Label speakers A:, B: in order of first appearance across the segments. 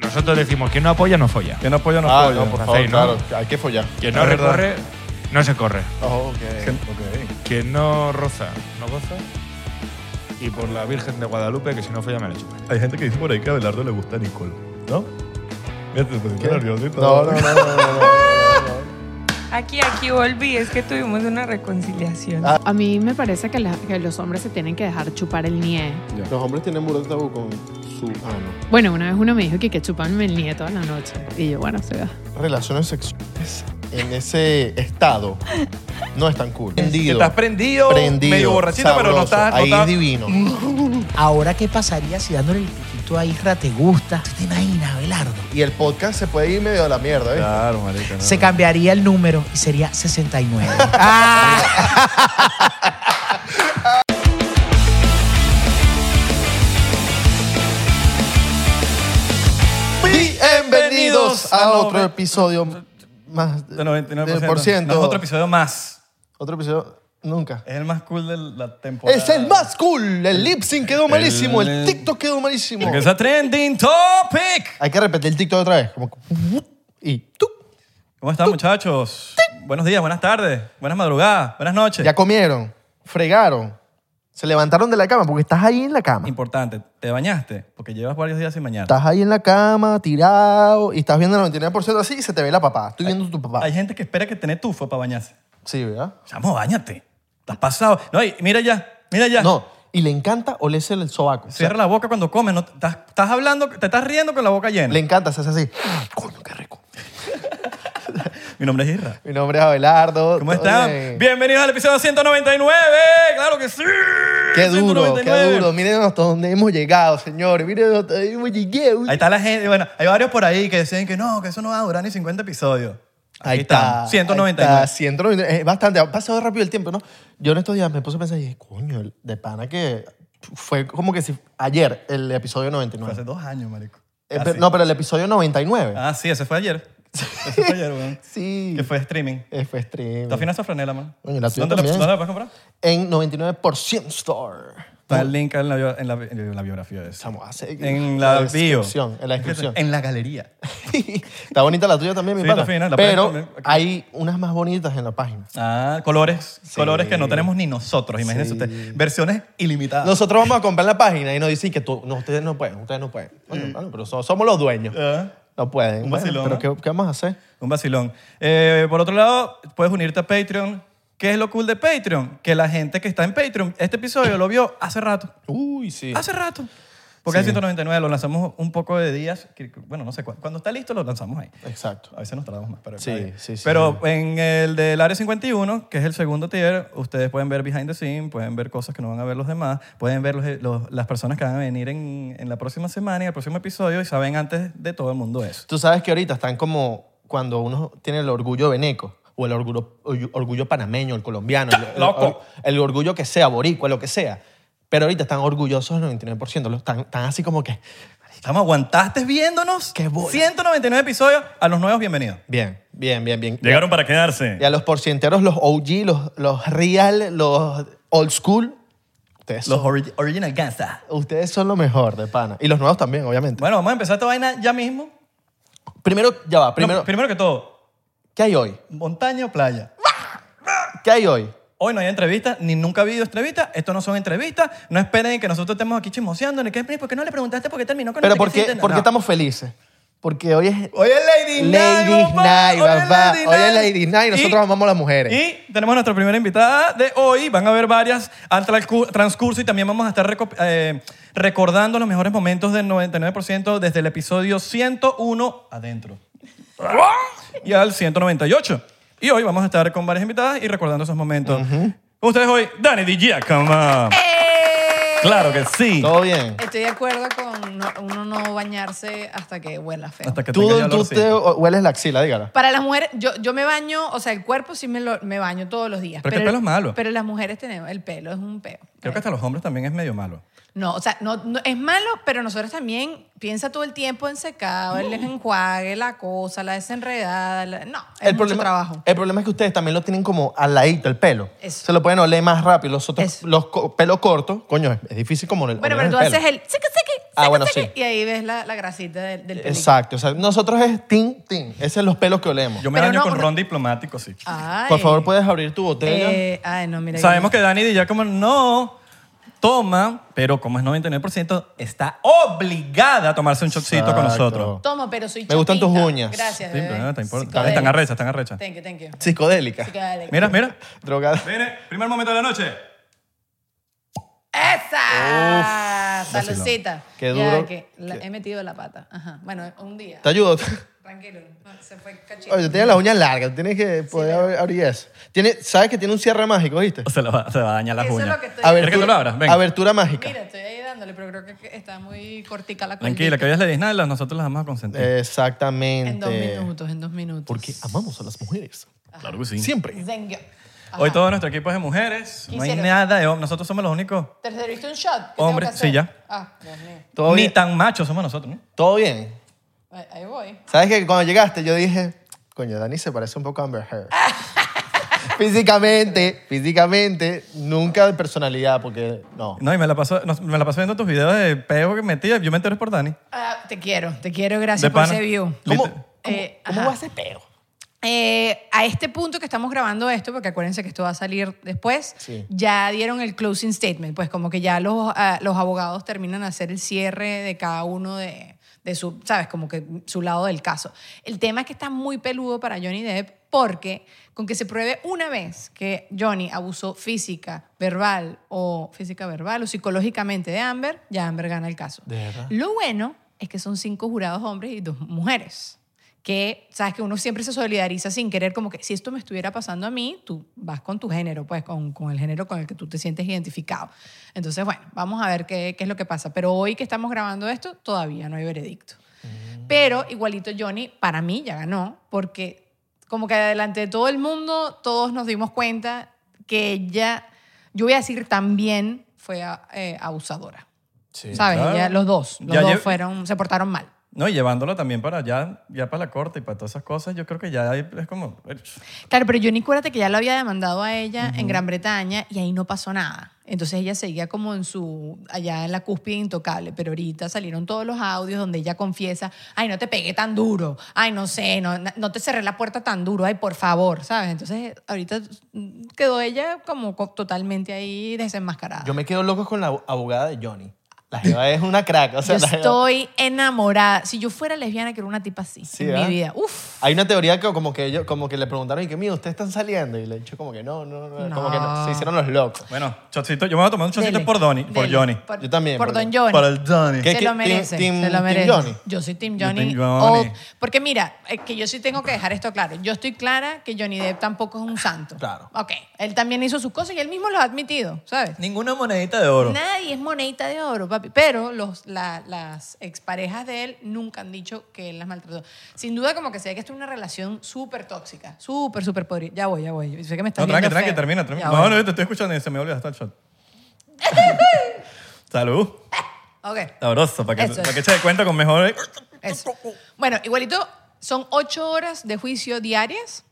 A: Nosotros decimos, quien no apoya, no folla.
B: Que no apoya, no
C: ah,
B: apoya.
C: no, por favor,
A: Hacéis, ¿no?
C: claro. Hay que follar.
A: Quien no
B: Es verdad.
A: recorre, no se corre.
C: Oh, ok, ok.
A: Quien no roza, no goza. Y por la Virgen de Guadalupe, que si no folla, me la chupa.
B: Hay gente que dice por ahí que a Abelardo le gusta Nicole, ¿no? pues, Mira, te pusiste nerviosito.
C: No, no, no, no, no, no, no, no.
D: Aquí, aquí volví, es que tuvimos una reconciliación.
C: Ah.
E: A mí me parece que, la- que los hombres se tienen que dejar chupar el nie.
C: Los hombres tienen burro de tabú con su ano.
E: Bueno, una vez uno me dijo que que chuparme el nie toda la noche. Y yo, bueno, se va.
C: Relaciones sexuales en ese estado no es tan cool. Prendido.
B: Estás prendido,
C: Prendido,
B: medio borrachito, pero no
C: sabroso.
B: estás. no
C: Ahí
B: estás-
C: divino.
F: Ahora, ¿qué pasaría si dándole el piquito a Isra te gusta? ¿Tú te imaginas, Abelardo?
C: Y el podcast se puede ir medio a la mierda, ¿eh?
B: Claro, marica. no.
F: Se cambiaría el número y sería 69. ¡Ah!
C: Bienvenidos a
B: a
C: otro
B: noven-
C: episodio más
B: De 99%.
C: del por ciento.
B: No, es otro episodio más.
C: Otro episodio nunca.
B: Es el más cool de la temporada.
C: Es el más cool. El lip sync quedó malísimo. El TikTok quedó malísimo.
B: Porque es trending topic.
C: Hay que repetir el TikTok otra vez. Como y tú.
B: ¿Cómo están, muchachos? Buenos días, buenas tardes, buenas madrugadas, buenas noches.
C: Ya comieron, fregaron, se levantaron de la cama porque estás ahí en la cama.
B: Importante, ¿te bañaste? Porque llevas varios días sin bañarte.
C: Estás ahí en la cama, tirado, y estás viendo el 99% así y se te ve la papá. Estoy viendo tu papá.
B: Hay gente que espera que tenés tufo para bañarse.
C: Sí, ¿verdad?
B: Chamo, bañate. Estás pasado. No, y mira ya, mira ya.
C: No, y le encanta olerse el sobaco. O sea,
B: Cierra la boca cuando comes. no- estás, estás hablando, te estás riendo con la boca llena.
C: le encanta, se hace así. Coño, qué rico.
B: Mi nombre es Isra.
C: Mi nombre es Abelardo.
B: ¿Cómo
C: todo
B: están?
C: bien.
B: Bienvenidos al episodio 199. ¡Claro que sí!
C: Qué duro, qué
B: 199.
C: duro. Miren hasta dónde hemos llegado, señores. Miren hasta dónde hemos llegado.
B: Ahí está la gente. Bueno, hay varios por ahí que dicen que no, que eso no va a durar ni 50 episodios.
C: Ahí
B: Aquí
C: está.
B: estamos, 199.
C: ahí está, 199. Es bastante. Ha pasado rápido el tiempo, ¿no? Yo en estos días me puse a pensar y dije, coño, de pana que fue como que si ayer el episodio
B: Fue
C: 99.
B: hace dos años, marico.
C: Eh,
B: Casi.
C: pero- no, pero el episodio 99.
B: Ah, sí, ese fue ayer. ese fue ayer, weón.
C: sí.
B: Que fue streaming.
C: Eh, fue stream.
B: Está fina esa franela, man.
C: Coño, la tuya
B: ¿Dónde, la,
C: también.
B: dónde la puedes comprar?
C: En 99% Store.
B: Está el link en la, bio- en la, en la biografía de esa.
C: Chamo, hace-
B: En la, bio.
C: descripción. En la descripción.
B: En la galería.
C: está bonita la tuya también, mi
B: Sí,
C: pana.
B: está fina, la
C: pero
B: pueden poner aquí.
C: hay unas más bonitas en la página.
B: Ah, colores. Colores que no tenemos ni nosotros, imagínense ustedes. Versiones ilimitadas.
C: Nosotros vamos a comprar la página y nos dicen que tú, no, ustedes no pueden, ustedes no pueden. Coño,
B: Mm.
C: hermano, pero so- somos los dueños.
B: Ah,
C: No pueden.
B: Un
C: Bueno,
B: vacilón,
C: pero
B: ¿no?
C: ¿qué, qué vamos a hacer?
B: un vacilón. Eh, por otro lado, puedes unirte a Patreon. ¿Qué es lo cool de Patreon? Que la gente que está en Patreon, este episodio lo vio hace rato.
C: Uy, sí.
B: Hace rato. Porque el 199 lo lanzamos un poco de días. que- Bueno, no sé, cu- cuando está listo lo lanzamos ahí.
C: Exacto.
B: A veces nos tardamos más, pero
C: Sí,
B: está bien.
C: sí, sí.
B: Pero en el del área 51, que es el segundo tier, ustedes pueden ver behind the scene, pueden ver cosas que no van a ver los demás, pueden ver los- los- las personas que van a venir en, en la próxima semana y el próximo episodio y saben antes de todo el mundo eso.
C: Tú sabes que ahorita están como cuando uno tiene el orgullo veneco o el orgullo, orgullo panameño, el colombiano, el, el-
B: Loco.
C: el orgullo que sea, boricua, lo que sea. Pero ahorita están orgullosos del 99%. lo- Están, están así como que,
B: Estamos aguantaste viéndonos
C: Qué bola.
B: 199 episodios a los nuevos bienvenidos.
C: bien, bien, bien, bien.
B: Llegaron para quedarse.
C: Y a los porcienteros, los OG, los, los real, los old school, ustedes
B: Los
C: son,
B: ori- original gangsters.
C: ustedes son lo mejor de pana. Y los nuevos también, obviamente.
B: Bueno, vamos a empezar esta vaina ya mismo. No,
C: Primero, ya va, primero,
B: primero que todo,
C: ¿qué hay hoy?
B: montaña o playa.
C: ¿Qué hay hoy?
B: Hoy no hay entrevistas, ni nunca ha habido entrevistas. Esto no son entrevistas. No esperen que nosotros estemos aquí chismoseando. Ni que, "Pri, ¿Por qué no le preguntaste por qué terminó con
C: Pero
B: no sé
C: ¿por qué,
B: sí?"
C: por qué
B: No.
C: estamos felices? Porque hoy es
B: Hoy es Lady Night,
C: Ladies Night, papá. Hoy es Lady Night. Nosotros
B: Y-
C: amamos a las mujeres.
B: Y tenemos a nuestra primera invitada de hoy. Van a ver varias al transcu- transcurso y también vamos a estar reco- eh, recordando los mejores momentos del 99% desde el episodio 101 adentro y al 198. Y hoy vamos a estar con varias invitadas y recordando esos momentos. Con ustedes hoy, Dani Di Giacomo. Claro que sí.
C: todo bien.
G: Estoy de acuerdo con no- uno no bañarse hasta que huela feo.
B: Hasta que
C: Tú,
B: tenga ya
C: tú
B: olorcito.
C: te hueles la axila, dígala.
G: Para las mujeres, yo, yo me baño, o sea, el cuerpo sí me, lo- me baño todos los días.
B: Pero es que el pelo es malo.
G: Pero las mujeres tenemos, el pelo es un peo.
B: Creo que hasta los hombres también es medio malo.
G: No, o sea, no, no- es malo, pero nosotros también piensa todo el tiempo en secado, el enjuague, la cosa, la desenredada. la- no, es mucho trabajo.
C: el problema es que ustedes también lo tienen como al ladito, el pelo.
G: Eso.
C: Se lo pueden oler más rápido. Los otros,
G: Eso.
C: los co- pelo corto, coño, es, es difícil como el
G: Bueno,
C: oler
G: pero tú
C: el pelo.
G: haces el... tziqui, tziqui,
C: Ah, bueno,
G: sé
C: sí.
G: qué, Y ahí ves la, la grasita del, del pelito.
C: Exacto. O sea, nosotros es tin, tin. Esos son los pelos que olemos.
B: Yo me
G: Pero
B: daño
G: no,
B: con
G: una-
B: ron diplomático, sí.
G: Ay.
C: Por favor, puedes abrir tu botella.
G: Eh, ay, no, mira.
B: Sabemos que Dani ya como no toma, pero como es 99%, está obligada a tomarse un chocito con
C: Exacto.
B: nosotros.
G: Toma, pero soy
C: Me gustan tus
G: chapita.
C: uñas.
G: Gracias,
B: Sí,
G: bebé.
B: pero no te importa.
G: Psicodélica.
B: Están arrechas, están arrechas.
G: Thank you, thank you.
C: Psicodélica.
G: Psicodélica.
B: Mira, mira.
C: Drogada.
B: Viene, primer momento de la noche.
G: ¡Esa! Salucita.
C: Qué
G: Ya
C: duro.
G: que la- he metido la pata. Ajá. Bueno, un día.
C: Te ayudo.
G: Tranquilo. No, se fue cachito.
C: Oye, tienes las uñas largas. tú Tienes que poder abrir- abrir eso. Tiene, ¿Sabes que tiene un cierre mágico, viste?
B: Se, la va, se va a dañar las
G: Eso es
B: uñas.
G: lo que estoy...
B: ¿Quieres que tú lo abras? Ven.
C: Abertura mágica.
G: Mira, estoy ahí dándole, pero creo que está muy cortica la cuenta.
B: Tranquila, que hoy es Lady Snyder, nosotros las vamos a consentir.
C: Exactamente.
G: En dos minutos, en dos minutos.
C: Porque amamos a las mujeres.
B: claro que sí.
C: Siempre.
G: Zengyo.
B: Hoy todo nuestro equipo es de mujeres. No hay
G: Quinceros.
B: nada de hombres. Nosotros somos los únicos.
G: ¿Tercero viste un shot? ¿Qué
B: Hombre,
G: tengo que hacer?
B: sí, ya.
G: Ah, Dios mío.
C: Todo
B: Ni
C: bien.
B: tan machos somos nosotros, ¿no?
C: Todo bien.
G: Ahí- Ahí voy.
C: ¿Sabes que cuando llegaste yo dije, coño, Dani se parece un poco a Amber Heard? físicamente, físicamente, nunca de personalidad, porque no.
B: No, y me la paso, nos- me la paso viendo tus videos de peo que metía. Yo me enteré por Dani.
G: Ah, te quiero, te quiero.
B: De
G: Gracias por
B: pana.
G: ese view.
C: ¿Cómo,
B: Liter-
C: cómo,
G: Eh,
C: cómo
G: ajá.
C: va a ser peo?
G: Eh, a este punto que estamos grabando esto, porque acuérdense que esto va a salir después,
C: Sí.
G: ya dieron el closing statement, pues como que ya los, ah, los abogados terminan de hacer el cierre de cada uno de, de su, sabes, como que su lado del caso. El tema es que está muy peludo para Johnny Depp porque con que se pruebe una vez que Johnny abusó física, verbal o física verbal o psicológicamente de Amber, ya Amber gana el caso.
C: ¿De verdad?
G: Lo bueno es que son cinco jurados hombres y dos mujeres. Que, sabes, que uno siempre se solidariza sin querer, como que si esto me estuviera pasando a mí, tú vas con tu género, pues, con, con el género con el que tú te sientes identificado. Entonces, bueno, vamos a ver qué, qué es lo que pasa. Pero hoy que estamos grabando esto, todavía no hay veredicto. Pero igualito Johnny, para mí, ya ganó, porque como que delante de todo el mundo, todos nos dimos cuenta que ella, yo voy a decir, también fue eh, abusadora. ¿Sabes?
B: claro.
G: Ella- los dos. Los
B: Ya
G: dos
B: lle-
G: fueron, se portaron mal.
B: No, y llevándolo también para allá, ya para la corte y para todas esas cosas, yo creo que ya ahí es como...
G: Claro, pero Johnny, acuérdate que ya lo había demandado a ella en Gran Bretaña y ahí no pasó nada. Entonces ella seguía como en su, allá en la cúspide intocable, pero ahorita salieron todos los audios donde ella confiesa, ay, no te pegué tan duro, ay, no sé, no, no te cerré la puerta tan duro, ay, por favor, ¿sabes? Entonces ahorita mm, quedó ella como co- totalmente ahí desenmascarada.
C: Yo
G: Yo,
C: me quedo loco con la abogada de Johnny. La jeva es una crack. O sea, la jeva-
G: estoy enamorada. Si yo fuera lesbiana, que era una tipa así
C: Sí,
G: en
C: ¿verdad?
G: mi vida. Uf.
C: Hay una teoría que como que, ellos, como que le preguntaron, y que, mira, ustedes están saliendo. Y le he dicho como que no, no, no, Como que no.
G: No.
C: se hicieron los locos.
B: Bueno, chocito, yo me voy a tomar un chocito
G: Dele,
B: por Donny, por
G: dele,
B: Johnny.
G: por-
C: Yo también,
G: Por
C: por
G: Don
C: Johnny.
G: Johnny.
B: Para el Donny.
C: ¿Qué?
G: se
C: que
G: lo
C: Team-
G: merece.
C: Team-
G: se lo
C: Team
G: merece.
C: Johnny.
G: Yo soy Team
B: Yo
G: Johnny.
B: Team Johnny.
G: all- porque mira, eh, que yo sí tengo que dejar esto claro. Yo estoy clara que Johnny Depp tampoco es un santo.
C: Claro.
G: Ok. Él también hizo sus cosas y él mismo lo ha admitido, ¿sabes?
B: Ninguna monedita de oro.
G: Nadie es monedita de oro, papi. Pero los, la- las exparejas de él nunca han dicho que él las maltrató. Sin duda, como que se ve que esto es una relación súper tóxica. Súper, súper podrida. Ya voy, ya voy. Yo sé que me estás
B: No, tranqui,
G: viendo
B: tranqui,
G: feo.
B: termina,
G: Ya
B: termina.
G: voy.
B: No, no, yo te estoy escuchando y se me olvida hasta el shot. Salud.
G: Ok.
B: Sabroso, para que,
G: Eso es.
B: para que se dé cuenta con mejor...
G: Eso. Bueno, igualito, son ocho horas de juicio diarias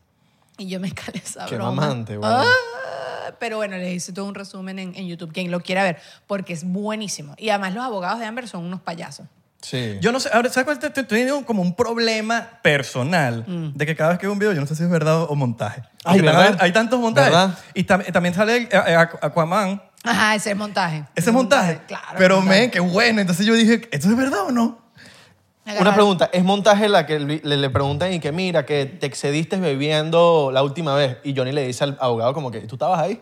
G: y yo me escalé esa
C: Qué
G: broma.
C: mamante, weón.
G: Ah, pero bueno, les hice todo un resumen en, en YouTube, quien lo quiera ver, porque es buenísimo. Y además los abogados de Amber son unos payasos.
C: Sí.
B: Yo no sé, ahora, ¿sabes cuál? Te- te- Tengo como un problema personal
G: Mm.
B: de que cada vez que veo un video, yo no sé si es verdad o- o montaje.
C: Ay,
B: Porque
C: ¿verdad?
B: tan- Hay tantos montajes.
C: ¿Verdad?
B: Y tam- también sale el- eh, eh, Aqu- Aquaman.
G: Ajá, ese es montaje.
B: Ese es montaje.
G: Claro.
B: Pero,
G: montaje.
B: men, qué bueno. Entonces yo dije, ¿esto es verdad o no?
C: Una
G: Agarrar-
C: pregunta, ¿es montaje la que le, le preguntan y que mira, que te excediste bebiendo la última vez? Y Johnny le dice al abogado como que, ¿tú estabas ahí?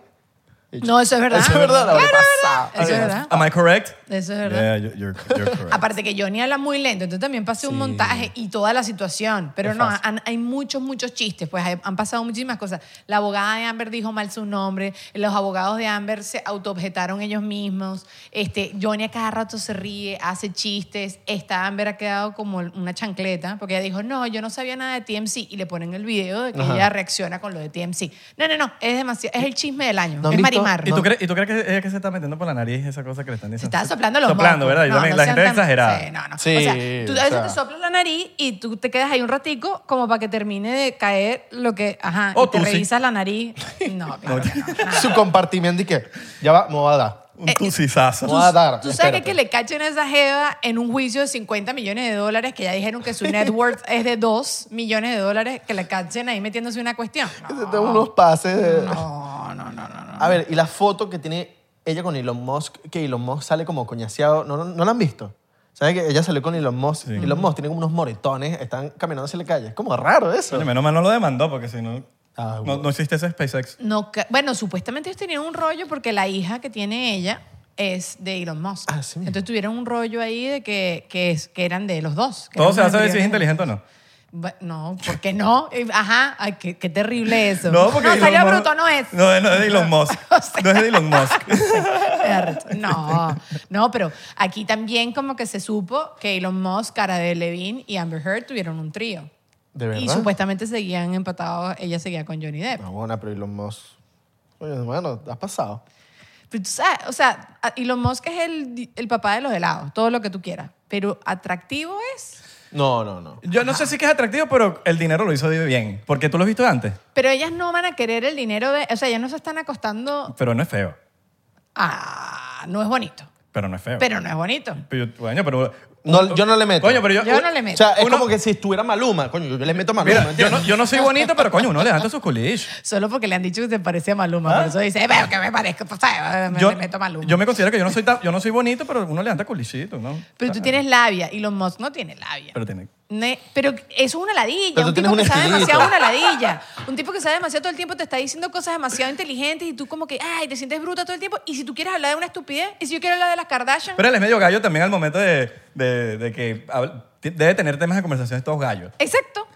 C: Y yo,
G: No, eso es verdad.
C: Eso es verdad, la
G: Claro,
C: verdad.
G: Eso es verdad.
B: Am I correct?
G: Eso es
H: Eh,
G: verdad.
B: Yeah, you- you're, you're correct.
G: Aparte que Johnny habla muy lento, entonces también pasé un montaje y toda la situación. Pero
C: Es
G: no,
C: fácil.
G: han- hay muchos, muchos chistes, pues hay- han pasado muchísimas cosas. La abogada de Amber dijo mal su nombre, los abogados de Amber se autoobjetaron ellos mismos, este, Johnny a cada rato se ríe, hace chistes, esta Amber ha quedado como una chancleta, porque ella dijo, no, yo no sabía nada de TMC, y le ponen el video de que
C: Ajá.
G: ella reacciona con lo de TMC. No, no, no, es demasiado, es el chisme del año,
C: ¿No han
G: es
C: visto?
G: Marimar.
B: ¿Y, tú crees, ¿Y tú crees que ella que se está metiendo por la nariz esa cosa que le están
G: Se
B: diciendo?
G: está soplando los
B: Soplando,
G: mocos.
B: ¿verdad? Y
G: No,
B: también
G: no
B: la
G: sean
B: gente es
G: tan-
B: exagerada.
G: Sí, no, no.
C: Sí,
G: o sea, tú a
C: o
G: veces
C: sea.
G: te soplas la nariz y tú te quedas ahí un ratico como para que termine de caer lo que... Ajá,
B: O
G: y te
B: tú sí.
G: revisas la nariz. No, claro que no. nada.
C: Su compartimiento y que, ya va, me va a dar.
G: Eh,
B: Un tucizazo.
C: Voy a dar,
G: Tú sabes que,
C: espérate.
G: que le cachen a esa jeva en un juicio de 50 millones de dólares, que ya dijeron que su net worth es de 2 millones de dólares, que le cachen ahí metiéndose una cuestión. No,
C: Te tengo unos pases de-
G: no, no, no. no.
C: A ver, y la foto que tiene ella con Elon Musk, que Elon Musk sale como coñaseado, ¿no, no, no la han visto? ¿Sabes que ella salió con Elon Musk? Elon Musk tiene como unos moretones, están caminando hacia la calle. Es como raro eso.
B: Coño, menos mal no lo demandó porque si no...
C: Ah,
B: no-
C: bueno.
B: No existe ese SpaceX.
G: No ca- bueno, supuestamente ellos tenían un rollo porque la hija que tiene ella es de Elon Musk.
C: Ah, sí.
G: Entonces tuvieron un rollo ahí de que, que, es- que eran de los dos. que
B: Todo
G: eran
B: se hace de si es
G: embriones.
B: inteligente o no.
G: Ba- No, ¿por qué no? Eh, Ajá, ay, qué, qué terrible eso.
B: Elon
G: salió
B: Musk-
G: bruto, no es.
B: No, no es de Elon Musk.
G: O sea.
B: No es de Elon Musk.
G: No, no, pero aquí también como que se supo que Elon Musk, Cara de Levine y Amber Heard tuvieron un trío.
C: ¿De verdad?
G: Y supuestamente seguían empatados, ella seguía con Johnny Depp.
C: No, bueno, pero Elon Musk... Oye, bueno, has pasado.
G: Pero Pues, tú sabes, o sea, a- Elon Musk es el, di- el papá de los helados, todo lo que tú quieras. Pero atractivo es.
C: No, no, no.
B: Yo no sé si que es atractivo, pero el dinero lo hizo bien. Porque tú lo has visto antes,
G: Pero ellas no van a querer el dinero de. O sea, ellas no se están acostando.
B: pero no es feo.
G: Ah, no es bonito.
B: Pero no es feo.
G: Pero no es bonito.
B: Pero yo- Bueno, pero...
C: No, yo no le meto.
B: Coño, pero yo...
G: Yo no le
C: O
G: meto.
C: sea, es
B: Uno-
C: como que si estuviera Maluma. Coño, yo le meto a Maluma.
B: Mira, yo no, yo no soy bonito, pero coño, uno levanta sus culish.
G: Solo porque le han dicho que se parece a Maluma. Por eso dice, eh, veo que me parezco. pues, ¿sabes? Me,
B: ¿Ah? Yo,
G: me meto a Maluma.
B: yo me considero que yo no soy, tan- yo no soy bonito, pero uno levanta culichito, ¿no? Ah,
G: Pero tú tienes labia. Elon Musk no tiene labia.
B: Pero tiene...
G: Ne- pero eso es una ladilla.
C: Pero tú
G: un tipo que
C: tienes un
G: sabe
C: estilito.
G: demasiado una ladilla. Un tipo que sabe demasiado todo el tiempo te está diciendo cosas demasiado inteligentes y tú como que, ay, te sientes bruta todo el tiempo. Y si tú quieres hablar de una estupidez, y si yo quiero hablar de las Kardashian,
B: Pero él es medio gallo también al momento de, de- de que hab- t- debe tener temas de conversación todos gallos.
G: exacto.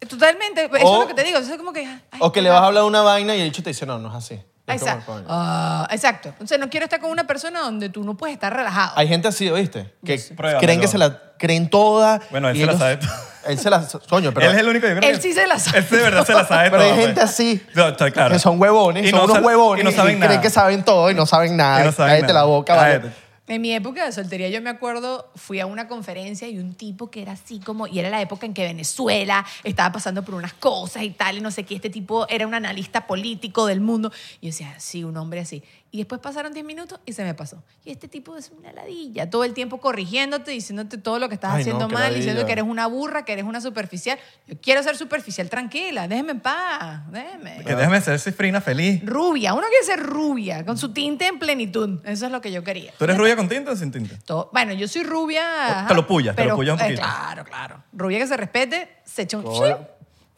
G: Totalmente. Eso
C: O-
G: es lo que te digo. Eso es como que... ay,
C: O que
G: qué
C: le vas a
G: va.
C: hablar una vaina y el bicho te dice, no, no es así. Es como,
G: Exacto.
C: coño.
G: Ah, exacto. O sea, no quiero estar con una persona donde tú no puedes estar relajado.
C: Hay gente así, ¿oíste? Que
B: Pruébamelo.
C: creen que se la creen toda.
B: Bueno, él
C: y
B: se la
C: ellos-
B: sabe todo.
C: Él se la... Coño, pero...
B: él es el único, yo creo
G: Él
B: que-
G: sí se la sabe
B: Él de verdad se la sabe
C: Pero hay
B: todas,
C: gente
B: pues.
C: así
B: No, está claro.
C: Que son huevones,
B: Y
C: son
B: no
C: unos
B: sab-
C: huevones
B: Y no saben nada.
C: creen que saben todo y no saben nada.
B: Y no saben
C: Cállate
B: nada.
C: la boca, vale.
B: Cállate.
G: En mi época de soltería, yo me acuerdo, fui a una conferencia y un tipo que era así como, y era la época en que Venezuela estaba pasando por unas cosas y tal, y no sé qué, este tipo era un analista político del mundo. Y yo decía, sí, un hombre así. Y después pasaron 10 minutos y se me pasó. Y este tipo es una ladilla, todo el tiempo corrigiéndote, diciéndote todo lo que estás
C: Ay, no,
G: haciendo
C: qué
G: mal,
C: ladilla.
G: diciendo que eres una burra, que eres una superficial. Yo quiero ser superficial, tranquila, déjeme en paz, déjeme.
B: Que déjame ser cifrina feliz.
G: Rubia, uno quiere ser rubia, con su tinte en plenitud. Eso es lo que yo quería.
B: ¿Tú eres rubia con tinta o sin tinta?
G: To- bueno, yo soy rubia.
B: Te lo puyas, te lo
G: pero-
B: puyas un
G: eh,
B: poquito.
G: claro, claro. Rubia que se respete, se echa un.
C: Coño.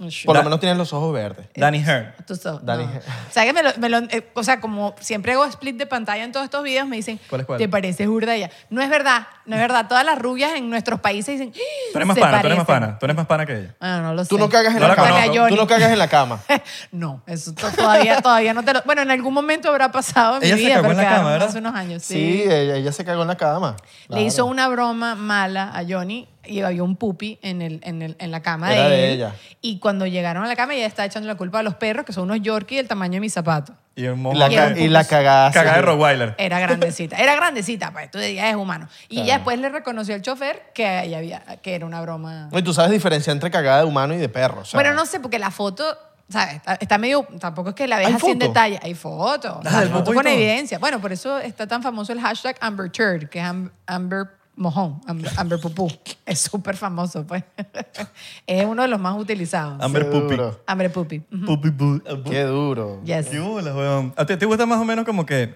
G: un shoo.
C: Por lo
B: Da-
C: menos tienen los ojos verdes.
G: Eh,
B: Danny Hearn.
G: Tú sabes,
C: Dani.
G: no. O sea, que me lo, me lo- eh, o sea, como siempre hago split de pantalla en todos estos videos, me dicen,
B: ¿Cuál es cuál?
G: ¿te pareces burda ella? No es verdad, no es verdad. Todas las rubias en nuestros países dicen, "¡Ah,
B: Tú eres más
G: "Se
B: pana, tú eres más
G: parecen".
B: pana. Tú eres más pana que ella.
G: Ah, no lo sé.
C: Tú no cagas en
B: No
C: la
B: la
C: cama.
B: conozco.
G: Johnny.
C: Tú no cagas en la cama.
G: no, eso to- todavía, todavía no te lo... Bueno, en algún momento habrá pasado en
B: Ella
G: mi
B: se
G: vida,
B: cagó en
G: pero
B: la
G: claro,
B: cama, ¿verdad?
G: hace unos años.
C: Sí, ella, ella se cagó en la cama. Claro.
G: Le hizo una broma mala a Johnny y había un pupi en, el, en, el- en la cama
C: Era
G: de,
C: de
G: él.
C: ella.
G: Y cuando llegaron a la cama, ella estaba echando la culpa a los perros, que son unos Yorkie del tamaño de mi zapato.
B: Y un
C: Y
B: mojo.
C: la,
G: Y era
C: ca-
G: un
B: de-
C: y la
G: poco-
C: cagada.
B: Cagada de
C: sí.
B: Rottweiler.
G: Era grandecita. Era grandecita, pues tú decías, es humano. Y ella después le reconoció al chofer que, ella había, que era una broma.
C: No, Y tú sabes diferenciar entre cagada de humano y de perro. o sea.
G: bueno, no sé, porque la foto, ¿sabes? Está, está medio. Tampoco es que la ves
C: ¿Hay
G: así en
C: foto?
G: detalle. Hay fotos.
B: Ah,
G: Hay
B: del
G: fotos
B: popó y
G: con
B: todo.
G: evidencia. Bueno, por eso está tan famoso el hashtag Amber Turd, que es Am- Amber Mojón, Am- Amber, Pupú. Es súper famoso, pues. es uno de los más utilizados.
C: Qué
B: Amber Puppy.
C: duro.
G: Amber Puppy. Ujú.
B: Puppy pu- pu-
C: Qué duro.
G: Yes.
B: ¿Qué bolas, weón? ¿A ti te gusta más o menos como que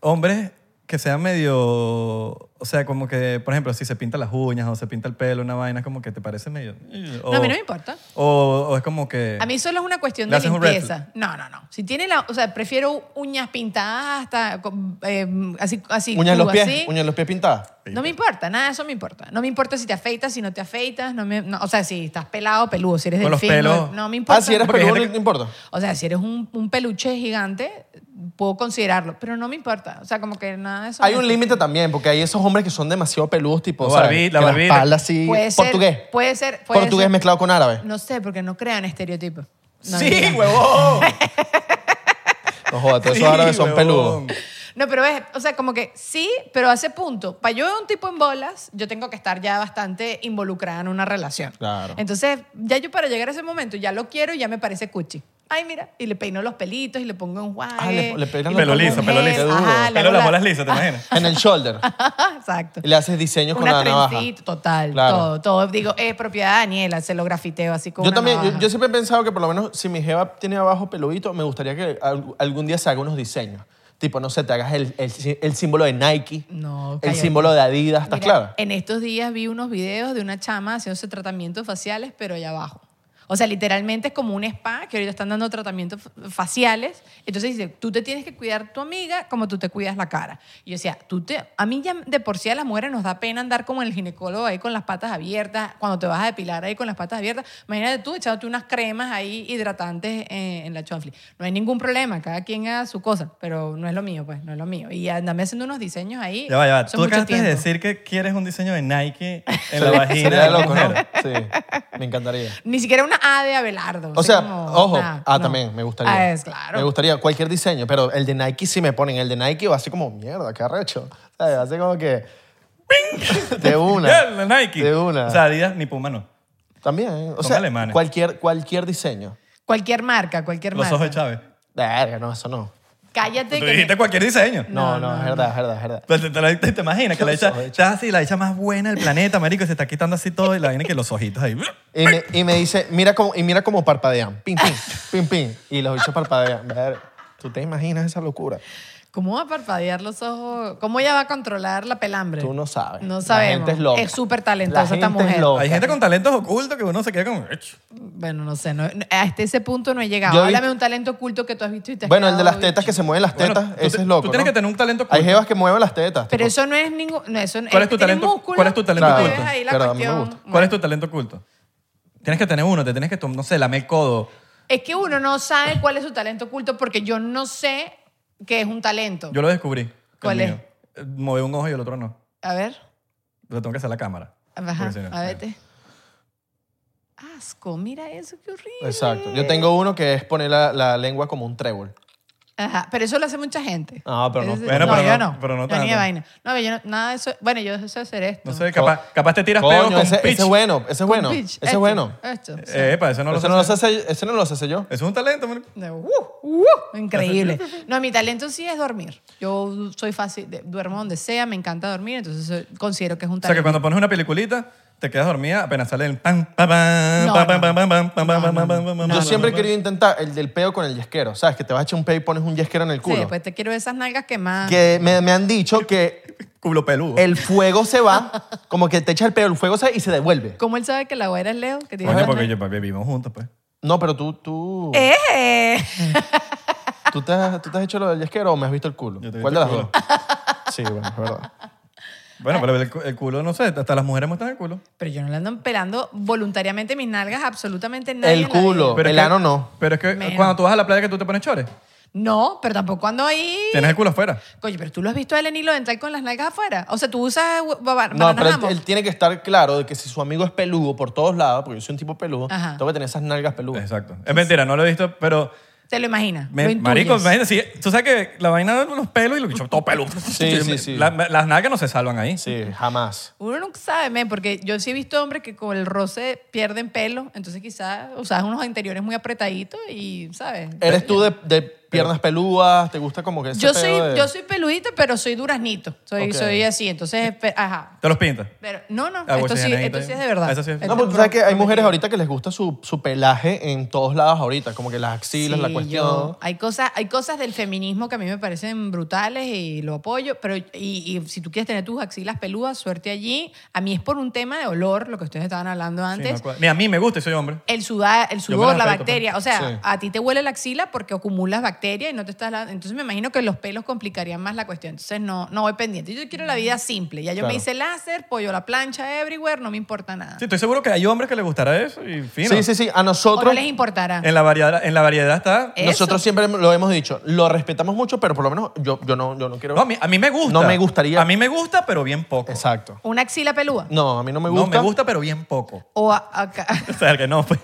B: hombres que sean medio... O sea, como que, por ejemplo, si se pinta las uñas o se pinta el pelo, una vaina, como que te parece medio...
G: No, a mí no me importa.
B: O, o es como que...
G: A mí solo es una cuestión
B: ¿Le
G: de
B: haces un red
G: limpieza. No, no, no. Si tiene la, o sea, prefiero uñas pintadas hasta con, eh, así, así.
C: Uñas en los
G: tú,
C: pies,
G: así.
C: uñas en los pies pintadas.
G: No me importa, nada de eso me importa. No me importa si te afeitas, si no te afeitas, no me, no, o sea, si estás pelado, peludo, si eres
B: Con
G: del
B: los
G: fin,
B: pelos.
G: no, no me importa.
C: Ah, si eres
B: Porque hay
C: peludo,
B: gente
C: no
B: que-
C: importa.
G: O sea, si eres un, un peluche gigante, puedo considerarlo, pero no me importa. O sea, como que nada de eso.
C: Hay
G: me
C: un
G: afecta.
C: límite también, porque hay esos hombres que son demasiado peludos, tipo,
B: La
C: ¿sabes?
B: barbita,
C: Que
B: la barbita.
C: espalda así,
G: Puede ser-
C: portugués.
G: puede ser- puede
C: portugués
G: ser.
C: mezclado con árabe.
G: No sé, porque no crean estereotipos. No,
B: ¡Sí,
G: mentira.
B: huevón!
C: No jodas, todos
B: Sí,
C: esos árabes son
B: huevón.
C: peludos.
G: No, pero es, o sea, como que sí, pero a ese punto, para yo un tipo en bolas, yo tengo que estar ya bastante involucrada en una relación.
C: Claro.
G: Entonces, ya yo para llegar a ese momento, ya lo quiero y ya me parece cuchi. ay, mira, y le peino los pelitos y le pongo un guay.
C: Ah, le- le peinas
B: Pelo liso, pelo liso.
C: Ajá,
B: Pelo las bolas lisas, ¿te imaginas?
C: En el shoulder.
G: Exacto.
C: Y le haces diseños con la
G: Una
C: navaja.
G: trencita, total,
C: Claro.
G: todo, todo. Digo, es propiedad de Daniela, se lo grafiteo así con
C: Yo
G: una
C: también, yo,
G: navaja.
C: yo siempre he pensado que por lo menos si mi jeva tiene abajo peludito, me gustaría que al- algún día se haga unos diseños. Tipo, no sé, te hagas el, el sí- el símbolo de Nike,
G: No,
C: el
G: cállate.
C: símbolo de Adidas, ¿estás
G: Mira,
C: clara?
G: En estos días vi unos videos de una chama haciéndose tratamientos faciales, pero allá abajo. O sea, literalmente es como un spa que ahorita están dando tratamientos f- faciales. Entonces dice, tú te tienes que cuidar tu amiga como tú te cuidas la cara. Y yo decía, tú te... A mí ya de por sí a las mujeres nos da pena andar como el ginecólogo ahí con las patas abiertas, cuando te vas a depilar ahí con las patas abiertas. Imagínate tú echándote unas cremas ahí hidratantes eh, en la chonfli. No hay ningún problema, cada quien haga su cosa, pero no es lo mío, pues, no es lo mío. Y andame haciendo unos diseños ahí.
B: Ya va, ya va.
G: Eso es
B: Tú
G: mucho
B: acabaste de
G: tiempo.
B: decir que quieres un diseño de Nike en la
C: Sería-
B: vagina
C: sería
B: de la
C: loco, ¿no?
B: mujer.
C: Sí, me encantaría.
G: Ni siquiera una A de Abelardo.
C: O sea,
G: como
C: ojo,
G: una-
C: ah,
G: no.
C: también, me gustaría.
G: Ah, es claro.
C: Me gustaría cualquier diseño, pero el de Nike sí me ponen. El de Nike va así como, mierda, qué arrecho. ¿Sabes? Hace como que... De
B: Ya,
C: una.
B: la Nike.
C: De una.
B: O sea, Adidas ni Puma no.
C: También, ¿eh? o
B: son
C: sea,
B: alemanes.
C: cualquier, cualquier diseño.
G: Cualquier marca, cualquier
B: Los
G: marca.
B: ojos de Chávez.
C: Verga, no, eso no.
G: Cállate.
B: Tú
G: que-
B: dijiste cualquier diseño.
C: No,
G: No,
C: no,
G: no,
C: es verdad, es verdad, es verdad.
B: Pero Pues, ¿Te, te, la- te- te imaginas que la
C: Los
B: hecha,
C: ojos de
B: estás así, la hecha más buena del planeta, marico, y se está quitando así todo y la vaina que los ojitos ahí.
C: Y me, y me dice, mira cómo, y mira cómo parpadean. Pim, pim, pim, pim. Y los bichos parpadean. Ver, ¿Tú te imaginas esa locura?
G: ¿Cómo va a parpadear los ojos? ¿Cómo ella va a controlar la pelambre?
C: Tú no sabes.
G: No
C: La
G: sabemos.
C: gente es loca.
G: Es súper talentosa
C: La gente
G: esta
C: es
G: mujer.
C: loca.
B: Hay gente con talentos ocultos que uno se queda como... "Ech".
G: Bueno, no sé. no- no- hasta ese punto no he llegado.
C: Yo he
G: Háblame
C: visto-
G: un talento oculto que tú has visto y te has
C: Bueno, el de
G: quedado
C: las tetas, que
G: bicho.
C: se mueven las
B: Bueno,
C: tetas,
B: tú
C: ese
B: te-
C: es loco,
B: tú tienes
C: ¿no?
B: que tener un talento
C: Hay
B: oculto.
C: jevas que mueven las tetas.
G: Pero
C: tipo,
G: eso no es ningún... No, eso, este
B: ¿Cuál es tu talento- cuál es tu talento
C: Claro.
G: oculto?
C: oculto?
G: Ahí la
C: Pero a mí me
G: cuestión.
C: gusta.
B: ¿Cuál es tu talento oculto? Tienes que tener uno, te tienes que, tom- no sé, lamer el codo.
G: Es que uno no sabe cuál es su talento oculto porque yo no sé qué es un talento.
B: Yo lo descubrí. el
G: ¿Cuál es?
B: mío. Eh, Mover un ojo y el otro no.
G: A ver.
B: Lo tengo que hacer a la cámara.
G: Ajá,
B: Porque si no-
G: a verte. Asco, mira eso, qué horrible.
C: Exacto. Yo tengo uno que es poner la, la lengua como un trébol.
G: Ajá, pero eso lo hace mucha gente.
C: No, pero no-
G: Ese-
B: Bueno, Ah, pero
G: yo
B: no-
G: Ah, no.
B: pero no
G: Yo ni de
B: tanto.
G: vaina. No, yo no, nada de eso. Bueno, yo sé hacer esto.
B: No sé, capaz, capaz te tiras peo
C: Coño,
B: con
C: ese, ese
B: pitch.
C: es bueno, ese es bueno,
G: Con pitch,
C: ese es
G: esto,
C: bueno.
G: Esto. sí.
B: Epa, eso no lo
C: ese,
B: sé.
C: no lo hace, ese no lo hace yo.
B: Eso es un talento, marico.
G: De- uh, uh, increíble. No, mi talento sí es dormir. Yo soy fácil, de- duermo donde sea, me encanta dormir, entonces eh, considero que es un
B: O sea, que
G: talento.
B: cuando pones una peliculita, te quedas dormida apenas sale el pam, pam, pam,
G: No,
B: pam,
G: no.
B: pam, pam, pam, pam, pam, pam, pam, pam, pam,
C: yo
B: pam,
C: siempre he
B: pam,
C: querido intentar el del peo con el yesquero. ¿Sabes? Que te vas a echar un peo y pones un yesquero en el
G: Sí, pues, ah.
C: culo.
G: después te quiero esas nalgas quemadas.
C: que me, me han dicho que
B: pam. Culo peludo.
C: el fuego se va, como que te echa el peo, el fuego se va y se devuelve.
G: ¿Cómo él sabe que la guaira es Leo? Que tiene
B: Coño,
G: esas
B: porque
G: nalgas?
B: yo, papi, vivimos juntos, pues.
C: No, pero tú, tú,
G: ¡Eh!
C: tú, te, has, tú te has hecho lo del yesquero o me has visto el culo.
B: Yo te he
C: ¿Cuál de
B: visto
C: las
B: el
C: dos? Sí, bueno, es verdad.
B: Bueno, pero el, cu- el culo, no sé, hasta las mujeres muestran el culo.
G: Pero yo no le ando pelando voluntariamente mis nalgas absolutamente nada.
C: El culo,
B: Pero es
C: el
B: que-
C: ano no.
B: Pero es que
G: Menos.
B: cuando tú vas a la playa que tú te pones chores,
G: No, pero tampoco ando ahí.
B: tienes el culo afuera.
G: Coño, pero tú lo has visto a él en hilo dental con las nalgas afuera. O sea, tú usas gu- ba- ba-
C: No,
G: banana
C: pero él,
G: hammock.
C: él tiene que estar claro de que si su amigo es peludo por todos lados, porque yo soy un tipo peludo,
G: Ajá.
C: tengo que tener esas nalgas peludas.
B: Exacto. Es mentira, no lo he visto, pero...
G: Te lo imaginas.
B: me-
G: lo intuyes.
B: marico, imagínate, sí, tú sabes que la vaina de los pelos y los bichos, todo peludo.
C: Sí, sí, sí.
B: La- las nalgas no se salvan ahí.
C: Sí, jamás.
G: Uno nunca sabe, men, porque yo sí he visto hombres que con el roce pierden pelo. Entonces, quizás usas unos interiores muy apretaditos y, ¿sabes?
C: ¿Eres tú de, de piernas peludas? ¿Te gusta como que ese
G: Yo
C: peo
G: soy,
C: de-
G: yo soy peludita, pero soy duraznito. Soy,
C: Ok.
G: soy así. Entonces, pe- ajá.
B: Te los pintas.
G: Pero, no, no,
B: Ah,
G: esto,
B: pues,
G: sí,
B: sí, ahí
G: esto
B: está
G: sí es
B: bien.
G: de verdad.
B: Ah, eso sí es
G: Esto
C: No, porque tú sabes que hay mujeres ahorita que les gusta su, su pelaje en todos lados ahorita, como que las axilas, la
G: Sí,
C: cuestión.
G: yo- hay, cosas, hay cosas del feminismo que a mí me parecen brutales y lo apoyo, pero y, y si tú quieres tener tus axilas peludas, suerte allí. A mí es por un tema de olor, lo que ustedes estaban hablando
B: Sí,
G: antes.
B: no cuadra. Ni a mí me gusta y soy hombre.
G: el, suda- el
B: me las
G: sudor, la
B: afeito,
G: bacteria. O sea,
C: Sí.
G: a ti te huele la axila porque acumulas bacteria y no te estás... lavando. Entonces me imagino que los pelos complicarían más la cuestión. Entonces no, no voy pendiente. Yo quiero la vida simple. Ya yo
C: Claro.
G: me hice láser, pollo a la plancha, everywhere, no me importa nada.
B: Sí, estoy seguro que hay hombres que les gustará eso y fino.
C: Sí, sí, sí. A
G: o no
C: nosotros,
G: les importará.
B: En la variedad, en la variedad está...
G: Eh,
C: nosotros
G: Eso.
C: siempre lo hemos dicho, lo respetamos mucho, pero por lo menos yo, yo, no, yo no quiero...
B: No, a mí, a mí me gusta.
C: No me gustaría.
B: A mí me gusta, pero bien poco.
C: Exacto.
G: Una axila pelúa.
C: No, a mí no me
B: No,
C: gusta.
B: me gusta, pero bien poco.
G: O a- acá.
B: O sea, que no, pues.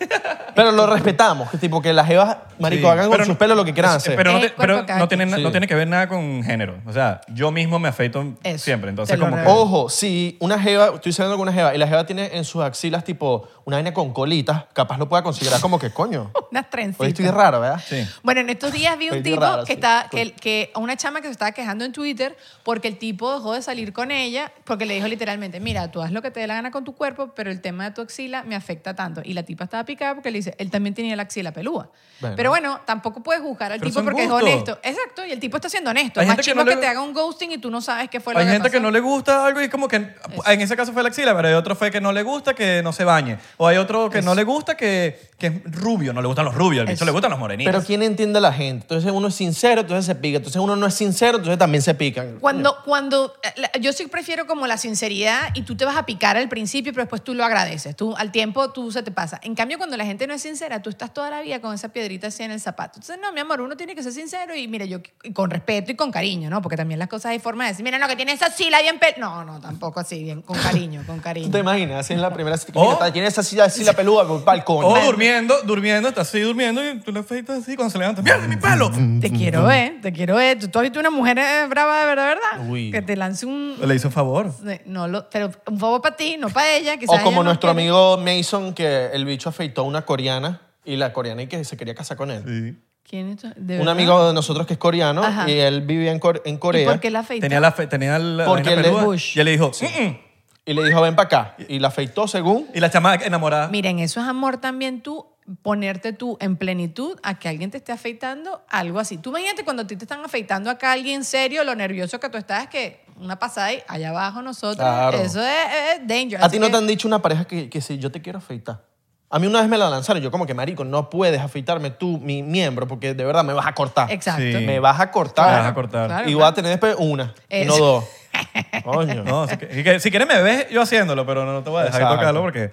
C: Pero lo respetamos. que Tipo, que las jevas, marico,
B: Sí,
C: hagan
B: pero
C: con sus
B: no-
C: pelos lo que quieran
B: es-
C: hacer.
B: Pero, no,
G: Es
B: te-
G: cuerpo
B: pero
G: de Eh, cada
B: no tiene,
C: quien.
B: na- no
C: Sí.
B: tiene que ver nada con género. O sea, yo mismo me afeito
G: Eso,
B: siempre. Entonces,
G: te lo
B: como que.
G: regalo.
C: Ojo, si una jeva, estoy saliendo con una jeva y la jeva tiene en sus axilas tipo una vaina con colitas, capaz lo pueda considerar como que coño.
G: Unas trencitas.
C: Hoy estoy raro, ¿verdad?
B: Sí.
G: Bueno, en estos días vi un
C: Medio
G: tipo
C: raro,
G: que
C: sí.
G: está, que, que a una chama que se estaba quejando en Twitter porque el tipo dejó de salir con ella porque le dijo literalmente, mira, tú haz lo que te dé la gana con tu cuerpo, pero el tema de tu axila me afecta tanto. Y la tipa estaba picada porque le dice, él también tenía la axila pelúa.
C: Bueno.
G: Pero bueno, tampoco puedes juzgar al
B: Pero
G: tipo
B: son
G: porque
B: gustos.
G: es honesto. Exacto, y el tipo está siendo honesto.
B: Hay
G: Más
B: gente que
G: chimbo
B: no
G: que,
B: le-
G: te haga un ghosting y tú no sabes qué fue lo
B: Hay
G: que
B: gente que
G: pasó.
B: no le gusta algo y como que en ese caso fue la axila, pero hay otro fue que no le gusta que no se bañe. O hay otro que no le gusta que, que es rubio, no le gustan los rubios, al bicho
G: Eso.
B: le gustan los morenitos.
C: Pero ¿quién entiende a la gente? Entonces uno es sincero, entonces se pica. Entonces uno no es sincero, entonces también se pican.
G: Cuando, cuando eh, la- yo sí prefiero como la sinceridad y tú te vas a picar al principio, pero después tú lo agradeces. Tú, al tiempo tú se te pasa. En cambio, cuando la gente no es sincera, tú estás toda la vida con esa piedrita así en el zapato. Entonces, no, mi amor, uno tiene que ser sincero y mira, yo y con respeto y con cariño, ¿no? Porque también las cosas hay forma de decir, mira, no, que tiene esa sila bien pel-". No, no, tampoco así, bien, con cariño, con
C: ¿Tú te
G: cariño.
C: imaginas? Así en la primera cita.
B: Oh.
C: Mira, Tiene esa silla así la peluda con pal coño.
B: o durmiendo, durmiendo, está así durmiendo y tú le afeitas así cuando se levanta. ¡Mierda, mi pelo!
C: Mm.
G: Te quiero ver, te quiero ver. Tú, tú has visto una mujer eh, brava de verdad, ¿verdad?
C: Uy.
G: Que te lance un...
B: Le hizo un favor.
G: No, lo, pero un favor para ti, no para ella. quizás
C: O como
G: ella no
C: nuestro
G: quiere.
C: amigo Mason, que el bicho afeitó a una coreana y la coreana y que se quería casar con él.
G: ¿Quién es? tu- de
C: Un
G: verdad?
C: amigo de nosotros que es coreano
G: Ajá.
C: y él vivía en, Cor- en
G: ¿Y
C: Corea.
G: por qué la afeitó?
B: Tenía la, fe- tenía la
C: Porque
B: vaina
C: él es
B: peluda
C: Bush.
B: y él le dijo, "Mm-mm".
C: Y le dijo, ven para acá. Y la afeitó según.
B: y la chamaca enamorada.
G: Miren, eso es amor también tú, ponerte tú en plenitud a que alguien te esté afeitando, algo así. Tú imagínate cuando a ti te están afeitando acá alguien serio, lo nervioso que tú estás, que una pasada y allá abajo nosotros,
C: Claro.
G: eso es, es danger.
C: A ti
G: Así
C: no
G: que-
C: te han dicho una pareja que, que si yo te quiero afeitar. A mí una vez me la lanzaron. Yo como que, marico, no puedes afeitarme tú mi miembro porque de verdad me vas a cortar.
G: Exacto.
B: Sí.
C: Me vas a cortar.
B: Me vas a cortar.
G: Claro,
C: y
G: claro.
C: voy a tener después una, y no
G: Eso.
C: dos. Coño.
B: No, así que- y que si quieres me ves yo haciéndolo, pero no te voy a dejar
C: Exacto.
B: tocarlo porque...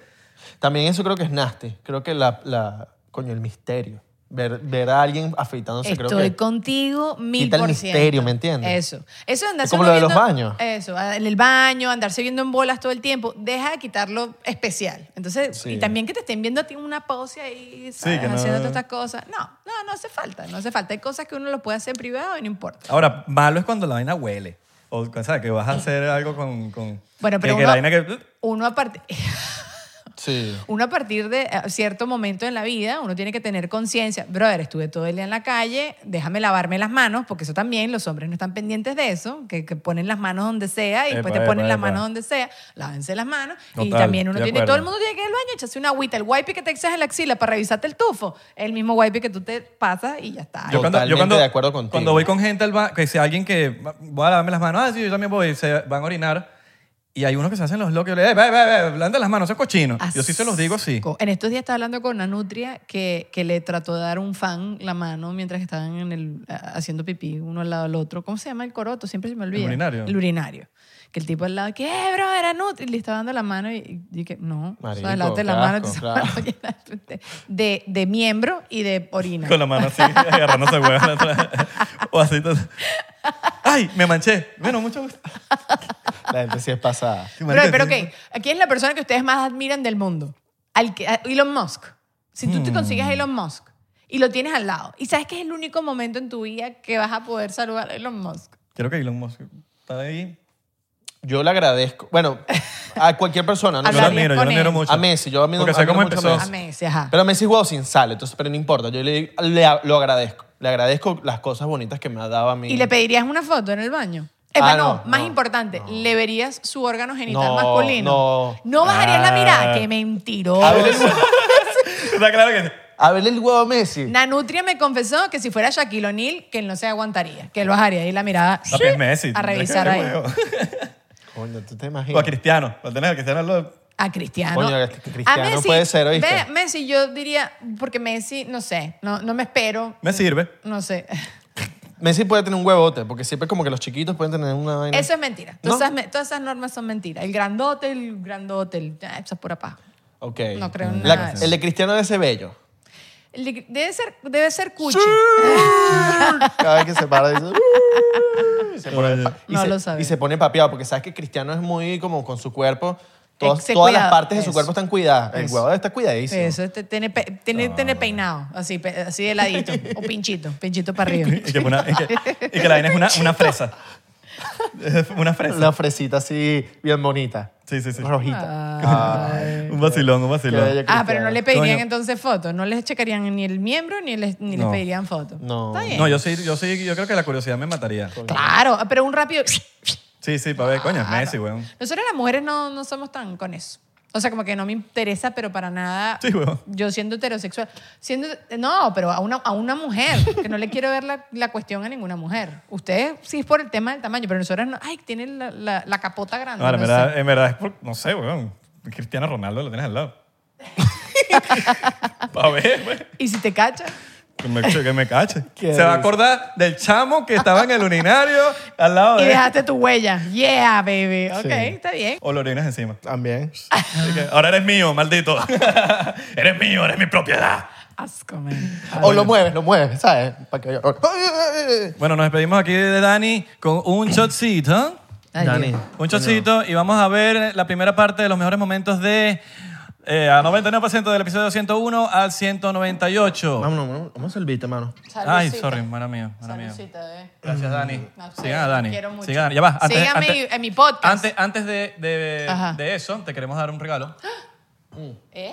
C: También eso creo que es nasty. Creo que la, la coño, el misterio. Ver, ver a alguien afeitándose creo
G: Estoy
C: que...
G: contigo mil
C: Quita el
G: por ciento.
C: misterio, ¿me entiendes?
G: Eso. Eso de andarse
C: Es como
G: uno
C: lo de los
G: viendo-
C: baños.
G: Eso, a- en el baño, andarse viendo en bolas todo el tiempo. Deja de quitarlo especial. Entonces,
C: Sí.
G: y también que te estén viendo a ti en una pose ahí, ¿sabes?
B: que no-
G: Haciendo todas estas cosas. No, no, no hace falta. No hace falta. Hay cosas que uno lo puede hacer privado y no importa.
B: Ahora, malo es cuando la vaina huele. O, ¿sabes? Que vas a hacer algo con... con-
G: Bueno, pero
B: que, que
G: uno-
B: la vaina que...
G: Uno aparte...
C: Sí.
G: uno a partir de eh, cierto momento en la vida, uno tiene que tener conciencia, brother, estuve todo el día en la calle, déjame lavarme las manos, porque eso también, los hombres no están pendientes de eso, que, que ponen las manos donde sea y
B: Epa,
G: después te ponen
B: epa,
G: las
B: epa.
G: manos donde sea, lávense las manos y
B: Total,
G: también uno
B: estoy de
G: tiene, todo el mundo
B: acuerdo.
G: tiene que ir al baño, echarse una agüita, el wipe que te echas en la axila para revisarte el tufo, el mismo wipe que tú te pasas y ya está.
C: Yo- Totalmente de acuerdo contigo.
B: Cuando voy con gente al ba- que si alguien que va- voy a lavarme las manos, ah, sí, yo también voy, se van a orinar. Y hay unos que se hacen los locos y yo le digo, "Eh, ve, ve, ve, blanda las manos, eso es cochino. Yo sí se los digo así.
G: Asco. En estos días estaba hablando con una nutria que, que le trató de dar un fan la mano mientras estaban en el, a- haciendo pipí uno al lado del otro. ¿Cómo se llama el coroto? Siempre se me olvida.
B: urinario?
G: El urinario. Que el tipo al lado, que, eh, bro, era nutria. Y le estaba dando la mano y, y dije, no.
C: Marico,
G: o sea, lávate la
C: qué
G: mano.
C: asco,
G: te-
C: claro.
G: de- de, de miembro y de orina.
B: Con la mano así, agarrándose huevos atrás. O así. todo. ¡Ay, me manché! Bueno, mucho gusto.
C: La gente sí es pasada.
G: Bro, pero ok, ¿quién es la persona que ustedes más admiran del mundo? Al que, a Elon Musk. Si tú te
C: Hmm.
G: consigues a Elon Musk y lo tienes al lado, y sabes que es el único momento en tu vida que vas a poder saludar a Elon Musk.
B: Quiero que Elon Musk está ahí.
C: Yo le agradezco. Bueno, a cualquier persona. No
B: Yo lo
G: Hablarías
B: admiro, yo
G: con
B: lo admiro
G: él.
B: mucho.
C: A Messi, yo admiro-
B: Porque sé
C: admiro
B: cómo
C: mucho a
B: empezó.
C: Messi.
G: A Messi, ajá.
C: Pero Messi jugó sin sal, entonces, pero no importa. Yo le, le- lo agradezco. Le agradezco las cosas bonitas que me ha dado a mí.
G: ¿Y le pedirías una foto en el baño? Eh,
C: Ah,
G: no,
C: no,
G: más
C: no,
G: importante, ¿le verías su órgano genital
C: No,
G: masculino?
C: no.
G: bajarías la mirada?
B: Ah.
G: ¡Qué mentiroso!
C: A ver, el-
B: Está claro que...
C: a ver el huevo a Messi.
G: Nanutria me confesó que si fuera Shaquille O'Neal, que él no se aguantaría, que él bajaría ahí la mirada
B: Papi, es Messi.
G: a revisar
B: Qué
G: ahí.
B: huevo.
C: Coño, tú te
B: O a
C: imaginas.
B: Cristiano. Lo tenés a Cristiano al lado.
G: A Cristiano.
C: Coño, a Cristiano puede ser, ¿oíste?
G: ve, Messi, yo diría, porque Messi, no sé, no, no me espero,
B: Me sirve.
G: no sé.
C: Messi puede tener un huevote, porque siempre como que los chiquitos pueden tener una vaina.
G: Eso es mentira.
C: ¿No?
G: Todas, esas, me- todas esas normas son mentiras. El grandote, el grandote, el, ah, esa es pura paja.
C: Ok.
G: No creo en
C: La-
G: nada de eso.
C: El de Cristiano debe ser bello.
G: El de- debe, ser, debe ser cuchi.
C: Cada vez que se para dice... "Uh", y se pone-
B: Oye.
C: y
G: No
C: se-
G: lo sabía.
C: Y se pone papeado, porque sabes que Cristiano es muy como con su cuerpo. Todas,
G: Se
C: todas las
G: cuida,
C: partes de su
G: eso.
C: cuerpo están cuidadas. El
G: Eso.
C: huevo está cuidadísimo.
G: Eso te- tiene, pe- tiene, tiene peinado, así, pe- así de ladito. o pinchito, pinchito para arriba.
B: Y que, una- y que- y que la vaina es una, una fresa. una fresa.
C: Una fresita así, bien bonita.
B: Sí, sí, sí.
C: Rojita. Ay,
B: Un vacilón, un
C: qué
B: vacilón.
C: bella
G: Ah, pero no
C: cristiana.
G: le pedirían
B: Coño.
G: entonces fotos. No les checarían ni el miembro ni les, ni les
B: No.
G: pedirían fotos.
C: No.
G: Está bien.
B: No, yo sí, yo sí, yo creo que la curiosidad me mataría.
G: Claro, pero un rápido.
B: Sí, sí, para ver, coño, es Messi, weón.
G: Nosotros las mujeres no, no somos tan con eso. O sea, como que no me interesa, pero para nada.
B: Sí, weón.
G: Yo siendo heterosexual. Siendo, no, pero a una, a una mujer, que no le quiero ver la, la cuestión a ninguna mujer. Ustedes sí es por el tema del tamaño, pero nosotras no. Ay, tiene la, la- la capota grande.
B: No, Ah,
G: no
B: en, verdad,
G: sé.
B: en verdad es por, no sé, weón. Cristiano Ronaldo lo tienes al lado. para ver, weón.
G: Y si te cachas.
B: Que me, que me cache.
C: Qué
B: Se va a
C: risa.
B: acordar del chamo que estaba en el urinario al lado
G: Y
B: de él.
G: dejaste tu huella. Yeah, baby. Ok,
C: Sí.
G: está bien.
B: O lo orinas encima.
C: También.
B: Así que, ahora eres mío, maldito. eres mío, eres mi propiedad.
G: Asco, man.
C: O lo mueves, lo mueves, ¿sabes? Para que vaya-
B: Bueno, nos despedimos aquí de Dani con un shotcito. ¿eh?
G: Ay,
C: Dani.
G: Dios.
B: Un chocito y vamos a ver la primera parte de los mejores momentos de eh, a 99% del episodio 101 al 198.
C: Vámonos, vámonos, vamos a servirte, mano.
B: Ay,
G: Saludcita.
B: sorry, mala mía, mala mía.
G: Saludcita, eh.
B: Gracias, Dani.
G: No, ustedes,
B: Sigan a Dani.
G: quiero mucho.
B: Sigan a Dani. Ya va. Antes,
G: Síganme
B: antes-
G: en mi podcast.
B: Antes, antes de, de-
G: Ajá.
B: de eso, te queremos dar un regalo.
G: Eh.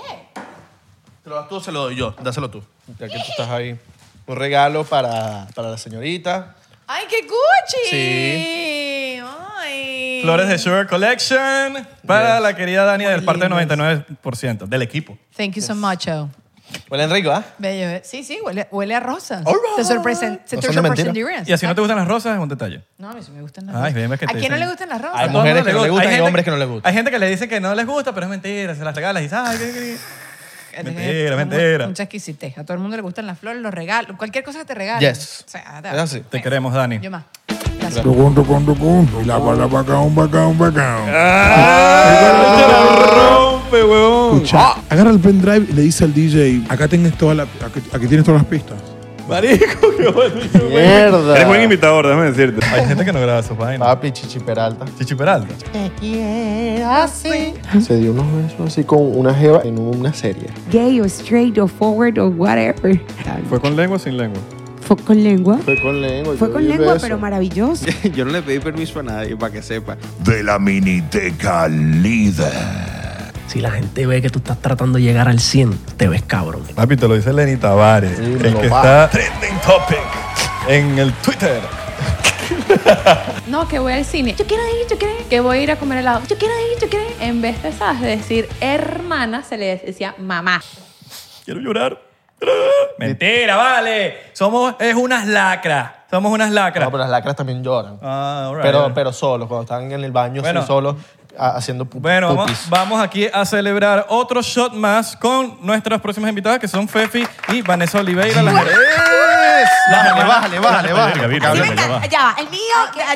C: ¿Te lo das tú o se lo doy yo? Dáselo tú. Ya que tú estás ahí. Un regalo para, para la señorita.
G: ¡Ay, qué Gucci!
C: Sí.
G: ¡Ay!
B: Flores de Sugar Collection para
C: Yes.
B: la querida Dani del parte del 99% del equipo.
G: Thank you so much, oh.
C: Huele rico, ¿ah?
G: Bello. eh. Sí, sí, huele, huele a rosas.
C: All right.
G: Te sorpresen- se
C: No
G: te
C: son de mentira.
G: sorprenderías.
B: Y así no te gustan las rosas, es un detalle.
G: No, a mí sí me gustan las
B: Ay,
G: rosas.
B: bien, es que
G: ¿A
B: te
G: quién no
B: dicen-
G: le gustan las
B: A
C: Hay
G: rosas?
B: todo el
C: mujeres
B: mundo
C: que no le
B: gusta.
C: gustan y
B: gente-
C: hombres que no les gustan.
B: Hay gente que le dice que no les gusta, pero es mentira, se las regalas y dices, ay, qué- qué-
G: Eh,
B: Mentira,
G: son mu-
B: mentira.
G: Mucha exquisitez. A todo el mundo le gustan las flores, los regalos, cualquier cosa que te regalen.
C: Yes.
G: O sea,
C: Es así.
B: Te queremos, Dani.
G: Yo más.
I: Tucum, tucum, tucum. Y la bala bacán, bacán, bacán.
B: rompe, huevón!
I: Escucha, agarra el pendrive y le dice al DJ, acá tienes todas las, aquí, aquí tienes todas las pistas.
B: Marico, qué bueno.
C: Mierda.
A: Eres buen imitador, déjame decirte.
B: Hay gente que no graba sus vainas.
C: Papi, Chichi Peralta.
B: Chichi Peralta.
C: Se dio unos besos así con una jeva en una serie.
J: gay or straight or forward or whatever.
A: ¿Fue con lengua o sin lengua?
J: Fue con lengua.
C: Fue con lengua.
J: Fue con lengua, pero maravilloso.
H: Yo no le pedí permiso a nadie para que sepa.
I: De la miniteca líder.
K: Si la gente ve que tú estás tratando de llegar al 100, te ves cabrón.
B: Papi, te lo dice Lenny Tavares.
C: Sí, me
B: el
C: lo
B: que
C: va.
B: está trending topic en el Twitter.
L: No, que voy al cine. Yo quiero ir, yo quiero ir. Que voy a ir a comer helado. Yo quiero ir, yo quiero ir. En vez de, ¿sabes? de decir hermana, se le decía mamá.
B: Quiero llorar. Mentira, vale. Somos, es unas lacras. Somos unas lacras.
C: No, pero las lacras también lloran.
B: Ah, all right.
C: Pero, pero solos, cuando están en el baño,
B: Bueno.
C: así solos, a- haciendo pu-
B: Bueno, vamos,
C: pupis.
B: vamos aquí a celebrar otro shot más con nuestras próximas invitadas que son Fefi y Vanessa Oliveira. Las
C: Bájale, bájale, bájale, bájale. porque
A: Virga, virga, virga,
C: hablan-
A: va.
L: Ya, el mío,
D: Ah,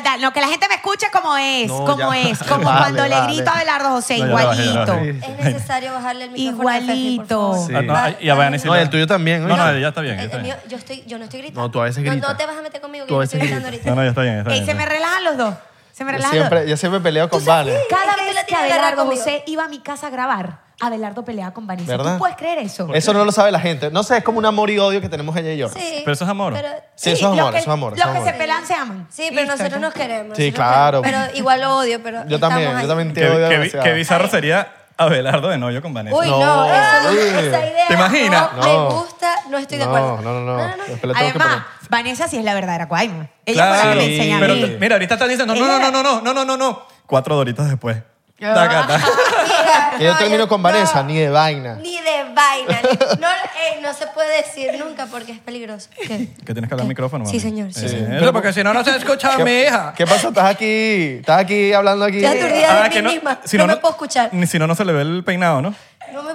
L: da- da- no, que la gente me escuche como es,
C: No,
L: como
C: ya.
L: es, como
C: Vale,
L: cuando
C: vale.
L: le grito a Abelardo José,
B: No, ya la bajé, ya la
L: igualito.
B: bajé.
J: Es necesario bajarle el micrófono. a Fefi, por
L: Igualito.
J: favor.
B: Ah, no, ay, y a Vanessa.
C: No, y el tuyo también,
B: No,
C: oye.
B: no, ya está bien. ya
J: El-
B: está
J: el
B: bien.
J: mío- yo, estoy, yo no estoy gritando.
C: No, tú a veces
J: No,
C: gritas.
J: No, te vas a meter conmigo, que
C: Tú a
J: yo no
C: veces
J: estoy gritando ahorita.
B: No, no, ya está bien. Está
L: Y
B: bien,
L: se me
B: está bien.
L: relajan los dos. Se me
C: Yo
L: relajan los dos.
C: siempre, yo siempre peleo con Vane.
L: Cada
J: Es que tú
L: vez
J: la
L: que
J: tienes brava
L: Abelardo
J: conmigo.
L: José iba a mi casa a grabar, Abelardo peleaba con Vanessa.
C: ¿Verdad? Pues,
L: ¿Tú puedes creer eso?
C: Eso no lo sabe la gente. No sé, es como un amor y odio que tenemos ella y yo.
J: Sí.
B: Pero eso es amor.
J: Pero-
C: Sí, eso es
L: los
C: amor,
L: que-
C: eso es amor,
L: Los
C: eso es
L: que
C: amor.
L: se pelan se aman.
J: Sí, pero
L: Listo,
J: nosotros
L: ya.
J: nos queremos.
C: Sí,
J: nosotros
C: claro.
J: nos queremos. Pero igual lo odio, pero
C: Yo también,
J: estamos
C: yo
J: ahí.
C: también
B: Qué,
C: te odio
B: qué-
C: demasiado.
B: qué bizarro sería Abelardo de novio con Vanessa.
J: Uy, no,
C: No.
J: eso no
C: Uy.
J: esa idea.
B: ¿Te imaginas?
J: No,
C: No.
J: me gusta, no estoy de
C: No,
J: acuerdo.
C: no, no, no. Después le tengo que
L: Además,
C: poner-
L: Vanessa sí es la verdadera cuaima. Ella fue la
B: Claro,
L: que me enseñó a
B: pero
L: mí.
B: t- mira, ahorita están diciendo, no, no, no, no, no, no, no, no, no. Cuatro doritos después.
J: Ah.
B: Taca, taca.
C: Que yo termino con Vanessa, ni de vaina.
J: Ni de vaina. ni- No, eh, no se puede decir nunca porque es peligroso. ¿Qué?
B: Que tienes que hablar al micrófono, mami.
J: Sí, señor, sí,
B: Eh,
J: señor.
B: pero porque si no, no se escucha a mi hija.
C: ¿Qué pasa? Estás aquí, estás aquí hablando aquí.
J: Estoy aturdida de
B: Ah,
J: mí
B: que
J: misma. no, me puedo escuchar.
B: ni Si no, no se le ve el peinado, ¿no?
J: No me,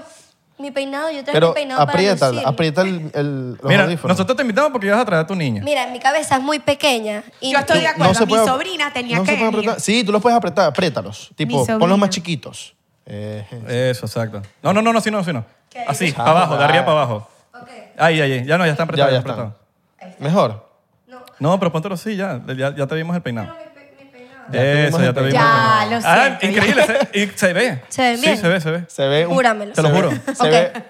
J: mi peinado, yo traje
C: Pero
J: mi peinado
C: aprieta,
J: para lucir.
C: aprieta el, el, los
B: Mira,
C: audífonos.
B: nosotros te invitamos porque ibas a traer a tu niña.
J: Mira, mi cabeza es muy pequeña. Y
L: Yo estoy de acuerdo. Mi
C: puede-
L: sobrina tenía
C: no
L: que
C: se puede
L: venir.
C: apretar. Sí, tú los puedes apretar, apriétalos. Tipo, ponlos
L: sobrina.
C: más chiquitos. Eh,
B: Eso, exacto. No, no, no, no, sí, no, sí, no. Así,
C: Ah,
B: para abajo, de arriba
C: ah.
B: para abajo. Ahí, ahí, ahí. ya no, ya están
C: ya,
B: apretados.
C: ya
B: Ya,
C: están.
B: apretados.
C: Mejor.
B: No, pero póntelo así, ya, ya, ya te vimos el peinado. Eso, ya te vimos.
J: el pelo. Ya, lo
B: Ah,
J: siento,
B: increíble. Se, y se ve.
J: Se ve bien.
B: Sí, se ve, se ve.
C: Se ve
J: un- Júramelo.
B: Te lo
J: Se ve-
B: juro.
J: Ok.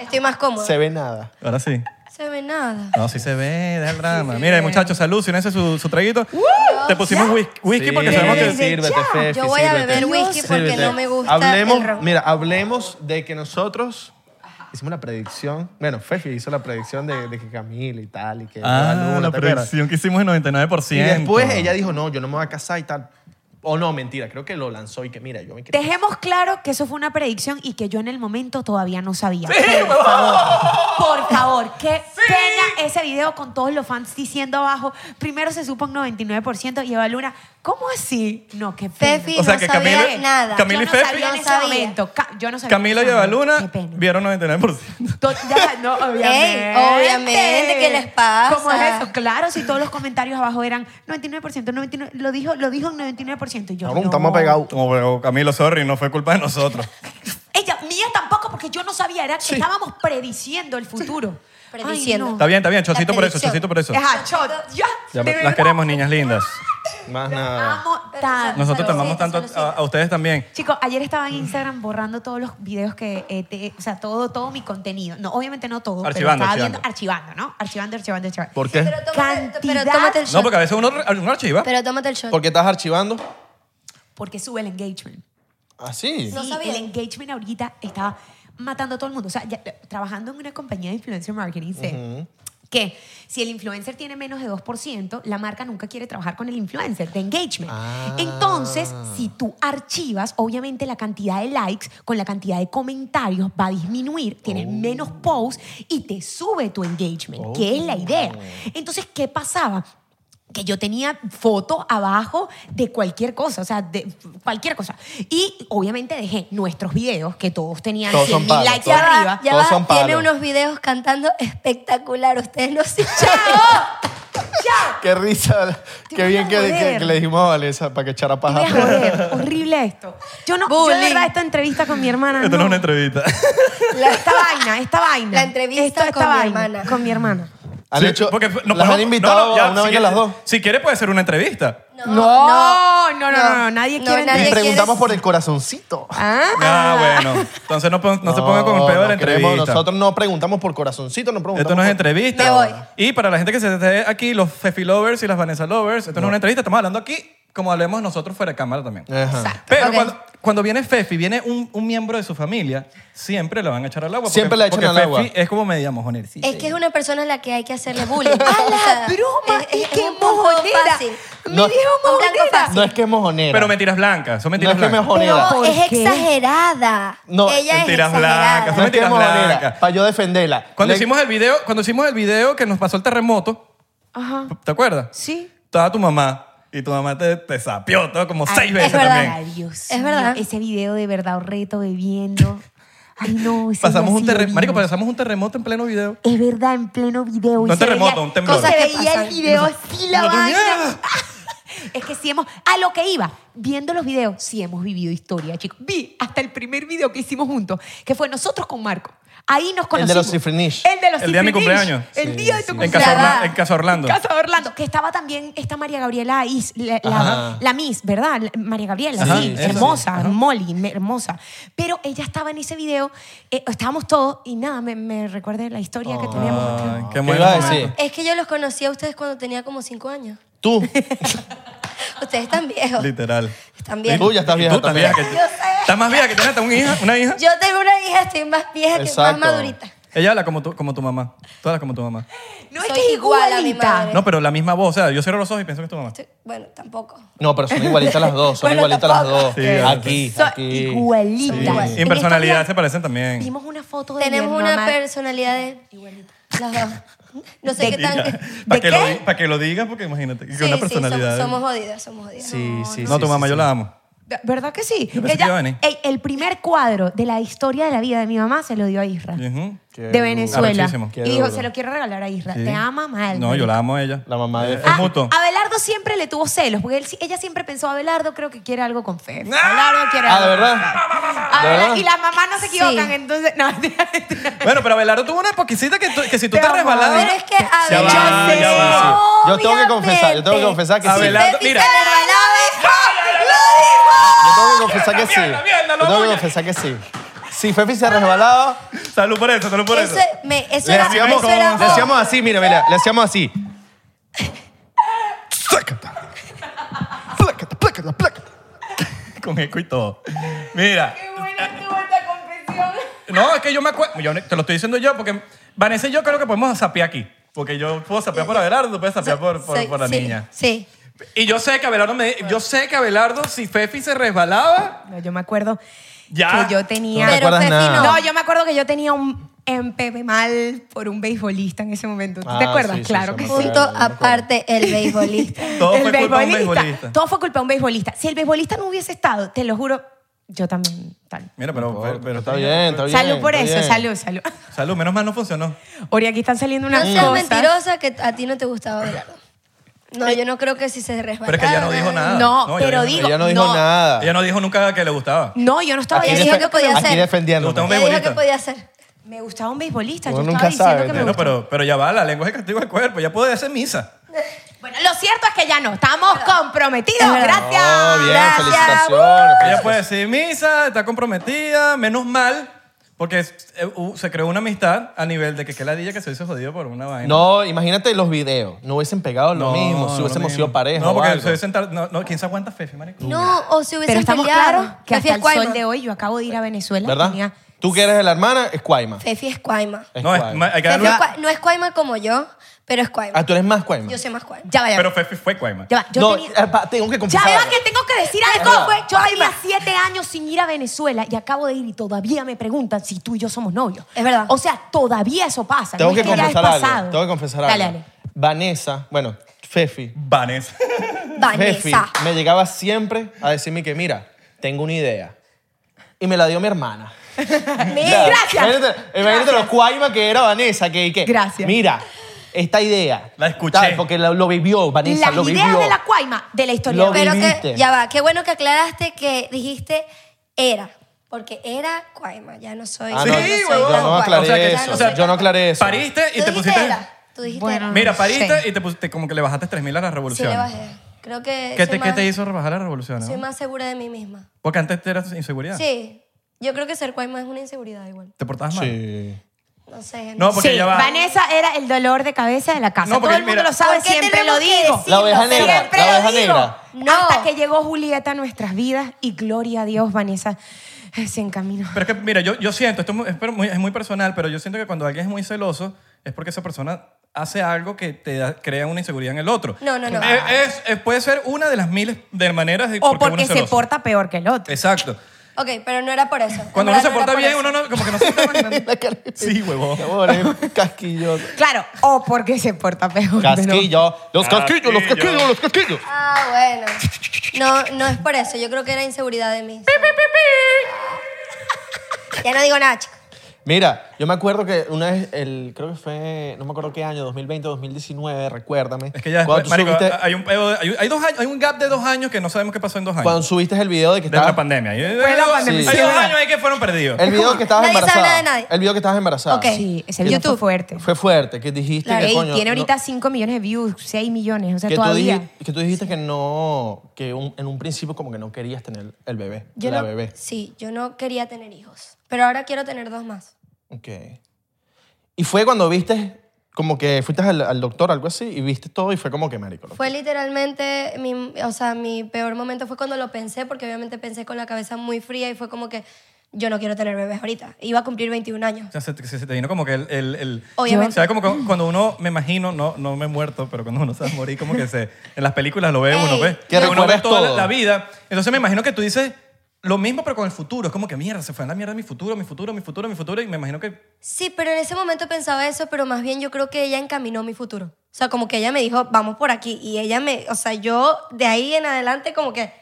J: Estoy más cómoda.
C: Se ve nada.
B: Ahora sí.
J: Se ve nada.
B: No, sí se ve, deja el drama. Mira, muchachos, salud, silense su, su traguito. Te pusimos whis- whisky porque
C: Sí,
B: sabemos que...
C: sírvete, Fefi,
J: Yo voy a
C: sírvete.
J: beber whisky porque
C: Sírvete.
J: no me gusta
C: Hablemos,
J: el ron.
C: mira, hablemos de que nosotros hicimos la predicción. Bueno, Fefi hizo la predicción de, de que Camila y tal y que
B: Ah,
C: Luna,
B: la
C: ¿te acuerdas?
B: predicción que hicimos el 99%.
C: Y después ella dijo, no, yo no me voy a casar y tal. O no, mentira, creo que lo lanzó y que mira, yo me quiero
M: Dejemos claro que eso fue una predicción y que yo en el momento todavía no sabía. por favor, por favor, qué pena ese video con todos los fans diciendo abajo, primero se supo un 99% y Eva Luna, ¿cómo así? No, qué pena.
J: Fefi O sea, no que sabía Camila- nada.
B: Camila y
M: yo no
B: Fefi-
M: sabía en
J: No
M: ese
J: sabía.
M: momento. Ca- yo no sabía.
B: Camila
M: en
B: y
M: ese
B: Evaluna
M: momento. Qué pena.
B: vieron 99%.
M: To- ya, no, obviamente.
J: obviamente, ¿qué les pasa?
M: ¿Cómo es eso? Claro, si todos los comentarios abajo eran 99%, 99%, lo dijo, lo dijo en 99%. Y yo, no.
B: Como pegado, Camilo, sorry, no fue culpa de nosotros.
M: Ella, mía tampoco, porque yo no sabía, era, estábamos prediciendo el futuro.
J: Prediciendo.
M: Oh.
B: Está bien, está bien, chocito por eso, chocito por eso.
M: Ajá, chot. Ya,
B: Ya,
M: de
B: Las
M: verdad,
B: queremos, niñas lindas.
C: Más nada.
M: amo tanto.
B: Nosotros te amamos tanto a, a ustedes también.
M: Chicos, ayer estaba en Instagram borrando todos los videos que, eh, te- o sea, todo, todo mi contenido. No, obviamente no todo,
B: Archivando,
M: pero estaba viendo archivando, ¿no? Archivando, archivando, archivando.
C: ¿Por qué?
M: Cantidad,
B: No, porque a veces uno, uno archiva.
M: Pero tómate el shot.
C: ¿Por qué estás archivando? ¿Ah,
M: porque sube el engagement.
C: Así.
M: Sí, el engagement ahorita estaba matando a todo el mundo. O sea, ya, trabajando en una compañía de influencer marketing, sé que si el influencer tiene menos de 2%, la marca nunca quiere trabajar con el influencer de engagement.
C: Ah.
M: Entonces, si tú archivas, obviamente la cantidad de likes con la cantidad de comentarios va a disminuir, tienes menos posts y te sube tu engagement, que es la idea.
J: Oh.
M: Entonces, ¿qué pasaba? que yo tenía foto abajo de cualquier cosa, o sea, de cualquier cosa. Y obviamente dejé nuestros videos, que todos tenían
J: Todos
M: 100
J: son
M: mil
J: palos,
M: likes
J: todos-
M: arriba.
J: Ya va, tiene unos videos cantando espectacular. Ustedes no se
C: Qué risa. Qué bien que,
M: joder.
C: que- que le dijimos a Vanessa para que echara paja.
M: Voy a joder, horrible esto. Yo no, yo de verdad esta entrevista con mi hermana
B: Esto no es
M: no.
B: una entrevista.
M: esta vaina, esta vaina. La entrevista
J: con mi hermana.
M: Con mi hermana.
C: Han hecho-
B: porque nos
C: las han
B: podemos-
C: invitado
B: ya,
C: a una
B: si
C: vaina
B: quiere-
C: las dos.
B: Si quiere puede ser una entrevista.
M: No, no, no, no, no, nadie
J: No,
M: quiere.
J: nadie
C: Y
J: quiere-
C: preguntamos por el corazoncito.
M: Ah,
B: Ah, bueno. Entonces no, pon- no se ponga con el peor de la
C: no queremos-
B: entrevista.
C: Nosotros no preguntamos por corazoncito, no preguntamos
B: Esto no es
C: por-
B: entrevista.
C: Me voy.
B: Y para la gente que se esté aquí, los Fefi Lovers y las Vanessa Lovers, esto no, es una entrevista, estamos hablando aquí como hablemos nosotros fuera de cámara también.
C: Exacto.
B: Pero
C: Eh. Ok.
B: cuando, cuando viene Fefi, viene un, un miembro de su familia, siempre le van a echar al agua. porque-
C: Siempre la echan
B: porque
C: al
B: Fefi
C: agua.
B: es como media mojonercita.
J: Es que es una persona a la que hay que hacerle bullying. ¡A la broma! ¡Y qué
M: mojonera.
C: No,
J: Un blanco fácil.
C: no es que es mojonera.
B: Pero mentiras blancas, son mentiras
C: No es que
B: blancas.
C: mojonera.
J: No, es exagerada.
C: No,
J: Ella es
B: mentiras
J: exagerada.
B: blancas,
C: No
B: son
C: es que es
B: mentiras blancas.
C: mojonera. Para yo defenderla.
B: Cuando
C: Le-
B: hicimos el video, cuando hicimos el video que nos pasó el terremoto,
M: Ajá.
B: ¿te acuerdas?
M: Sí.
B: Estaba tu mamá y tu mamá te, te sapió todo como seis veces también.
M: Ay, Dios
J: Es
M: mío,
J: verdad.
M: Ese video de verdad, reto bebiendo. Ay, no. ese
B: Pasamos
M: día
B: un
M: sí
B: terremoto.
M: bebimos.
B: Marico, pasamos un terremoto en pleno video.
M: Es verdad, en pleno
B: No
M: video. y se
B: terremoto,
M: veía-
B: un temblor.
M: Se
B: Cosas que
M: veía el
J: pasan.
M: video así, la
B: No, no,
M: vaina.
B: no.
M: Es que sí hemos... A lo que iba, viendo los videos, sí hemos vivido historia, chicos. Vi hasta el primer video que hicimos juntos, que fue nosotros con Marco. Ahí nos
C: El
M: conocimos.
C: de los cifrinish.
M: El de los
B: El día de mi
M: Cifrinish.
B: cumpleaños.
M: El día de tu
B: En
M: cumpleaños.
B: Casa, Orla- en Casa Orlando.
M: Casa de Orlando, que estaba también este, esta María Gabriela Is, la, la-
B: Ajá.
M: la Miss, ¿verdad? La- María Gabriela,
B: Ajá,
M: sí,
B: esa,
M: hermosa,
B: sí. Ajá.
M: Molly, me- hermosa. Pero ella estaba en ese video, eh, estábamos todos y nada, me, me recuerda la historia
B: Oh.
M: que teníamos.
B: Ay,
M: acá.
B: Ah, qué
C: ¿Qué
B: buen
C: iba a
B: momento.
C: decir?
J: Es que yo los conocí a ustedes cuando tenía como cinco años.
C: Tú.
J: Ustedes
M: Ah.
J: están viejos.
B: Literal.
J: Están viejos.
C: Tú ya estás
B: Y
C: vieja
B: Tú estás
C: también.
B: vieja. que-
J: Yo sé.
B: Estás más vieja que tienes hasta una hija. Una hija.
J: Yo tengo una hija, estoy más vieja que más
C: Exacto.
J: madurita.
B: Ella habla como tu, como tu mamá. Tú hablas como tu mamá.
M: No es
J: Soy
M: que es
J: igual a mi
M: igualita.
J: madre.
B: No, pero la misma voz. O sea, yo cierro los ojos y pienso que es tu mamá.
J: Bueno, tampoco.
C: No, pero son igualitas las dos. Son
J: Bueno,
C: igualitas las dos.
B: Sí,
C: aquí,
M: Son
C: aquí.
M: igualitas.
B: Y en personalidad se parecen también.
M: Vimos una foto de
J: Tenemos
M: mi
J: una
M: hermana.
J: personalidad de igualita. Las dos. No sé
M: ¿De
J: qué tan.
B: Para que,
M: qué?
B: lo di- pa' que lo digas, porque imagínate. que
J: Sí,
B: una
J: sí, som-
B: personalidad.
J: somos jodidas, somos jodidas.
C: Sí, sí,
B: no,
C: sí,
B: tu
C: sí,
B: mamá
C: sí.
B: yo la amo.
M: De- ¿Verdad que sí?
B: Yo pensé que iba a venir.
M: Ey, el primer cuadro de la historia de la vida de mi mamá se lo dio a Isra.
B: Ujú.
M: de Venezuela.
B: Arrechísimo.
M: Y dijo, se lo quiero regalar a Isra.
B: Sí.
M: Te ama mal.
B: No, yo la amo a ella. Eh,
C: La mamá de
B: Es mutuo.
M: Abelardo siempre le tuvo celos, porque él sí- ella siempre pensó, Abelardo creo que quiere algo con Fefi. Abelardo quiere
C: Ah,
M: algo
C: ¿de
M: con
C: verdad?
M: Fefi.
C: ¿De
M: Abela-
C: verdad?
M: Y las mamás no se equivocan,
J: Sí.
M: entonces... No,
B: Bueno, pero Abelardo tuvo una poquecita que, tú- que si tú
M: Te
B: te
M: amo,
B: resbalabas.
J: Pero es que a
B: Ya va,
J: ver, yo sé,
B: ya va.
C: Yo tengo que confesar, yo tengo que
J: obviamente.
C: confesar que
B: Abelardo,
J: Pepi se
B: mira.
J: regalaba,
B: Ah,
M: ah,
C: que confesar que sí.
J: mierda, mierda,
C: Yo tengo que confesar que sí. Sí, Fefi se ha resbalado.
B: Salud por eso, salud por
J: Eso, me, eso
C: Le
J: era,
C: hacíamos,
J: eso era
C: le hacíamos así, mira, mira, le hacíamos así.
B: Con eco y todo. Mira. No, es que yo me acuerdo. yo Te lo estoy diciendo yo porque Vanessa y yo creo que podemos sapear aquí. Porque yo puedo sapear por Abelardo, tú puedes sapear por, por-
J: Sí,
B: por la
J: sí,
B: niña.
J: Sí.
B: Y yo sé que Abelardo, me, yo sé que Abelardo, si Fefi se resbalaba,
M: No, yo me acuerdo
B: ya.
M: que yo tenía.
B: No te acuerdas Pero Fefi, nada. no.
M: No, yo me acuerdo que yo tenía un MPB mal por un beisbolista en ese momento. ¿Tú te
B: Ah,
M: acuerdas?
B: sí, sí,
M: claro
B: sí,
M: que
B: me
M: sí.
J: Punto aparte, el beisbolista.
B: Todo
M: el
B: fue culpa de un beisbolista.
M: Todo fue culpa de un beisbolista. Si el beisbolista no hubiese estado, te lo juro, yo también. tal.
B: Mira, pero, pero,
C: está bien, está
M: salud por eso, salud, salud.
B: Salud, menos mal no funcionó.
M: Ori, aquí están saliendo
J: No
M: unas
J: seas
M: cosas.
J: mentirosa que a ti no te gustaba Abelardo. No, yo no creo que si se resbalara.
B: Pero es que ella no dijo nada.
M: No,
B: ella
M: pero
B: no-
M: digo, Ella no dijo no.
C: nada.
B: Ella no dijo nunca que le gustaba.
M: No, yo no estaba
J: Aquí
M: diciendo
J: defe-
M: que me
J: aquí
M: gustaba.
B: Le
C: defendiendo.
B: gustaba un
J: Ella dijo que
B: beisbolista.
J: podía hacer.
M: Me gustaba un beisbolista.
C: Uno
M: yo
C: nunca
M: estaba diciendo
C: sabe,
M: que me
B: Bueno,
M: gustaba.
B: pero, pero ya va, la lengua es el castigo del cuerpo. Ya puede hacer misa.
M: Bueno, lo cierto es que ya no. Estamos comprometidos. Gracias.
C: Oh, bien,
M: Gracias.
C: felicitaciones.
B: Ella puede
C: felicitaciones.
B: decir misa, está comprometida, menos mal, porque es- eh, uh, se creó una amistad a nivel de que qué ladilla que se hizo jodido por una vaina.
C: No, imagínate los videos. No hubiesen pegado lo
B: No,
C: mismo
B: no
C: si
B: lo
C: hubiésemos
B: mismo.
C: sido pareja.
B: No,
C: o
B: porque
C: algo.
B: se hubiesen tar- no, no, ¿quién se aguanta Fefi, marico?
J: No, o si hubiesen
M: Pero estamos
J: peleado,
M: claros que
J: Fefi
M: hasta
J: es
M: el
J: Cuaima.
M: sol de hoy yo acabo de ir a Venezuela.
C: ¿Verdad?
M: tenía-
C: Tú que eres de la hermana, es Cuaima.
J: Fefi es Cuaima.
C: Es
B: No, es-
C: Cuaima.
B: ma- hay que
J: Fefi
B: darle
J: es
B: una-
J: Cua- no es Cuaima como yo, pero es Cuaima.
C: Ah, tú eres más Cuaima.
J: Yo soy más Cuaima.
M: Ya va, ya va.
B: Pero Fefi fue Cuaima.
M: Ya va, yo
C: no,
M: tenía-
C: eh, pa- tengo que
M: Ya
C: confesar.
M: va,
C: algo.
M: que tengo que decir algo. Yo tenía siete años sin ir a Venezuela y acabo de ir y todavía me preguntan si tú y yo somos novios.
J: Es verdad.
M: O sea, todavía eso pasa.
C: Tengo
M: no
C: que
M: es que ya es
C: confesar algo.
M: pasado.
C: Tengo que confesar
M: Dale,
C: algo.
M: dale.
C: Vanessa, bueno, Fefi.
B: Vanessa.
C: Fefi
J: Vanessa.
C: me llegaba siempre a decirme que, mira, tengo una idea. Y me la dio mi hermana.
M: Mira, Gracias.
C: Imagínate, imagínate lo cuaima que era Vanessa, que, que
M: Gracias.
C: mira, esta idea.
B: La escuché.
C: Tal, Porque lo, lo vivió, Vanessa,
M: Las
C: lo vivió.
M: ideas de la cuaima de la historia.
C: Lo
J: Pero que,
C: viviste.
J: ya va, qué bueno que aclaraste que dijiste era. Porque era Cuaima, ya no soy.
C: Ah,
J: ya
C: no,
J: soy
B: Sí,
J: tan
B: huevón.
C: yo no
J: Cuaima.
C: aclaré
B: O sea que-
J: Ya
C: eso.
J: no soy
B: yo
C: yo
J: tan
C: no aclaré eso.
B: Pariste y
J: Tú
B: te
J: dijiste
B: pusiste...
J: era, Tú dijiste
E: Bueno,
J: era.
B: Mira, pariste
M: Sí.
B: y te pusiste como que le bajaste 3.000 a la
J: Sí,
B: revolución.
J: le bajé. Creo que.
B: ¿Qué,
J: soy
B: te, qué
J: más-
B: te hizo rebajar la revolución? no?
J: Soy más segura de mí misma.
B: Porque antes te eras inseguridad.
J: Sí. Yo creo que ser Cuaima es una inseguridad igual.
B: ¿Te portabas mal?
C: Sí.
J: No sé.
B: No, porque
M: sí,
B: ya va.
M: Vanessa era el dolor de cabeza de la casa.
B: No, porque
M: Todo el mundo
B: mira-
M: lo sabe,
J: ¿Por qué
M: siempre
J: tenemos
M: lo
J: que
M: digo.
J: decirlo?
C: La oveja negra.
M: Siempre
C: La
M: lo
C: oveja
M: digo.
C: negra.
J: No.
M: Hasta que llegó Julieta a nuestras vidas y gloria a Dios, Vanessa eh, se encaminó.
B: Pero es que, mira, yo, yo siento, esto es muy, es per- muy- es muy personal, pero yo siento que cuando alguien es muy celoso es porque esa persona hace algo que te da- crea una inseguridad en el otro.
J: No, no, no.
B: Eh, Es, es- puede ser una de las miles de maneras de
M: O
B: por qué uno
M: porque
B: es
M: se
B: celoso.
M: porta peor que el otro.
B: Exacto.
J: Ok, pero no era por eso. En
B: Cuando uno
J: verdad
B: se
J: no era
B: porta
J: por
B: bien,
J: eso.
B: uno no, como que no se está imaginando. Sí, huevón.
C: Amor, es casquilloso.
M: Claro, o porque se porta peor. pero-
C: Casquillo. Los casquillos, los
B: Casquillo.
C: casquillos, los casquillos.
J: Ah, bueno. No, no es por eso. Yo creo que era inseguridad de mí. ya no digo nada, chico.
C: Mira, yo me acuerdo que una vez, el, creo que fue, no me acuerdo qué año, 2020 o 2019, recuérdame.
B: Es que ya
C: cuando
B: después,
C: tú
B: marico,
C: subiste,
B: hay, un, peo de- hay, un- hay dos años- hay un gap de dos años que no sabemos qué pasó en dos años.
C: cuando subiste el video de que
B: Desde la
C: estabas...
B: pandemia. Hay,
M: Fue la
B: dos-
M: pandemia,
B: hay
M: sí,
B: dos
M: ¿verdad?
B: años ahí que fueron perdidos.
C: El video que estabas
J: Nadie sabe
C: embarazada.
J: nada de nadie.
C: El video que estabas embarazada.
J: Ok.
M: Sí, ese video fue
J: YouTube.
M: fuerte.
C: Fue fuerte, que dijiste
J: Claro,
C: que
M: Ey,
C: coño... no-
M: tiene ahorita 5 millones de views, 6 millones, o sea,
C: que tú,
M: todavía.
C: dijiste, que tú dijiste que no, que un- en un principio como que no querías tener el bebé,
J: Yo
C: la
J: no-
C: bebé.
J: Sí, yo no quería tener hijos. Pero ahora quiero tener dos más.
C: Ok. Y fue cuando viste, como que fuiste al, al doctor, algo así, y viste todo y fue como que marico.
J: Fue literalmente, mi, o sea, mi peor momento fue cuando lo pensé, porque obviamente pensé con la cabeza muy fría y fue como que yo no quiero tener bebés ahorita. Iba a cumplir 21 años.
B: O sea, se, te- se te vino como que el... el, el
J: Obviamente.
B: ¿Sabes? Como que cuando uno, me imagino, no, no me he muerto, pero cuando uno se va a morir, como que se... En las películas lo ve
J: Ey.
B: uno, ¿ves?
C: Que
B: uno ve
C: recuerdas
B: toda la-
C: todo.
B: la vida. Entonces me imagino que tú dices lo mismo, pero con el futuro. Es como que, mierda, se fue a la mierda mi futuro, mi futuro, mi futuro, mi futuro. Y me imagino que...
J: Sí, pero en ese momento pensaba eso, pero más bien yo creo que ella encaminó mi futuro. O sea, como que ella me dijo, vamos por aquí. Y ella me, o sea, yo de ahí en adelante como que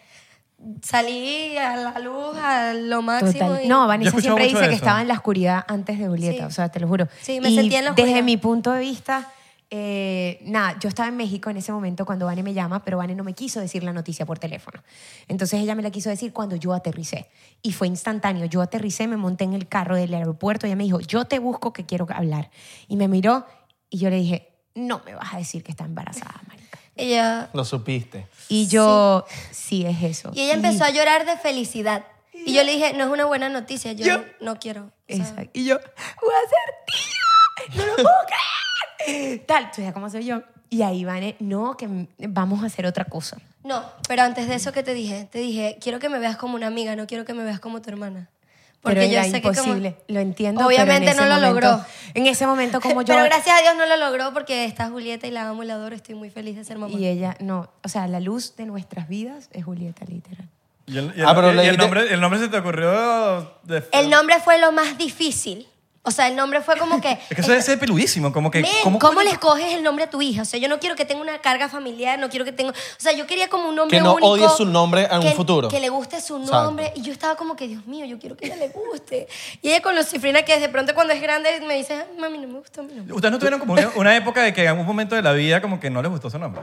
J: salí a la luz a lo máximo.
M: Total.
J: y-
M: No,
B: Yo he
M: Vanessa
B: escuchado
M: siempre
B: mucho
M: dice
B: de
M: que
B: eso.
M: estaba en la oscuridad antes de Julieta,
J: Sí.
M: o sea, te lo juro.
J: Sí, me
M: Y
J: sentía en la oscuridad.
M: Desde mi punto de vista, eh, nada, yo estaba en México en ese momento cuando Vane me llama, pero Vane no me quiso decir la noticia por teléfono. Entonces ella me la quiso decir cuando yo aterricé. Y fue instantáneo. Yo aterricé, me monté en el carro del aeropuerto. Ella me dijo, yo te busco que quiero hablar. Y me miró y yo le dije, no me vas a decir que está embarazada, marica.
J: Ella,
C: Lo supiste.
M: Y yo, sí, es eso.
J: y ella empezó a llorar de felicidad. Y yo le dije, no es una buena noticia, yo,
M: Yo-
J: no quiero.
M: Exacto. Y yo, voy a ser tía, no lo puedo creer. Tal, tú ya como soy yo. Y ahí van, no, que m- vamos a hacer otra cosa.
J: No, pero antes de eso, ¿qué te dije? Te dije, quiero que me veas como una amiga, no quiero que me veas como tu hermana. Porque
M: Pero
J: yo
M: era
J: sé
M: imposible,
J: que como...
M: lo entiendo. pero en
J: Obviamente
M: ese
J: no lo
M: momento-
J: logró.
M: En ese momento, como yo.
J: Pero gracias a Dios no lo logró porque está Julieta y la amo y la adoro, estoy muy feliz de ser mamá.
M: Y ella, no, o sea, la luz de nuestras vidas es Julieta, literal.
B: Y el, y
C: Ah,
B: el-
C: pero
B: y
C: le
B: el
C: dijiste-
B: nombre, el nombre se te ocurrió de...
J: El nombre fue lo más difícil. O sea, el nombre fue como que...
B: Es que eso debe ser peludísimo, como
C: Eh,
B: que...
J: Men, ¿Cómo, le escoges el nombre a tu hija? O sea, yo no quiero que tenga una carga familiar, no quiero que tenga... O sea, yo quería como un nombre
C: Que no
J: único,
C: odie su nombre en un
J: que-
C: futuro.
J: Que le guste su
C: Exacto.
J: nombre. Y yo estaba como que, Dios mío, yo quiero que ella le guste. Y ella con Lucifrina, que de pronto cuando es grande me dice, "Ah, mami, no me gusta mi nombre.
B: ¿Ustedes no tuvieron como una, una época de que en algún momento de la vida como que no les gustó su nombre?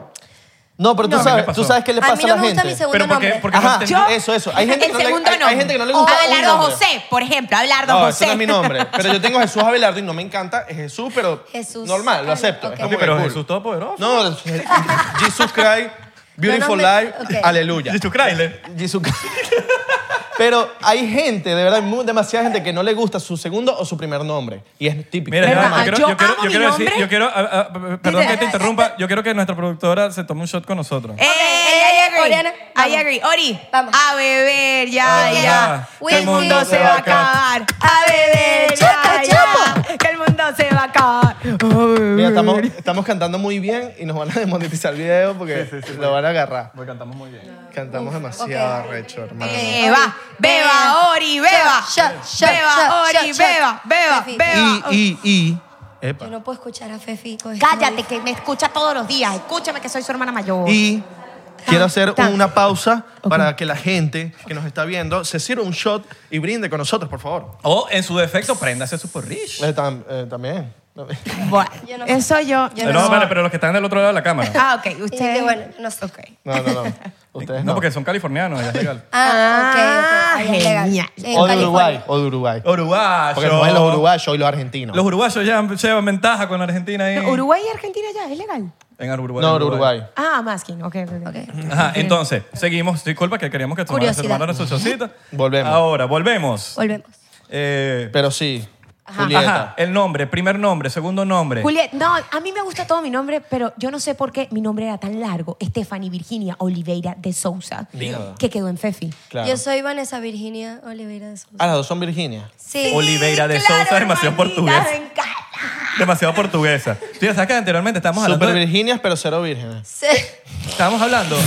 C: No, pero tú,
B: No. A mí me
C: sabes,
B: pasó.
C: tú sabes qué le
B: A mí
C: pasa a,
B: no
C: la
B: me
C: gente.
B: gusta mi segundo Pero porque- nombre. porque no
C: Ajá,
B: tengo-
C: eso, eso. Hay gente,
M: el
C: que no le,
M: segundo
C: hay- hay
M: nombre.
C: gente que no le
J: Ah,
C: gusta un
M: Abelardo
C: nombre.
M: José, por ejemplo, Abelardo
C: No,
M: José.
C: ese no es mi nombre. Pero yo tengo Jesús Abelardo y no me encanta. Es Jesús, pero
J: Jesús.
C: normal, lo acepto. Es
B: Papi,
C: como que
B: pero
C: cool.
B: Jesús Todopoderoso.
C: No, es- Jesus Christ, Beautiful
J: No, no, me-
C: Life,
J: ok.
C: Aleluya. Jesus
B: Christ.
C: Pero hay gente, de verdad, hay mu- demasiada gente que no le gusta su segundo o su primer nombre. Y es típico.
B: Mira,
C: Normal.
B: yo, quiero- yo quiero, yo quiero decir, yo quiero, ah, ah, perdón que te interrumpa, yo quiero que nuestra productora se tome un shot con nosotros.
M: Eh, I agree.
J: Oriana,
M: I agree. Ori, a beber, ya,
B: Ah,
M: ya.
B: que
M: Que el mundo se va a acabar. A beber, ya, ya. Que el mundo se va a acabar.
C: Mira, estamos, estamos cantando muy bien y nos van a desmonetizar el video porque lo van a agarrar. Porque
B: cantamos muy bien.
C: Cantamos
J: Uf,
C: demasiado
J: ok. Eh,
C: recho, hermano.
M: Beba, beba, Ori, beba. Beba, Ori, beba, beba, beba.
C: Y, y, y. Epa.
J: Yo no puedo escuchar a Fefi con este esto.
M: Cállate, que me escucha todos los días. Escúchame que soy su hermana mayor.
C: Y quiero hacer una pausa para que la gente que nos está viendo se sirva un shot y brinde con nosotros, por favor.
B: O en su defecto, préndase su porrish. eh,
C: también.
J: Yo no sé.
M: Eso yo.
J: Yo
B: no, vale, pero los que están del otro lado de la cámara.
M: Ah, ok.
J: Y dije,
M: Ustedes.
J: bueno, no sé.
C: No, no, no. Ustedes
B: no. porque son californianos, ya es legal.
J: Ah, ok, ok. Ahí es legal.
M: genial.
J: En
C: O de
J: California.
C: Uruguay, o de Uruguay.
B: Uruguayo.
C: Porque no es los uruguayos y los argentinos.
B: Los uruguayos ya llevan ventaja con Argentina ahí.
M: Uruguay y Argentina ya, es legal.
B: En Uruguay.
C: No,
B: en
C: Uruguay.
M: Ah, Maskin, ok, ok. okay.
B: Ajá, entonces, seguimos. Disculpa que queríamos que tomaran- se
M: Curiosidad.
B: tomaran su chocita.
C: Volvemos.
B: Ahora, volvemos. Eh,
J: Volvemos.
C: Pero sí,
M: Ajá.
B: Julieta. Ajá, el nombre, primer nombre, segundo nombre.
M: Juliet, no, a mí me gusta todo mi nombre, pero yo no sé por qué mi nombre era tan largo. Stephanie Virginia Oliveira de Sousa,
C: Mierda.
M: que quedó en Fefi.
C: claro.
J: Yo soy Vanessa Virginia Oliveira de Sousa.
C: Ah, las dos son Virginia.
J: Sí.
B: Oliveira de
J: claro,
B: Sousa, demasiado portuguesa.
J: me encanta.
B: Demasiado portuguesa. Tú ya sabes que anteriormente estábamos hablando.
C: Super
B: de-
C: Virginias, pero cero vírgenes.
J: Sí.
B: Estábamos hablando.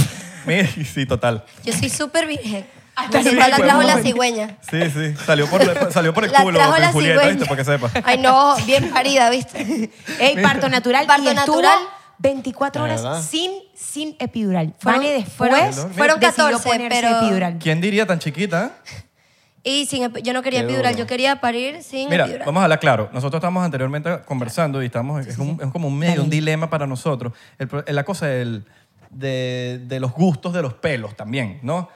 B: Mira, sí, total.
J: Yo soy súper virgen.
B: Hasta
M: Ah,
J: Hasta
B: sí,
J: la
B: pues,
J: trajo la
B: bueno.
J: cigüeña.
B: Sí, sí. Salió por, la- salió por el
J: La
B: culo,
J: trajo la
B: Julieta, ¿viste?
J: cigüeña.
B: Para que sepa.
J: Ay, no, bien parida, ¿viste?
M: Ey, parto natural.
J: Parto
M: y estuvo
J: natural.
M: 24
B: De verdad.
M: horas sin, sin epidural.
J: Fueron-
M: Vale,
J: fueron-
M: después
J: fueron
M: decidió
J: 14,
M: ponerse
J: pero-
M: epidural.
B: ¿Quién diría tan chiquita? eh?
J: Y sin, epi- yo no quería
B: Qué
J: epidural,
B: duro.
J: yo quería parir sin
B: Mira,
J: epidural.
B: vamos a hablar claro. Nosotros estamos anteriormente conversando y estamos, es, un- es como un medio, un dilema para nosotros. El pro- la cosa del- de, de los gustos de los pelos también, ¿no?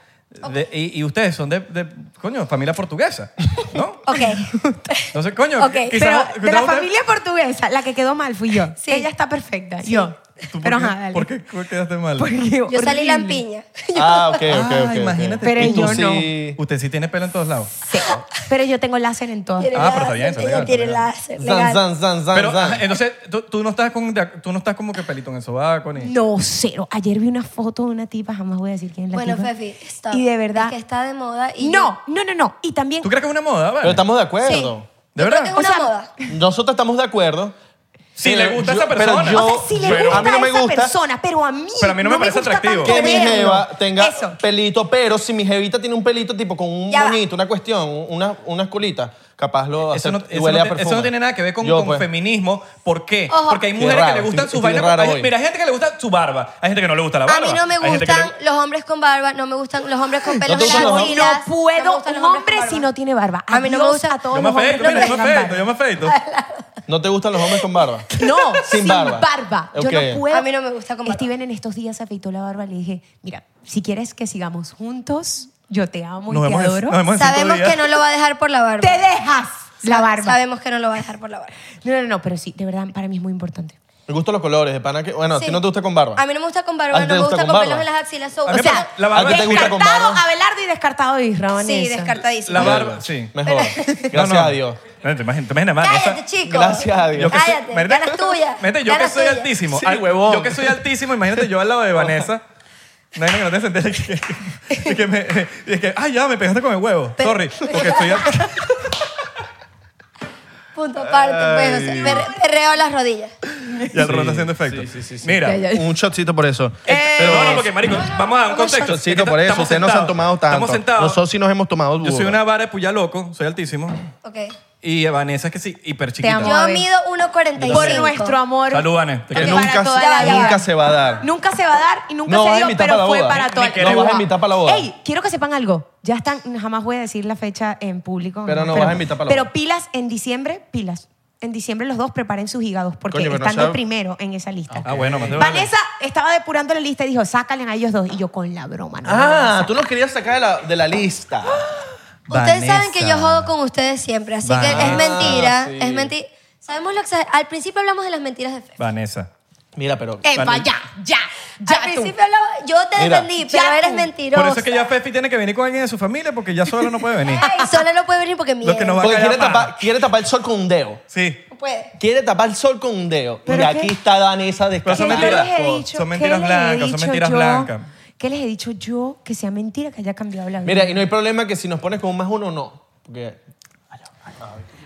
B: De- y, y ustedes son de, de, coño, familia portuguesa.
J: Ok,
B: Entonces, coño,
J: Ok,
B: quizás-
M: Pero
B: quizás
M: de la
B: ustedes-
M: familia portuguesa, la que quedó mal fui yo.
J: Sí.
M: Ella está perfecta, yo.
B: ¿Tú por
M: Pero
B: qué-
M: ajá, dale.
B: ¿Por qué por qué quedaste mal?
J: yo salí lampiña.
C: Ah, ok, ok, ok.
B: Ah,
C: ok.
B: imagínate.
M: Pero
B: Y tú
M: yo no.
B: sí- Usted sí tiene pelo en todos lados.
M: Pero yo tengo láser en todas.
J: Tiene
B: Ah, pero está bien, está
J: láser,
B: legal, está
J: Ella tiene
B: legal.
J: láser. legal.
B: Pero, ah, ajá, entonces, tú, tú no estás con, tú no estás como que pelito en el sobaco ni...
M: No, cero. Ayer vi una foto de una tipa, jamás voy a decir quién es la
J: Bueno,
M: tipa.
J: Fefi, stop.
M: Y de verdad-
J: Es que está de moda y
M: No, no, no, no. Y también.
B: ¿Tú crees que es una moda? Vale.
C: Pero estamos de acuerdo.
B: ¿De
J: yo- es
B: verdad?
J: una
M: sea,
J: moda.
C: Nosotros estamos de acuerdo.
B: Si le gusta
C: yo-
B: esa persona.
C: Pero yo,
M: o sea, si le
C: pero
M: gusta
C: a mí no me
M: a esa
C: gusta
M: persona, pero a mí.
B: Pero a mí no me parece
M: gusta
B: atractivo.
M: tanto
C: que mi
M: verlo.
C: jeva tenga
M: Eso.
C: pelito, pero si mi jevita tiene un pelito tipo con un
J: Ya va.
C: moñito, una cuestión, una, una esculita, capaz lo
B: Eso
C: hace
B: no, eso
C: huele
B: no
C: a
B: te- eso
C: perfume.
B: no tiene nada que ver con,
C: Yo,
B: con
C: pues.
B: feminismo. ¿Por qué?
J: Ojo.
B: Porque hay
C: Qué
B: mujeres que
C: raro,
B: le gustan
C: estoy-
B: sus
C: estoy
B: vainas.
C: raro
B: hay-
C: hoy.
B: mira, hay gente que le gusta su barba. Hay gente que no le gusta
C: Ah,
B: la
J: A
B: barba.
J: mí no me
B: hay gente que
J: gustan
B: le-
J: los hombres con barba, no me gustan los hombres con pelos
C: te
J: en
C: gustan
J: las
C: los
M: No
J: axilas, me
M: puedo
J: gustan
M: un
J: los hombres
M: hombre
J: con
M: si
J: barba.
M: no tiene barba.
J: A mí no me
M: Adiós
J: gusta-
M: a todos
B: Yo me
M: los hombres
B: afeito, mira, yo
M: que
B: me
M: tengan
B: afeito, yo me afeito.
C: ¿No te gustan los hombres con barba?
M: No,
C: Sin
M: sin,
C: barba.
M: barba.
C: Ok.
M: Yo no puedo.
J: A mí no me gusta con barba.
M: Steven en estos días se afeitó la barba. Le dije, mira, si quieres que sigamos juntos, yo te amo
B: Nos
M: y te
B: vemos en-
M: adoro.
B: nos vemos en cinco
J: Sabemos
B: días.
J: que no lo va a dejar por la barba.
M: Te dejas la barba.
J: Sabemos que no lo va a dejar por la barba.
M: No, no, no, pero sí, de verdad, para mí es muy importante.
C: Me gustan los colores, de pana que. Bueno, a ti
J: Sí.
C: no te gusta con barba.
J: A mí no me gusta con barba,
C: ¿A ti
J: no
C: te
J: me
C: gusta
J: gusta
C: con
J: con,
C: barba?
J: pelos en las axilas. so-
C: A
J: o
C: mí me
J: sea,
C: parece- la barba- ¿A ti te gusta con
M: Descartado
C: barba?
M: Abelardo y descartado Isra, Vanessa.
J: sí, descartadísimo.
B: La barba, sí.
C: Mejor. Gracias a Dios.
B: Te imaginas, te imaginas, Vanessa,
J: Cállate, chico.
C: Gracias a Dios.
B: Yo que soy-
J: Cállate,
B: Vete.
J: ganas tuyas.
B: Imagínate, yo que
J: ganas
B: soy
J: tuyas.
B: altísimo.
C: Sí,
B: al-
C: huevón.
B: Yo que soy altísimo, imagínate yo al lado de Vanessa. No hay nada que no te senté de que, de que, me, de que, ay, ya, me pegaste con el huevo. Sorry, porque estoy al-
J: Punto aparte,
B: Ay,
J: pues, o sea,
B: Dios.
J: perre- perreo las rodillas.
B: ya el ron está haciendo efecto. Mira, Eh,
J: Ya, ya.
C: Un shotcito por eso.
B: pero no, no, porque marico, vamos a dar un contexto. Es que
C: Shotcito por eso.
B: Eh, estamos
C: Ustedes no se han
B: sentados,
C: tomado tanto.
B: Estamos sentados.
C: Nosotros sí nos hemos tomado
B: Yo soy
C: burro.
B: una vara de puya loco, soy altísimo.
J: Ok.
B: Y Vanessa es que sí, hiper chiquita.
M: amo.
J: Yo
M: ver.
J: mido 1.45.
M: Por nuestro amor.
B: Salud, Vanessa.
C: Que
M: Para
C: nunca,
M: toda la vida.
C: nunca se va a dar.
M: Nunca se va a dar y nunca
C: No vas a
M: se dio,
C: invitar
M: pero
C: para la
M: fue
C: boda.
M: para
C: Ni
M: toda
C: que no vas a invitar para la boda.
M: Ey, quiero que sepan algo. Ya están, jamás voy a decir la fecha en público.
C: Pero no vas a invitar para la boda.
M: Pero pilas en diciembre, pilas. En diciembre los dos preparen sus hígados porque
C: Coño, pero no
M: están de
C: sabe-
M: primero en esa lista.
B: Ah, bueno, más te vale.
M: Vanessa estaba depurando la lista y dijo, sácalen a ellos dos. Y yo con la broma. no la voy a
C: Ah,
M: sacar".
C: tú nos querías sacar de la, de la lista.
J: Ustedes saben que yo jodo con ustedes siempre, así que
B: Vanessa.
J: es mentira,
C: Ah, Sí.
J: es mentira. Sabemos lo que al principio hablamos de las mentiras de Fe.
B: Vanessa.
C: Mira, pero.
J: Epa,
B: ya,
J: ya, ya. Al principio hablaba, yo te
B: Mira.
J: defendí, pero eres mentiroso.
B: Por eso es que ya Fefi tiene que venir con alguien de su familia porque ya sola no puede venir.
J: Ay, sola no puede venir porque mierda.
B: Lo que nos va a
C: Porque
B: callar
C: quiere
B: más.
C: tapar, quiere tapar el sol con un dedo.
B: Sí.
J: No puede.
C: Quiere tapar el sol con un dedo.
M: ¿Pero
C: y
M: qué?
C: aquí está Danesa
B: Pero son
M: ¿Qué
C: descartando
B: mentiras.
M: les he
B: Son
M: dicho? ¿Qué
B: mentiras
M: les he
B: blancas, son
M: dicho
B: mentiras
M: yo?
B: blancas.
M: ¿Qué les he dicho yo que sea mentira que haya cambiado la vida?
C: Mira, y no hay problema que si nos pones con un más uno, no. Porque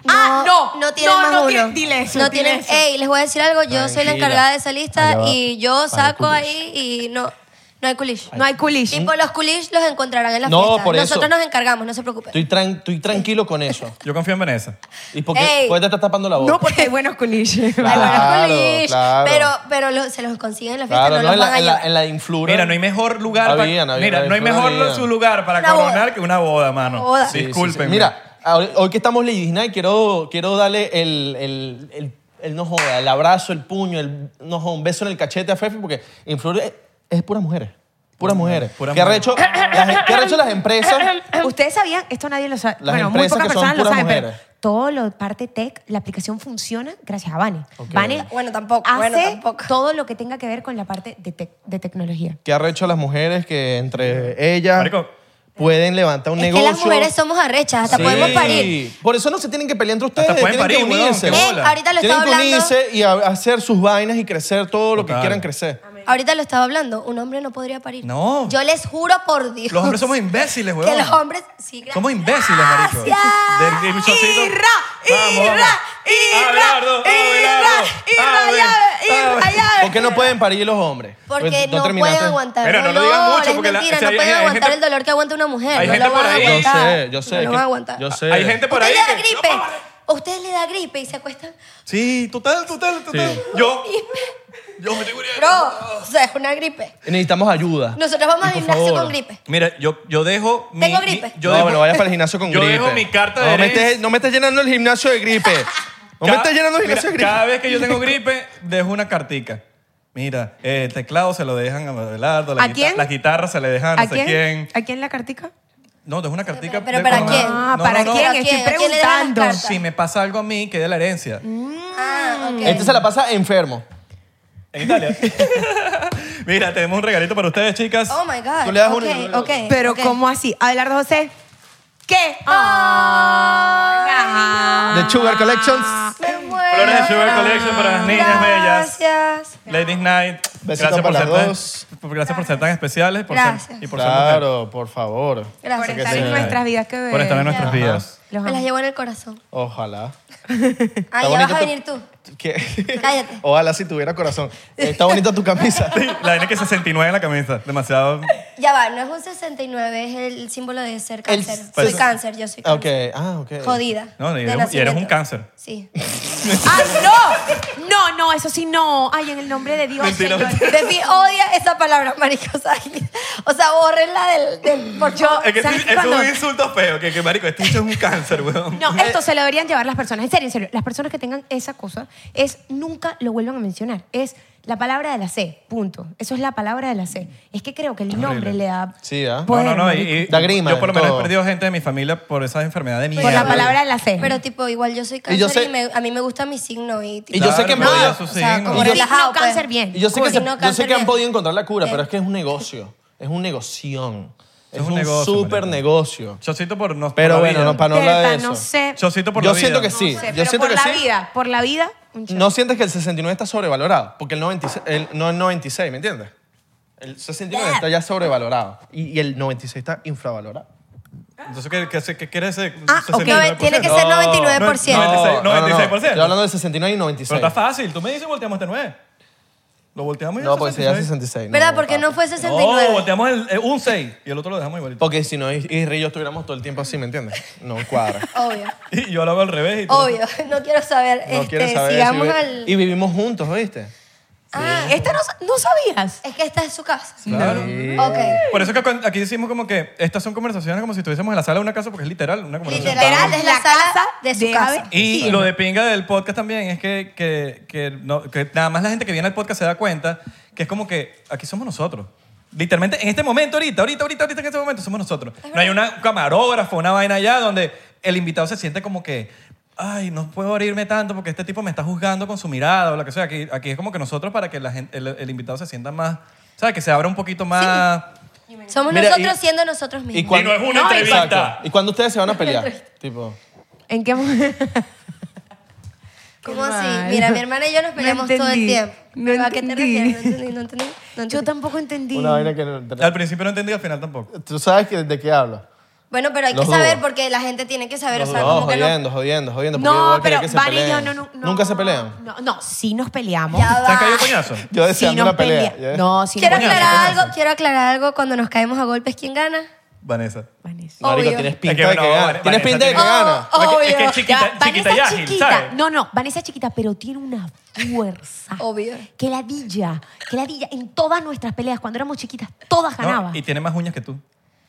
M: Ah, no,
J: No tienen
M: no,
J: más
M: no
J: uno.
M: tiene- dile eso,
J: No
M: dile
J: tienen.
M: eso.
J: Ey, les voy a decir algo. Yo soy la
C: Tranquila.
J: encargada de esa
C: Allá
J: lista
C: va.
J: y yo
C: Para
J: saco
C: culish.
J: ahí y no. No hay culish.
M: No hay culish.
J: Y por los culish los encontrarán en la
C: No,
J: fiesta.
C: por eso.
J: Nosotros nos encargamos, no se preocupen.
C: estoy, tran- estoy tranquilo con eso.
B: Yo confío en Vanessa.
C: ¿Y por qué,
J: Ey.
C: por qué te estás tapando la boca?
M: No, porque hay buenos culiches.
J: Hay buenos
C: Claro,
J: culish,
C: claro.
J: Pero, pero lo- se los consiguen en la fiesta,
C: Claro,
J: no,
C: no,
J: los
C: en
J: van
C: la,
J: a
C: en, la,
J: llevar.
C: en la influra.
B: Mira, no hay mejor lugar
C: Había,
B: para.
C: no había,
B: mira,
C: no
B: no hay
C: había.
B: mejor su lugar para
J: Una boda.
B: coronar que una boda, mano.
J: Una boda. Sí,
B: Disculpen.
C: Mira, ahor- hoy que estamos Ladies Night, quiero, quiero darle el, el, el, el no joda, el abrazo, el puño, el no joda, un beso en el cachete a Fefi, porque Influre es, es puras mujeres. Puras mujeres.
B: puras
C: ¿Qué,
B: mujeres.
C: Arrecho, las, ¿Qué arrecho las empresas?
M: Ustedes sabían, esto nadie lo sabe.
C: Las
M: bueno, muy
C: empresas
M: pocas
C: que son
M: personas lo
C: puras
M: saben,
C: mujeres.
M: pero todo lo parte tech, la aplicación funciona gracias a Vane.
C: Ok.
M: Vane
J: Bueno, tampoco,
M: hace
J: bueno, tampoco.
M: todo lo que tenga que ver con la parte de, tec- de tecnología.
C: ¿Qué arrecho las mujeres que entre ellas
B: Marico.
C: pueden levantar un
J: Es que
C: negocio?
J: las mujeres somos arrechas, hasta
C: Sí.
J: podemos parir.
C: Por eso no se tienen que pelear entre ustedes,
B: Hasta pueden
C: tienen que
B: parir, huevón,
C: unirse.
B: qué
J: Ven,
B: bola.
J: Eh, ahorita lo
C: tienen
J: estaba
C: que
J: hablando.
C: unirse y a- hacer sus vainas y crecer todo lo que
B: Total.
C: quieran crecer.
J: Ahorita lo estaba hablando. Un hombre no podría parir.
B: No.
J: Yo les juro por Dios.
B: Los hombres somos imbéciles,
J: Que
B: weón.
J: los hombres. Sí, gracias.
B: Somos imbéciles, marico.
J: Gracias.
B: Del- del shotcito.
M: Irra,
B: Vamos, vamos.
M: irra, irra,
B: Abelardo, Abelardo,
M: irra,
B: Abe-
M: irra,
B: Abe-
M: irra,
C: ¿Por qué no pueden parir los hombres?
J: Porque
C: Pues,
J: no, pueden
C: terminaste.
J: aguantar
B: Mira,
J: el
B: no
J: dolor.
B: lo digan mucho,
J: es
B: porque la-
J: mentira,
B: o sea,
J: no
B: hay-
J: pueden
B: hay
J: aguantar
B: gente-
J: el dolor que aguanta una mujer.
B: hay
J: no
B: gente
J: lo van
B: por
J: a
B: ahí.
C: Yo
J: aguantar.
C: sé, yo sé.
J: No lo
C: que-
J: van a aguantar.
C: Yo sé.
B: Hay gente por ahí.
J: Usted le
B: que-
J: da gripe. ¿A Usted le da gripe y se acuestan.
B: Sí, total, total, total. Yo. Yo me tengo una-
J: Bro, o sea, es una gripe.
C: Necesitamos ayuda.
J: Nosotros
C: Y
J: vamos
C: por
J: al gimnasio
C: favor.
J: con gripe.
B: Mira, yo, yo dejo. mi-
J: Tengo
B: mi-
J: gripe.
B: yo
C: no,
B: dejo-
C: bueno, vayas para el gimnasio con
B: yo
C: gripe.
B: dejo mi carta de
C: no me,
B: herencia.
C: estés, no me estés llenando el gimnasio de gripe. No me
B: Cada-
C: estés llenando el
B: Mira,
C: gimnasio de gripe.
B: Cada vez que yo tengo gripe, dejo una cartica. Mira, eh, el teclado se lo dejan a Abelardo, la,
M: ¿A
B: guita-
M: quién?
B: la guitarra se le dejan a
M: ¿A
B: Ah, no sé quién.
M: quién? ¿A quién la cartica?
B: No, dejo una cartica.
J: Pero- pero
B: de-
J: ¿para
B: no,
J: quién?
B: no,
M: Ah, ¿para
B: no, no.
M: quién?
J: ¿A
M: Estoy
J: quién? ¿A quién le dejan las
M: preguntando.
J: cartas?
B: Si me pasa algo a mí, que de la herencia.
J: Ah, ok.
C: Este se la pasa enfermo.
B: En Italia. Mira, tenemos un regalito para ustedes, chicas.
J: Oh my God.
C: Tú le das uno y
J: Ok,
C: yo le doy
J: ok,
M: Pero
J: Eh, ok.
M: ¿cómo así? Abelardo José, ¿qué?
C: The
J: Ah.
C: Sugar Collections.
J: Me muero.
B: Flores de Sugar Collection para las niñas bellas.
J: Gracias.
B: Ladies Night.
C: Besito
B: gracias por
C: para
B: ser
C: las
B: tan,
C: dos.
B: por- gracias por ser tan especiales. Por ser-
J: Gracias.
B: y por ser mujer.
C: Claro, por favor.
M: Por
J: Gracias.
M: estar en
C: sí.
M: nuestras vidas, qué
B: Por estar en nuestras
J: Ajá.
B: vidas.
M: Los
J: Me
M: amo.
J: las llevo en el corazón.
C: Ojalá.
J: Ah, ya
C: bonito
J: vas
C: tu-
J: a venir tú.
C: ¿Qué?
J: Cállate.
C: Ojalá si tuviera corazón. Está bonita tu camisa.
B: La N que 69 en la camisa. Demasiado.
J: Ya va, no es un 69, es el símbolo de ser
C: El-
J: cáncer.
C: pues-
J: soy cáncer, yo soy
C: Ah,
J: cáncer.
C: Ok, ah, ok.
J: Jodida.
B: No, y eres- y
J: de
B: eres
J: nacimiento.
B: un cáncer.
J: Sí.
M: ¡Ay, Ah, no! No, no, eso sí no. Ay, en el nombre de Dios,
B: Mentira,
M: señor.
B: mentira.
J: De mí odia esa palabra, maricosa. O sea, bórrenla del, del por
M: Yo-
J: favor.
B: Es que es,
M: ¿Sabes
B: es
M: cuando-
B: un insulto feo. Que, que marico, este bicho es un cáncer, weón.
C: Eh.
M: No, esto se lo deberían llevar las personas. En serio, en serio. Las personas que tengan esa cosa es nunca lo vuelvan a mencionar. Es La palabra de la C, punto. Eso es la palabra de la C. Es que creo que el
B: Horrible.
M: nombre le da...
C: Sí, ¿ah?
B: No,
M: Poder,
B: no, no. y-
M: marico.
B: y-
C: Da grima
B: Yo por lo
C: en
B: menos
C: todo.
B: he perdido gente de mi familia por esas enfermedades de
J: Por
B: mierda.
J: la palabra
M: de la C.
J: Pero tipo, igual yo soy cáncer y,
B: yo sé-
J: me- a mí me gusta mi signo. Y, tipo,
C: Y yo sé que
B: Claro,
C: podía-
B: podía su
C: o
J: sea,
B: signo.
J: como
C: Y yo-
J: relajado, pues.
M: signo cáncer bien.
C: Y yo sé, que, se-
J: Signo
C: yo sé
J: cáncer
C: que han
J: bien.
C: podido encontrar la cura,
J: Eh.
C: pero es que es un negocio. Es un negoción. Es,
B: un
C: un,
B: negocio,
C: super negocio.
B: Chocito por no
C: Pero
B: por la
C: bueno,
B: vida.
C: no, para no hablar de
M: Pepa,
C: eso.
M: no sé.
B: Chocito por
C: yo
B: la vida.
C: siento que sí.
M: No sé,
C: yo
M: pero
C: siento
M: por
C: que
M: la
C: sí.
M: vida, por la vida, un
C: No sientes que el 69 está sobrevalorado, porque el 96, el- no el 96, ¿me entiendes? El 69 está ya sobrevalorado y, y el 96 está infravalorado.
B: Entonces, ¿qué, qué, qué quiere ser?
J: Ah, ok.
B: 69%?
J: Tiene que ser
B: No,
J: 99%.
B: no, 96,
C: No, no, no.
B: 96%.
C: Estoy hablando del 69 y
B: Pero
C: 96.
B: está fácil. Tú me dices volteamos este 9. Lo volteamos y
C: No,
B: el
C: pues ya es 66.
J: ¿Verdad? Porque no fue
B: No,
J: 69.
B: volteamos el, eh, un 6 y el otro lo dejamos igualito.
C: Porque si no, y y Río estuviéramos todo el tiempo así, ¿me entiendes? No cuadra.
J: Obvio,
B: Y yo lo hago al revés. Y tú-
J: obvio. No quiero saber.
C: No
J: este,
C: quieres saber. eso,
J: sigamos
C: y, ve-
J: al...
C: y vivimos juntos, ¿viste?
J: Ah,
M: Esta no, sa- no sabías.
J: es que esta es su casa.
B: Claro.
J: Ok.
B: Por eso que cuando- aquí decimos como que estas son conversaciones como si estuviésemos en la sala de una casa porque es literal una conversación.
J: Literal es la
M: La
J: sala
M: casa
J: de su
M: de
J: casa.
B: Y lo de pinga del podcast también es que, que, que no- que nada más la gente que viene al podcast se da cuenta que es como que aquí somos nosotros. Literalmente, en este momento, ahorita, ahorita, ahorita, ahorita, en este momento somos nosotros. No hay una camarógrafo, una vaina allá donde el invitado se siente como que, ay, no puedo abrirme tanto porque este tipo me está juzgando con su mirada o lo que sea. Aquí, aquí es como que nosotros para que la gente, el, el invitado se sienta más, ¿sabes? Que se abra un poquito más.
J: Somos
C: Mira,
J: nosotros
C: y-
J: siendo nosotros mismos.
C: Y, cuando,
B: no es una
C: exacto.
B: entrevista.
C: ¿Y cuando ustedes se van a pelear? tipo,
M: ¿En qué momento?
J: ¿Cómo
M: Qué
J: así?
M: mal.
J: Mira, mi hermana y yo nos peleamos todo el
M: entendí.
J: tiempo.
M: No
J: Pero ¿A qué te
M: entendí.
J: refieres? No entendí, no entendí. no entendí.
M: Yo tampoco entendí.
C: una vaina que no-
B: Al principio no entendí, al final tampoco.
C: Tú sabes que- de qué hablo.
J: Bueno, pero hay que
C: Los
J: saber
C: dos.
J: porque la gente tiene que saber. O sea,
C: no,
J: como que no.
C: jodiendo, jodiendo, jodiendo. porque yo voy
M: No,
C: a querer
M: pero
C: que se
M: Van y yo
C: peleen.
M: no, no, no.
C: ¿Nunca se pelean?
M: No, no, sí nos peleamos.
J: Ya
B: ¿Te has
J: va.
B: caído coñazo?
C: Yo
M: Sí
C: deseando
M: nos
C: una pelea.
M: pelea-
C: yo-
M: No, sí
J: Quiero
M: nos
J: aclarar
B: coñazo.
J: algo, quiero aclarar algo. Cuando nos caemos a golpes, ¿quién gana?
B: Vanessa.
C: Marico,
J: obvio.
C: tienes
B: Es que
C: pinta de
B: no,
C: que
B: Vanessa
C: gana. Tienes pinta de que
B: tiene-
C: gana.
J: Oh,
B: Es que- es
J: obvio.
B: que es chiquita,
M: Ya,
B: chiquita y
M: Vanessa
B: ágil,
M: chiquita.
B: ¿sabes?
M: No, no, Vanessa chiquita, pero tiene una fuerza.
J: Obvio.
M: Que la villa, que la villa en todas nuestras peleas, cuando éramos chiquitas, todas
B: No,
M: ganaba.
B: y tiene más uñas que tú.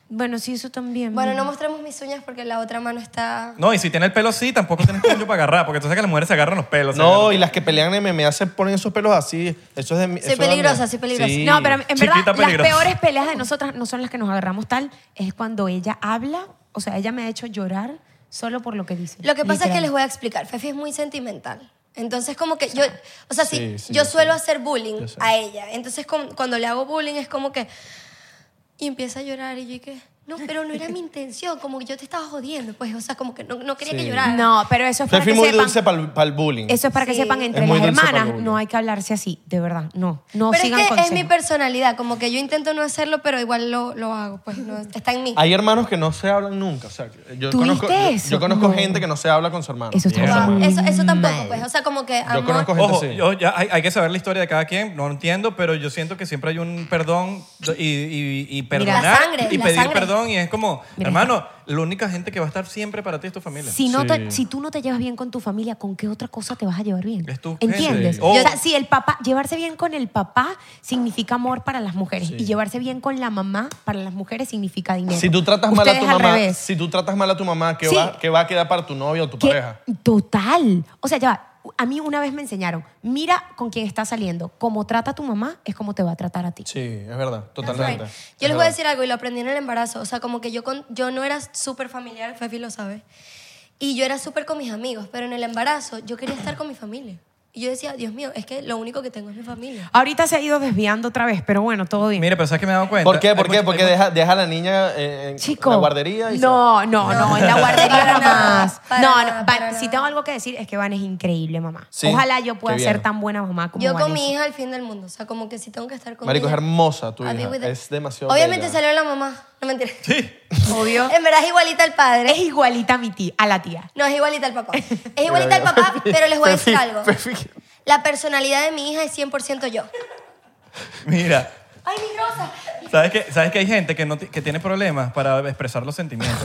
M: Bueno, sí, eso también.
J: Bueno, no
M: mira.
J: mostremos mis uñas porque la otra mano está.
B: No, y si tiene el pelo así, tampoco tienes cuello para agarrar, porque tú sabes que las mujeres se agarran los pelos. se
C: No,
B: agarran-
C: y las que pelean en MMA se ponen esos pelos así. Eso es de mi-
J: Soy
C: eso da
J: peligrosa,
C: miedo.
J: soy peligrosa.
C: Sí.
M: No, pero en
B: Chiquita
M: verdad,
B: peligrosa.
M: las peores peleas de nosotras no son las que nos agarramos tal, es cuando ella habla, o sea, ella me ha hecho llorar solo por lo que dice.
J: Lo que pasa es que
M: Literal.
J: les voy a explicar. Fefi es muy sentimental. Entonces, como que yo, o sea, si
C: Sí, sí,
J: yo
C: yo
J: suelo
C: sé.
J: hacer bullying
C: Yo sé.
J: a ella. Entonces, con- cuando le hago bullying, es como que. Y empieza a llorar, y yo, ¿y qué? No, pero no era mi intención, como que yo te estaba jodiendo, pues, o sea, como que no, no quería
C: Sí.
J: que llorara.
M: No, pero eso es para
C: Fefi
M: que
C: muy
M: sepan.
C: dulce para el bullying.
M: Eso es para que
J: Sí.
M: sepan entre
C: Es muy
M: las
C: dulce
M: hermanas,
C: palabra.
M: no hay que hablarse así, de verdad, no. No
J: pero es
M: sigan
J: que es
M: consejos.
J: mi personalidad, como que yo intento no hacerlo, pero igual lo, lo hago, pues, no, está en mí.
C: Hay hermanos que no se hablan nunca. O sea, que yo
M: ¿Tú
C: conozco,
M: viste
C: yo-
M: eso?
C: yo conozco
M: No.
C: gente que no se habla con su hermano.
M: Eso está
B: Mierda.
M: mal.
J: Wow, eso, eso tampoco,
M: Mal.
J: pues, o sea, como que
C: Yo
J: amor,
C: conozco gente
B: Ojo,
C: así.
B: yo ya hay, hay que saber la historia de cada quien, no lo entiendo, pero yo siento que siempre hay un perdón y, y, y perdonar
J: la sangre,
B: y
J: la
B: pedir
J: sangre.
B: perdón y es como,
M: Mira.
B: hermano, la única gente que va a estar siempre para ti es tu familia.
M: Si, no
C: Sí.
M: te- si tú no te llevas bien con tu familia, ¿con qué otra cosa te vas a llevar bien?
B: Es tu
M: ¿Entiendes?
B: gente.
C: Oh.
B: O-
M: O sea, si el papá, llevarse bien con el papá significa amor para las mujeres y llevarse bien con la mamá para las mujeres significa dinero.
C: Si tú tratas mal a
M: Ustedes
C: tu
M: al
C: mamá,
M: revés.
C: si tú tratas mal a tu mamá, ¿qué,
M: Sí.
C: va, qué va a quedar para tu novio o tu
M: ¿Qué?
C: pareja?
M: Total. O sea, ya va. A mí una vez me enseñaron, mira con quién estás saliendo. Como trata a tu mamá es como te va a tratar a ti.
C: Sí, es verdad,
J: That's
C: totalmente.
J: right.
C: Es
J: Yo les voy a
C: verdad.
J: decir algo y lo aprendí en el embarazo. O sea, como que yo, con- yo no era súper familiar, Fefi lo sabe. Y yo era súper con mis amigos, pero en el embarazo yo quería estar con mi familia. Y yo decía, Dios mío, es que lo único que tengo es mi familia.
M: Ahorita se ha ido desviando otra vez, pero bueno, todo bien.
B: Mira, pero ¿sabes que me he dado cuenta?
C: ¿Por qué?
B: Hay
C: ¿Por qué?
B: mucho-
C: Porque
B: hay
C: deja, deja a la niña eh, en
M: Chico.
C: la guardería y se-
M: No, no, no, en la
J: Para
M: guardería
J: nada,
M: jamás.
J: para
M: No,
J: nada,
M: no,
J: para
M: Van, si
J: nada.
M: tengo algo que decir es que Van es increíble, mamá.
C: Sí,
M: Ojalá yo
C: qué
M: pueda
C: bien.
M: ser tan buena mamá como
J: Yo con
M: Vanessa.
J: mi hija al fin del mundo. O sea, como que si tengo que estar con
C: Marico, es
J: ella,
C: hermosa tu
J: I'll be
C: hija.
J: with her.
C: Es demasiado
J: Obviamente
C: bella.
J: salió la mamá. No mentira.
M: Obvio.
J: En verdad es igualita al padre.
M: Es igualita a mi tía, a la tía.
J: No, es igualita al papá. Es igualita al papá, pero les voy a decir algo. La personalidad de mi hija es 100% yo.
B: Mira,
J: ¡Ay, mi rosa!
B: ¿sabes que, ¿sabes que hay gente que, no ti- que tiene problemas para expresar los sentimientos?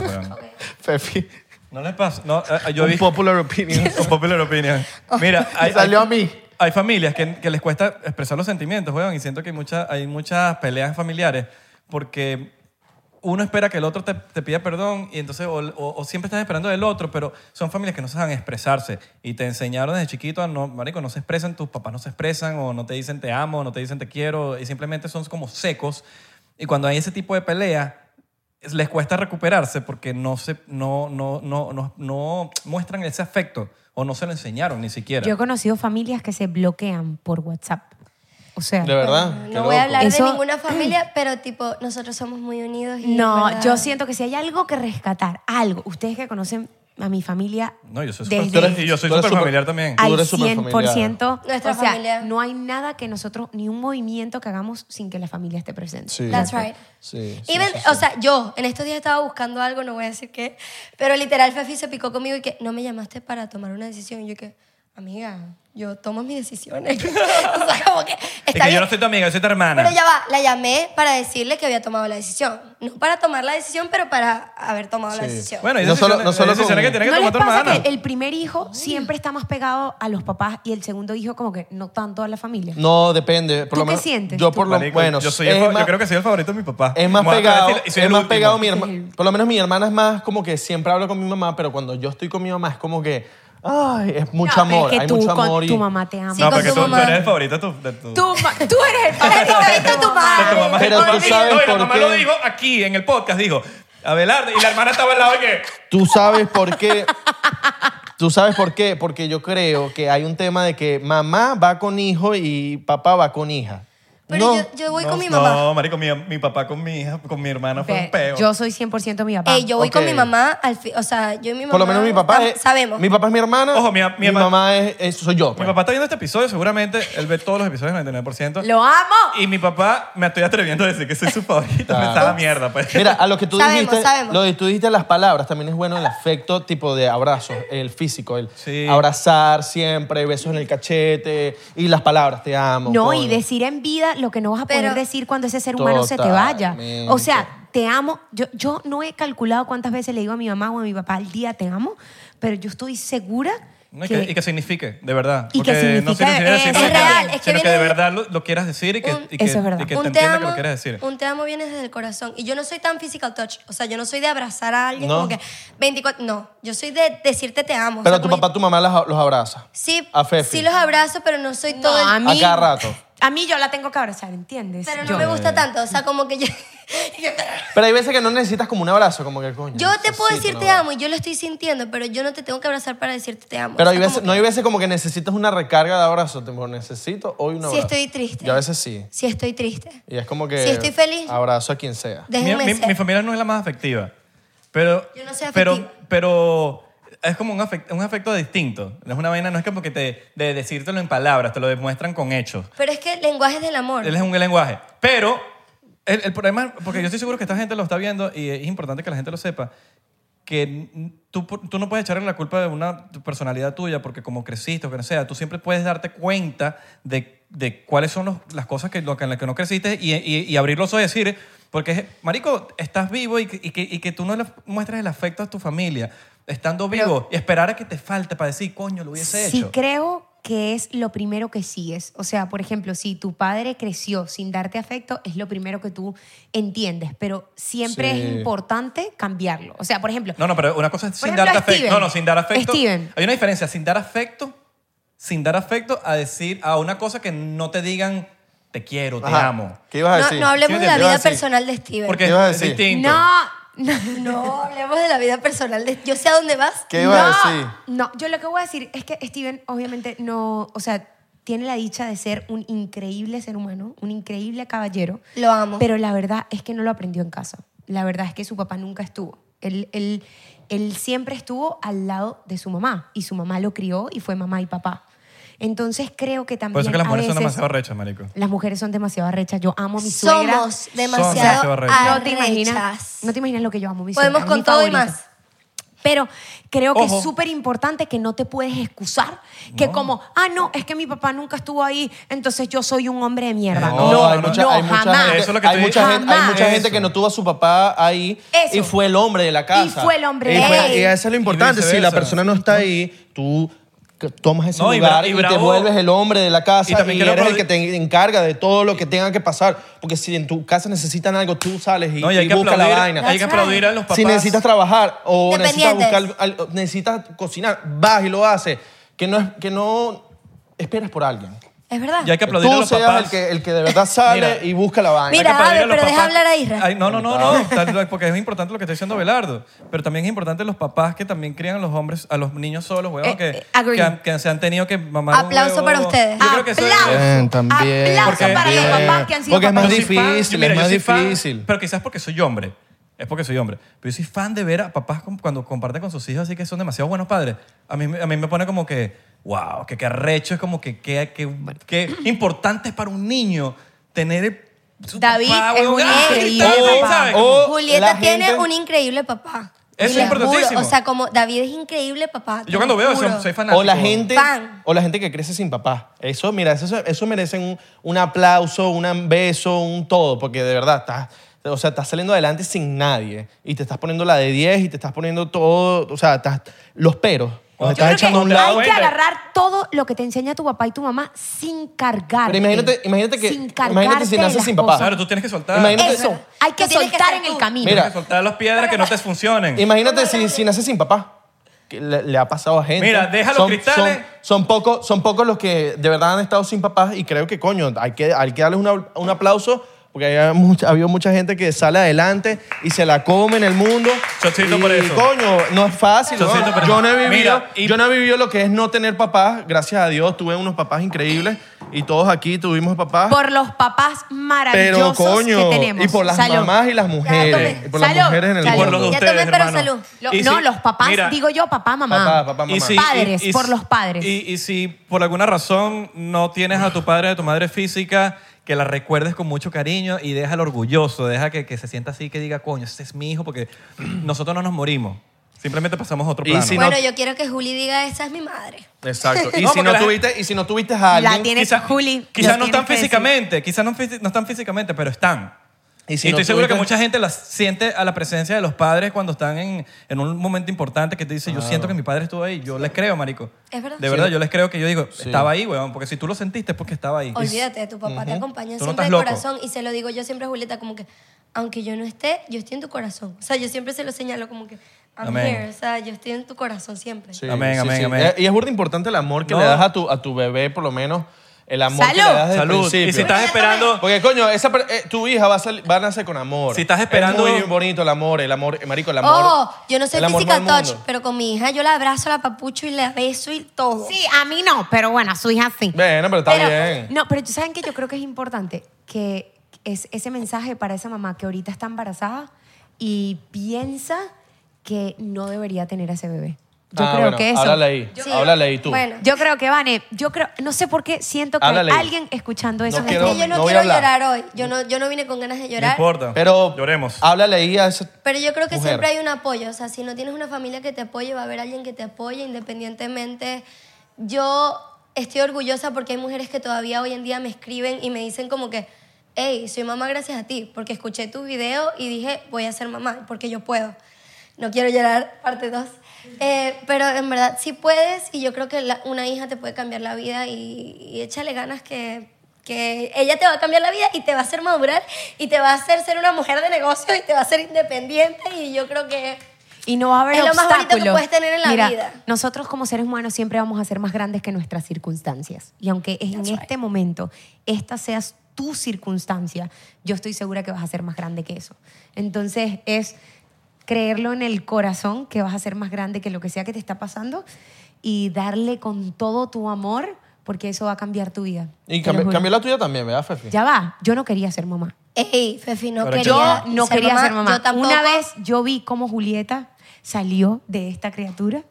B: weón?
C: Fefi,
B: No les pasa. No, eh, yo
C: un
B: vi...
C: popular opinion.
B: Un popular opinion. Mira, hay,
C: Oh. Salió
B: hay-
C: a mí.
B: Hay familias que, que les cuesta expresar los sentimientos, weón, y siento que hay, mucha- hay muchas peleas familiares porque uno espera que el otro te, te pida perdón y entonces o, o- o siempre estás esperando del otro, pero son familias que no saben expresarse y te enseñaron desde chiquito a no, marico, no se expresan, tus papás no se expresan o no te dicen te amo, no te dicen te quiero y simplemente son como secos y cuando hay ese tipo de pelea es- les cuesta recuperarse porque no se no no no no, no muestran ese afecto o no se lo enseñaron ni siquiera.
M: Yo he conocido familias que se bloquean por WhatsApp. O sea,
B: ¿De verdad?
J: No voy a hablar
M: Eso-
J: de ninguna familia, pero tipo, nosotros somos muy unidos. Y
M: No,
J: ¿verdad?
M: yo siento que si hay algo que rescatar, algo, ustedes que conocen a mi familia
B: No, yo soy
M: Desde-
B: súper
M: Tú eres-
B: y yo soy
M: tú eres
B: súper familiar
M: súper-
B: también.
M: al 100%,
J: Nuestra
M: o sea,
J: familia.
M: no hay nada que nosotros, ni un movimiento que hagamos sin que la familia esté presente.
J: Sí. That's right. Even- O sea, yo en estos días estaba buscando algo, no voy a decir qué, pero literal Fefi se picó conmigo y que no me llamaste para tomar una decisión. Y yo que, amiga, yo tomo mis decisiones. o sea, como que
B: Es
J: está
B: que yo
J: bien.
B: no soy tu amiga, yo soy tu hermana.
J: Pero ya va, la llamé para decirle que había tomado la decisión. No para tomar la decisión, pero para haber tomado la
B: Sí.
J: decisión.
B: Bueno, y No decisiones- solo- no solo decisiones con- que tiene que
M: ¿No
B: tomar
M: les
B: tu
M: pasa
B: hermana?
M: que el primer hijo siempre está más pegado a los papás y el segundo hijo como que no tanto a la familia?
C: No, depende. Por
M: ¿Tú
C: lo
M: qué
C: menos,
M: sientes?
C: Yo por lo
B: Marico,
C: bueno,
B: yo, soy
C: es
B: el fa-
C: más-
B: yo creo que soy el favorito de mi papá.
C: Es más
B: Me voy a
C: pegado,
B: decir- y soy
C: es
B: el
C: más
B: último.
C: pegado mi hermana. Por lo menos mi hermana es más como que siempre hablo con mi mamá, pero cuando yo estoy con mi mamá es como que, ay, es mucho
M: No, pero
C: amor,
M: es que
C: hay
M: tú
C: mucho
M: con-
C: amor. y-
M: tu mamá te ama.
B: No, porque tú, tú eres el favorito de tu, de tu-
M: Tú, ma- tú eres el favorito de tu
B: de tu mamá.
C: Pero tú sabes
B: No, y la
C: por
B: mamá
C: qué.
B: lo dijo aquí en el podcast, dijo, Abelardo, y la hermana estaba al lado y que...
C: Tú sabes por qué. Tú sabes por qué. Porque yo creo que hay un tema de que mamá va con hijo y papá va con hija.
J: Pero
C: no,
J: yo, yo voy
B: no,
J: con mi mamá.
B: No, marico, mi, mi papá con mi hija, con mi hermana fue un peo.
M: Yo soy 100% mi papá.
J: Ey, yo voy con
C: Ok.
J: mi mamá, al fi- o sea, yo y mi mamá.
C: por lo menos mi papá
J: tam-
C: es.
J: Sabemos.
C: Mi papá es mi hermana. Ojo, mi,
B: hermana-
C: mamá es, es- soy yo. pues.
B: mi papá está viendo este episodio, seguramente él ve todos los episodios 99%.
M: ¡Lo amo!
B: Y mi papá, me estoy atreviendo a decir que soy su favorito, me
C: Claro.
B: está la mierda. Pues.
C: Mira, a lo que tú
J: Sabemos,
C: dijiste,
J: sabemos.
C: lo que tú dijiste las palabras, también es bueno el afecto tipo de abrazos, el físico, el abrazar siempre, besos en el cachete y las palabras, te amo.
M: No,
C: coño.
M: y decir en vida lo que no vas a poder
J: Pero-
M: decir cuando ese ser humano se te vaya.
C: Totalmente.
M: O sea, te amo. Yo, yo no he calculado cuántas veces le digo a mi mamá o a mi papá al día te amo, pero yo estoy segura
B: No, y,
M: que,
B: que, y que signifique, de verdad.
M: Y
B: Porque
M: que
B: no
M: significa-
B: sirve
M: es-
B: decirlo,
M: es
B: sino que-
M: real, es
J: que
B: sino que
J: viene
B: de
J: de-
B: verdad lo, lo quieras decir y que, y que,
M: Eso es verdad.
B: y que te
J: un te
B: entienda que
J: amo,
B: lo quieras decir.
J: un te amo viene desde el corazón. Y yo no soy tan physical touch. O sea, yo no soy de abrazar a alguien
C: No.
J: como que 24. No, yo soy de decirte te amo. O
C: Pero
J: sea,
C: tu
J: como-
C: papá, tu mamá las- los abraza.
J: Sí,
C: A Fefi.
J: sí los abrazo, pero no soy todo el-
M: a mí-
C: A cada rato.
M: a mí yo la tengo que abrazar, ¿entiendes?
J: Pero no
M: Yo-
J: me gusta tanto. O sea, como que yo.
C: Pero hay veces que no necesitas como un abrazo, como que coño.
J: Yo te puedo
C: necesito
J: decir
C: un
J: te
C: abrazo.
J: amo y yo lo estoy sintiendo, pero yo no te tengo que abrazar para decirte te amo.
C: Pero
J: O
C: hay
J: sea,
C: veces,
J: como
C: no hay veces como que necesitas una recarga de abrazo. Tipo, necesito hoy un
J: Si
C: abrazo.
J: estoy triste.
C: Yo a veces sí.
J: Si estoy triste.
C: Y es como que.
J: Si estoy feliz.
C: Abrazo a quien sea.
B: Mi,
J: Déjenme
B: mi-
J: ser.
B: mi familia no es la más afectiva. Pero,
J: Yo no soy
B: pero,
J: afectiva.
B: pero es como un afecto, un afecto distinto. No es una vaina, no es como que te, de decírtelo en palabras, te lo demuestran con hechos.
J: Pero es que el lenguaje es del amor.
B: Él es un lenguaje. Pero el, el problema, porque yo estoy seguro que esta gente lo está viendo y es importante que la gente lo sepa, que n- tú, pu- tú no puedes echarle la culpa de una personalidad tuya porque como creciste o que no sea, tú siempre puedes darte cuenta de, de cuáles son los- las cosas que, lo que- en las que no creciste y, y, y abrir los ojos y decir, porque, marico, estás vivo y, que- y que, y que tú no le muestres el afecto a tu familia estando vivo y esperar a que te falte para decir, coño, lo hubiese
M: sí
B: hecho.
M: creo que es lo primero que sigues. O sea, por ejemplo, si tu padre creció sin darte afecto, es lo primero que tú entiendes, pero siempre
B: Sí.
M: es importante cambiarlo. O sea, por ejemplo,
B: No, no, pero una cosa es
M: Por
B: sin
M: ejemplo,
B: darte afecto.
M: Steven.
B: No, no, sin dar afecto.
M: Steven.
B: Hay una diferencia, sin dar afecto, sin dar afecto a decir a una cosa que no te digan te quiero, te
C: Ajá.
B: amo.
C: ¿Qué ibas a
J: No,
C: decir?
J: no hablemos de la vida
C: personal.
J: personal de Steven.
B: Porque
C: ¿Qué ibas a
B: es
C: decir?
B: distinto.
M: no, no,
J: No hablemos de la vida personal de. Yo sé a dónde vas.
C: ¿Qué ibas a
M: no,
C: decir?
M: No, yo lo que voy a decir es que Steven obviamente no, o sea, tiene la dicha de ser un increíble ser humano, un increíble caballero,
J: Lo amo.
M: pero la verdad es que no lo aprendió en casa. La verdad es que su papá nunca estuvo. Él, él, él siempre estuvo al lado de su mamá y su mamá lo crió y fue mamá y papá. Entonces creo que también
B: Por eso es que las
M: a
B: mujeres son
M: veces-
B: demasiado rechas, marico.
M: Las mujeres son demasiado arrechas. Yo amo a mi suegra.
J: Somos demasiado
B: demasiado arrechas.
M: No te imaginas, no te imaginas lo que yo amo a mi
J: Podemos
M: suegra, es
J: con
M: mi
J: todo y
M: favorita.
J: más.
M: Pero creo que
B: Ojo.
M: es súper importante que no te puedes excusar que como, ah, no, es que mi papá nunca estuvo ahí, entonces yo soy un hombre de mierda.
C: No,
M: No, no,
C: hay mucha, hay mucha
M: jamás.
C: gente,
B: Eso es lo que
C: hay
B: estoy
C: mucha
B: diciendo.
C: gente, hay mucha
B: Jamás.
C: gente que no tuvo a su papá ahí
M: Eso.
C: y fue el hombre de la casa.
M: fue el hombre
C: Y
M: de
C: fue-
M: él.
C: Y eso es lo importante. Si la
B: viceversa.
C: persona no está ahí, tú que tomas ese
B: No, y
C: lugar
B: bra- y
C: y, te
B: bravo.
C: vuelves el hombre de la casa
B: Y
C: y,
B: también quiero
C: eres el
B: aplaudi-
C: que te encarga de todo lo que tenga que pasar. Porque si en tu casa necesitan algo, tú sales y,
B: No, y hay que
C: buscas la
B: aplaudir-
C: vaina.
B: hay que That's aplaudir right. a los
C: Si
B: papás.
C: necesitas trabajar o necesitas,
B: Dependientes.
C: buscar, al- necesitas cocinar, vas y lo haces. Que no, es- que no esperas por alguien.
J: Es verdad.
B: Y hay que
C: Tú
B: aplaudir a los
C: seas
B: papás.
C: el que, el que de verdad sale
B: Mira.
C: y busca la vaina.
J: Mira,
B: aplaudir a
J: Ave,
B: los
J: pero deja
B: papás.
J: hablar a Isra.
B: Ay, no, no, no, no, tal vez, porque es importante lo que está diciendo Belardo, pero también es importante los papás que también crían a los hombres, a los niños solos, huevón,
J: Eh,
B: que,
J: eh, agree.
B: que han- que se han tenido que mamar un
J: Aplauso
B: huevo.
J: para ustedes.
B: Yo creo que eso es-
C: Bien, también.
B: Porque-
C: Porque es más
B: Yo soy fan-
C: difícil,
B: mira,
C: es
B: yo
C: más
B: soy fan,
C: difícil.
B: pero quizás porque soy hombre. Es porque soy hombre. Pero yo soy fan de ver a papás con- cuando comparten con sus hijos así que son demasiado buenos padres. A mí, me- a mí me pone como que, wow, que qué arrecho, es como que qué que, que importante es para un niño tener el- su
J: David
B: papá,
J: es
B: weón.
J: un
B: ¡Ah,
J: increíble
B: está bien,
J: papá.
B: ¿sabes?
J: Julieta tiene un increíble papá.
B: Eso
J: Te
B: Oh, es
J: lo juro.
B: importantísimo.
J: O sea, como David es increíble papá. te
B: Yo cuando
J: lo
B: veo eso,
J: juro.
B: soy fanático.
C: O la gente,
J: Fan.
C: o la gente que crece sin papá. Eso, mira, eso, eso merece un, un aplauso, un beso, un todo, porque de verdad estás, o sea, estás saliendo adelante sin nadie y te estás poniendo la de 10 y te estás poniendo todo, o sea, estás, los peros. Los
M: Yo
C: estás
M: creo
C: echando a un
M: que
C: lado.
M: hay que agarrar todo lo que te enseña tu papá y tu mamá sin cargar.
C: Pero imagínate- imagínate que-
M: Sin
C: imagínate
M: cargarte
C: si
M: de
C: naces
M: las
C: sin papá.
M: cosas.
B: Claro, tú tienes que soltar.
C: Imagínate-
M: Eso, hay que
J: Lo tienes que
M: soltar
J: hacer
M: en el
J: tú.
M: camino.
B: Tienes
C: Mira.
B: que soltar las piedras que no te funcionen.
C: Imagínate si, si naces sin papá. que Le, le ha pasado a gente.
B: Mira, deja los cristales.
C: Son, son pocos son pocos los que de verdad han estado sin papás y creo que, coño, hay que, hay que darles una- un aplauso porque había mucha, había mucha gente que sale adelante y se la come en el mundo.
B: Chocito
C: y,
B: por eso.
C: coño, no es fácil.
B: Chocito
C: ¿no?
B: por eso.
C: Yo, no he vivido,
B: Mira, y-
C: yo no he vivido lo que es no tener papás. Gracias a Dios tuve unos papás increíbles y todos aquí tuvimos papás.
M: Por los papás
C: pero
M: maravillosos
C: coño,
M: que tenemos.
C: y por las
M: Salud.
C: mamás y las mujeres.
M: tomé.
C: y Eh, por las
M: Salud,
C: mujeres en el
M: salud.
C: mundo.
B: Por los de
M: Ya
B: ustedes,
M: tomé, pero
B: hermano.
M: salud. Lo-
B: Y
M: no,
B: si-
M: los papás,
B: mira,
M: digo yo, papá, mamá.
C: Papá, papá, Ah, mamá.
B: Y si-
M: Padres,
B: y- y
M: por
B: si-
M: los padres.
B: Y, y si por alguna razón no tienes a tu padre o a tu madre física, que la recuerdes con mucho cariño y déjalo orgulloso, deja que, que se sienta así, que diga, coño, este es mi hijo, porque nosotros no nos morimos. Simplemente pasamos a otro
C: Y
B: plano.
C: si no-
J: Bueno, yo quiero que Juli diga, esa es mi madre.
C: Exacto. Y,
B: No,
C: si
B: porque
C: no
B: la-
C: tuviste, y si no tuviste a
M: La
C: alguien.
M: tienes,
B: quizás-
M: Juli.
B: Quizás
M: lo
B: no están
M: tienes que decir.
B: físicamente, quizás no, fisi- no están físicamente, pero están.
C: Y
B: y
C: no
B: estoy seguro que
C: tuviste-
B: mucha gente las siente a la presencia de los padres cuando están en, en un momento importante que te dice, yo siento que mi padre estuvo ahí. Yo les creo, marico.
J: Es verdad.
B: De verdad, yo les creo que yo digo, estaba ahí, weón, porque si tú lo sentiste es porque estaba ahí.
J: Olvídate, tu papá te
B: Ujú.
J: acompaña
B: Tú no
J: siempre
B: estás
J: de
B: loco.
J: corazón y se lo digo yo siempre a Julieta como que aunque yo no esté, yo estoy en tu corazón. O sea, yo siempre se lo señalo como que I'm
B: Amén.
J: here, o sea, yo estoy en tu corazón siempre.
C: Sí,
B: Amén,
C: sí,
B: amén,
C: sí.
B: amén.
C: Eh, Y es burda importante el amor que
B: No.
C: le das a tu, a tu bebé, por lo menos. El amor que le
M: Salud.
C: das desde el
B: Salud.
C: principio.
B: Y si estás esperando,
C: Porque, coño, esa, per- eh, tu hija va a, sal- va a nacer con amor.
B: Si estás esperando-
C: Es muy bonito el amor, el amor, eh, marico, el amor.
J: Oh, yo no soy
C: el amor
J: física
C: no es
J: touch,
C: el mundo.
J: pero con mi hija yo la abrazo, la papucho y la beso y todo.
M: Sí, a mí no, pero bueno, a su hija sí.
C: Bueno, pero está
M: Pero-
C: bien.
M: No, pero ¿saben que Yo creo que es importante que es ese mensaje para esa mamá que ahorita está embarazada y piensa que no debería tener a ese bebé. Yo
C: Ah,
M: creo
C: bueno,
M: que eso...
C: Háblale ahí,
J: Sí.
C: háblale ahí tú.
J: Bueno,
M: Yo creo que, Vane, yo creo... No sé por qué siento que
C: Háblale
M: hay
C: ahí.
M: alguien escuchando eso.
C: No
M: en
J: es
C: quiero-
M: este
J: que yo no,
C: no voy a
J: quiero
C: hablar.
J: llorar hoy. Yo no, yo no vine con ganas de
B: No
J: llorar.
B: importa.
C: Pero
B: Lloremos.
C: háblale ahí a esa
J: Pero yo creo que
C: Mujer.
J: siempre hay un apoyo. O sea, si no tienes una familia que te apoye, va a haber alguien que te apoye independientemente. Yo estoy orgullosa porque hay mujeres que todavía hoy en día me escriben y me dicen como que, hey, soy mamá gracias a ti, porque escuché tu video y dije, voy a ser mamá, porque yo puedo. No quiero llorar, parte 2. pero en verdad, sí puedes y yo creo que la- una hija te puede cambiar la vida y, y échale ganas que, que ella te va a cambiar la vida y te va a hacer madurar y te va a hacer ser una mujer de negocio y te va a hacer independiente y yo creo que...
M: Y no va a haber
J: Es lo más bonito que
M: obstáculos.
J: puedes tener en la
M: Mira,
J: vida.
M: Nosotros como seres humanos siempre vamos a ser más grandes que nuestras circunstancias. Y aunque en
J: That's right.
M: este momento esta seas tu circunstancia, yo estoy segura que vas a ser más grande que eso. Entonces es creerlo en el corazón que vas a ser más grande que lo que sea que te está pasando y darle con todo tu amor porque eso va a cambiar tu vida.
C: Y
M: Te lo
C: cambi-
M: juro.
C: cambió la tuya también, ¿verdad, Fefi?
M: Ya va, yo no quería ser mamá.
J: Ey, Fefi, no
B: Pero
J: quería
M: Yo no
J: ser
M: quería ser mamá.
J: Yo tampoco.
M: Una vez yo vi cómo Julieta salió de esta criatura.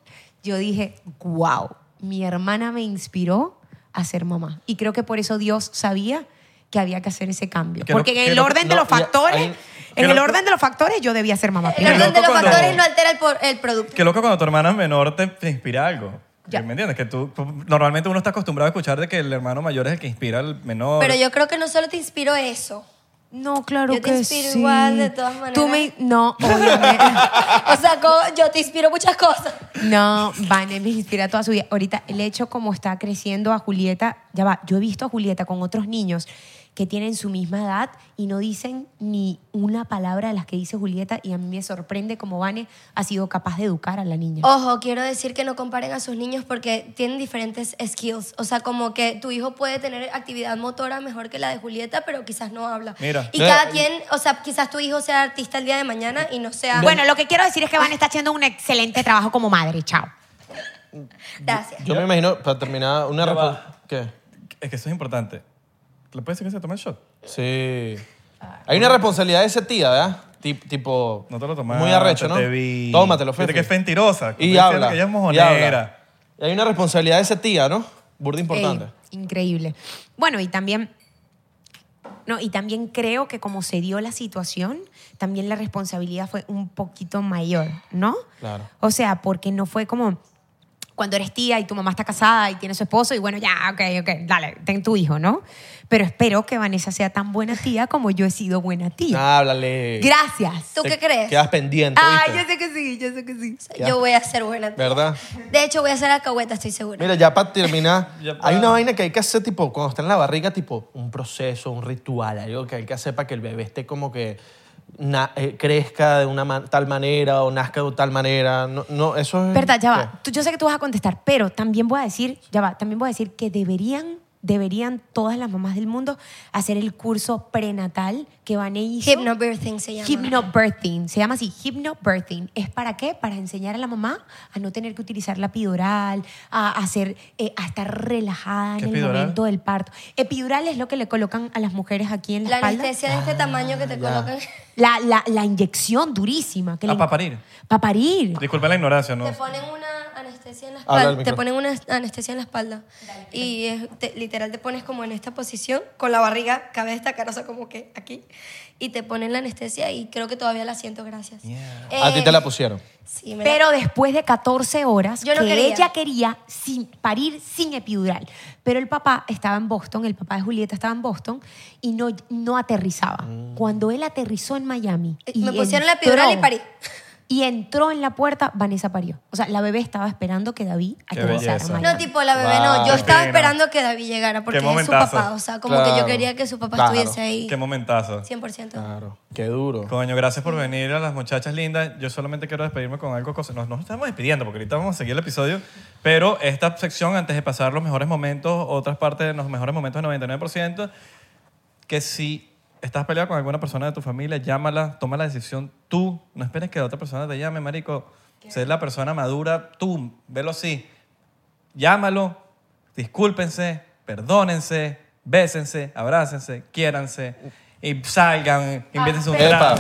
M: Yo dije, wow, mi hermana me inspiró a ser mamá. Y creo que por eso Dios sabía que había que hacer ese cambio.
B: Que lo-
M: Porque
B: que
M: en el
B: lo-
M: orden de
C: no,
M: los
C: ya,
M: factores,
C: ahí-
B: que
M: en el
B: lo-
M: orden de los factores yo debía ser mamá.
J: El
M: primero.
J: orden de los
B: cuando-
J: factores no altera el, por- el producto.
B: Qué loco cuando tu hermana menor te, te inspira algo.
M: Ya.
B: ¿Me entiendes? Que tú, tú- normalmente uno está acostumbrado a escuchar de que el hermano mayor es el que inspira al menor.
J: Pero yo creo que no solo te inspiró eso.
M: No, claro
J: Yo te
M: que
J: inspiro
M: sí.
J: igual, de todas maneras.
M: Tú me... No, obviamente.
J: o sea, co- yo te inspiro muchas cosas.
M: No, Vane me inspira toda su vida. Ahorita, el hecho como está creciendo a Julieta, ya va, yo he visto a Julieta con otros niños que tienen su misma edad y no dicen ni una palabra de las que dice Julieta y a mí me sorprende cómo Vane ha sido capaz de educar a la niña.
J: Ojo, quiero decir que no comparen a sus niños porque tienen diferentes skills. O sea, como que tu hijo puede tener actividad motora mejor que la de Julieta, pero quizás no habla.
M: Mira.
J: y
M: No,
J: cada
M: no.
J: quien, o sea, quizás tu hijo sea artista el día de mañana y no sea.
M: Bueno, lo que quiero decir es que Vane está haciendo un excelente trabajo como madre. Chao.
J: Gracias.
C: Yo me imagino, para terminar, una
B: Ya
C: respuesta.
B: va.
C: ¿Qué?
B: Es que eso es importante. ¿Le puedes decir que se tome el shot?
C: Sí.
J: Ah,
C: Hay una responsabilidad de ese tía, ¿verdad? Tip- tipo. No te lo
B: tomaste,
C: Muy arrecho, ¿no?
B: te vi.
C: Tómatelo, Fefi.
B: Viste que es mentirosa.
C: Y
B: Está diciendo
C: habla.
B: que ella es
C: y
B: mojonera.
C: habla. Y hay una responsabilidad de ese tía, ¿no? Burda importante.
M: Ey, increíble. Bueno, y también. No, y también creo que como se dio la situación, también la responsabilidad fue un poquito mayor, ¿no?
C: Claro.
M: O sea, porque no fue como cuando eres tía y tu mamá está casada y tiene su esposo y bueno, ya, ok, ok, dale, ten tu hijo, ¿no? Pero espero que Vanessa sea tan buena tía como yo he sido buena tía.
C: Háblale.
M: Gracias.
J: ¿Tú
C: Te
J: qué crees?
C: Quedas pendiente.
J: Ah,
C: ¿viste?
J: yo sé que sí, yo sé que sí.
C: Ya.
J: Yo voy a ser buena.
C: ¿Verdad?
J: De hecho, voy a ser alcahueta, estoy segura.
C: Mira, ya para terminar, hay una vaina que hay que hacer, tipo, cuando está en la barriga, tipo, un proceso, un ritual, algo que hay que hacer para que el bebé esté como que na- eh, crezca de una ma- tal manera o nazca de tal manera. No, no eso
J: Mm,
C: es...
M: Berta, ya
C: ¿qué?
M: va. Tú- yo sé que tú vas a contestar, pero también voy a decir, ya va, también voy a decir que deberían, deberían todas las mamás del mundo hacer el curso prenatal que van a hizo.
J: Hypnobirthing se llama.
M: Hypnobirthing. Se llama así, hypnobirthing. ¿Es para qué? Para enseñar a la mamá a no tener que utilizar la epidural, a, hacer, eh, a estar relajada en
J: ¿Qué
M: el
J: epidural?
M: momento del parto. Epidural es lo que le colocan a las mujeres aquí en la,
J: La
M: espalda.
J: anestesia de este tamaño que te
M: ya.
J: colocan.
M: La, la- la inyección durísima. Que
B: Ah, para parir.
M: Para parir.
B: Disculpa la ignorancia, ¿no?
J: Te ponen una anestesia en la
B: Habla al
J: espalda. Te
B: micrófono.
J: ponen una anestesia en la espalda. y es- te- literal te pones como en esta posición, con la barriga, cabe destacar, o sea, como que aquí. Y te ponen la anestesia y creo que todavía la siento, gracias.
C: A ti te
J: Eh,
C: la pusieron.
J: Sí, me la-
M: Pero después de 14 horas,
J: Yo no
M: que
J: quería.
M: ella quería sin, parir sin epidural. Pero el papá estaba en Boston, el papá de Julieta estaba en Boston y no, no aterrizaba. Cuando él aterrizó en Miami. y
J: eh, me pusieron la epidural y
M: entró-
J: parí.
M: Y entró en la puerta, Vanessa parió. O sea, la bebé estaba esperando que David aterrizara en
B: belleza.
M: Miami.
J: No, tipo, la bebé no.
B: Wow.
J: Yo estaba
B: Divino.
J: esperando que David llegara porque
B: Qué
J: es su
B: momentazo.
J: papá. O sea, como que yo
B: Claro.
J: quería que su papá
B: Claro.
J: estuviese ahí.
B: Qué Ah. momentazo.
J: 100%.
C: Qué duro.
B: Coño, gracias por venir a las muchachas lindas. Yo solamente quiero despedirme con algo. cosa- Nos, nos estamos despidiendo porque ahorita vamos a seguir el episodio. Pero esta sección, antes de pasar los mejores momentos, otras partes de los mejores momentos del 99%, que si estás peleado con alguna persona de tu familia, llámala, toma la decisión tú. No esperes que la otra persona te llame, marico. Sé la persona madura tú. Velo así. Llámalo, discúlpense, perdónense, bésense, abrácense, quiéranse. Y salgan, invítense un
C: Epa,
B: trago.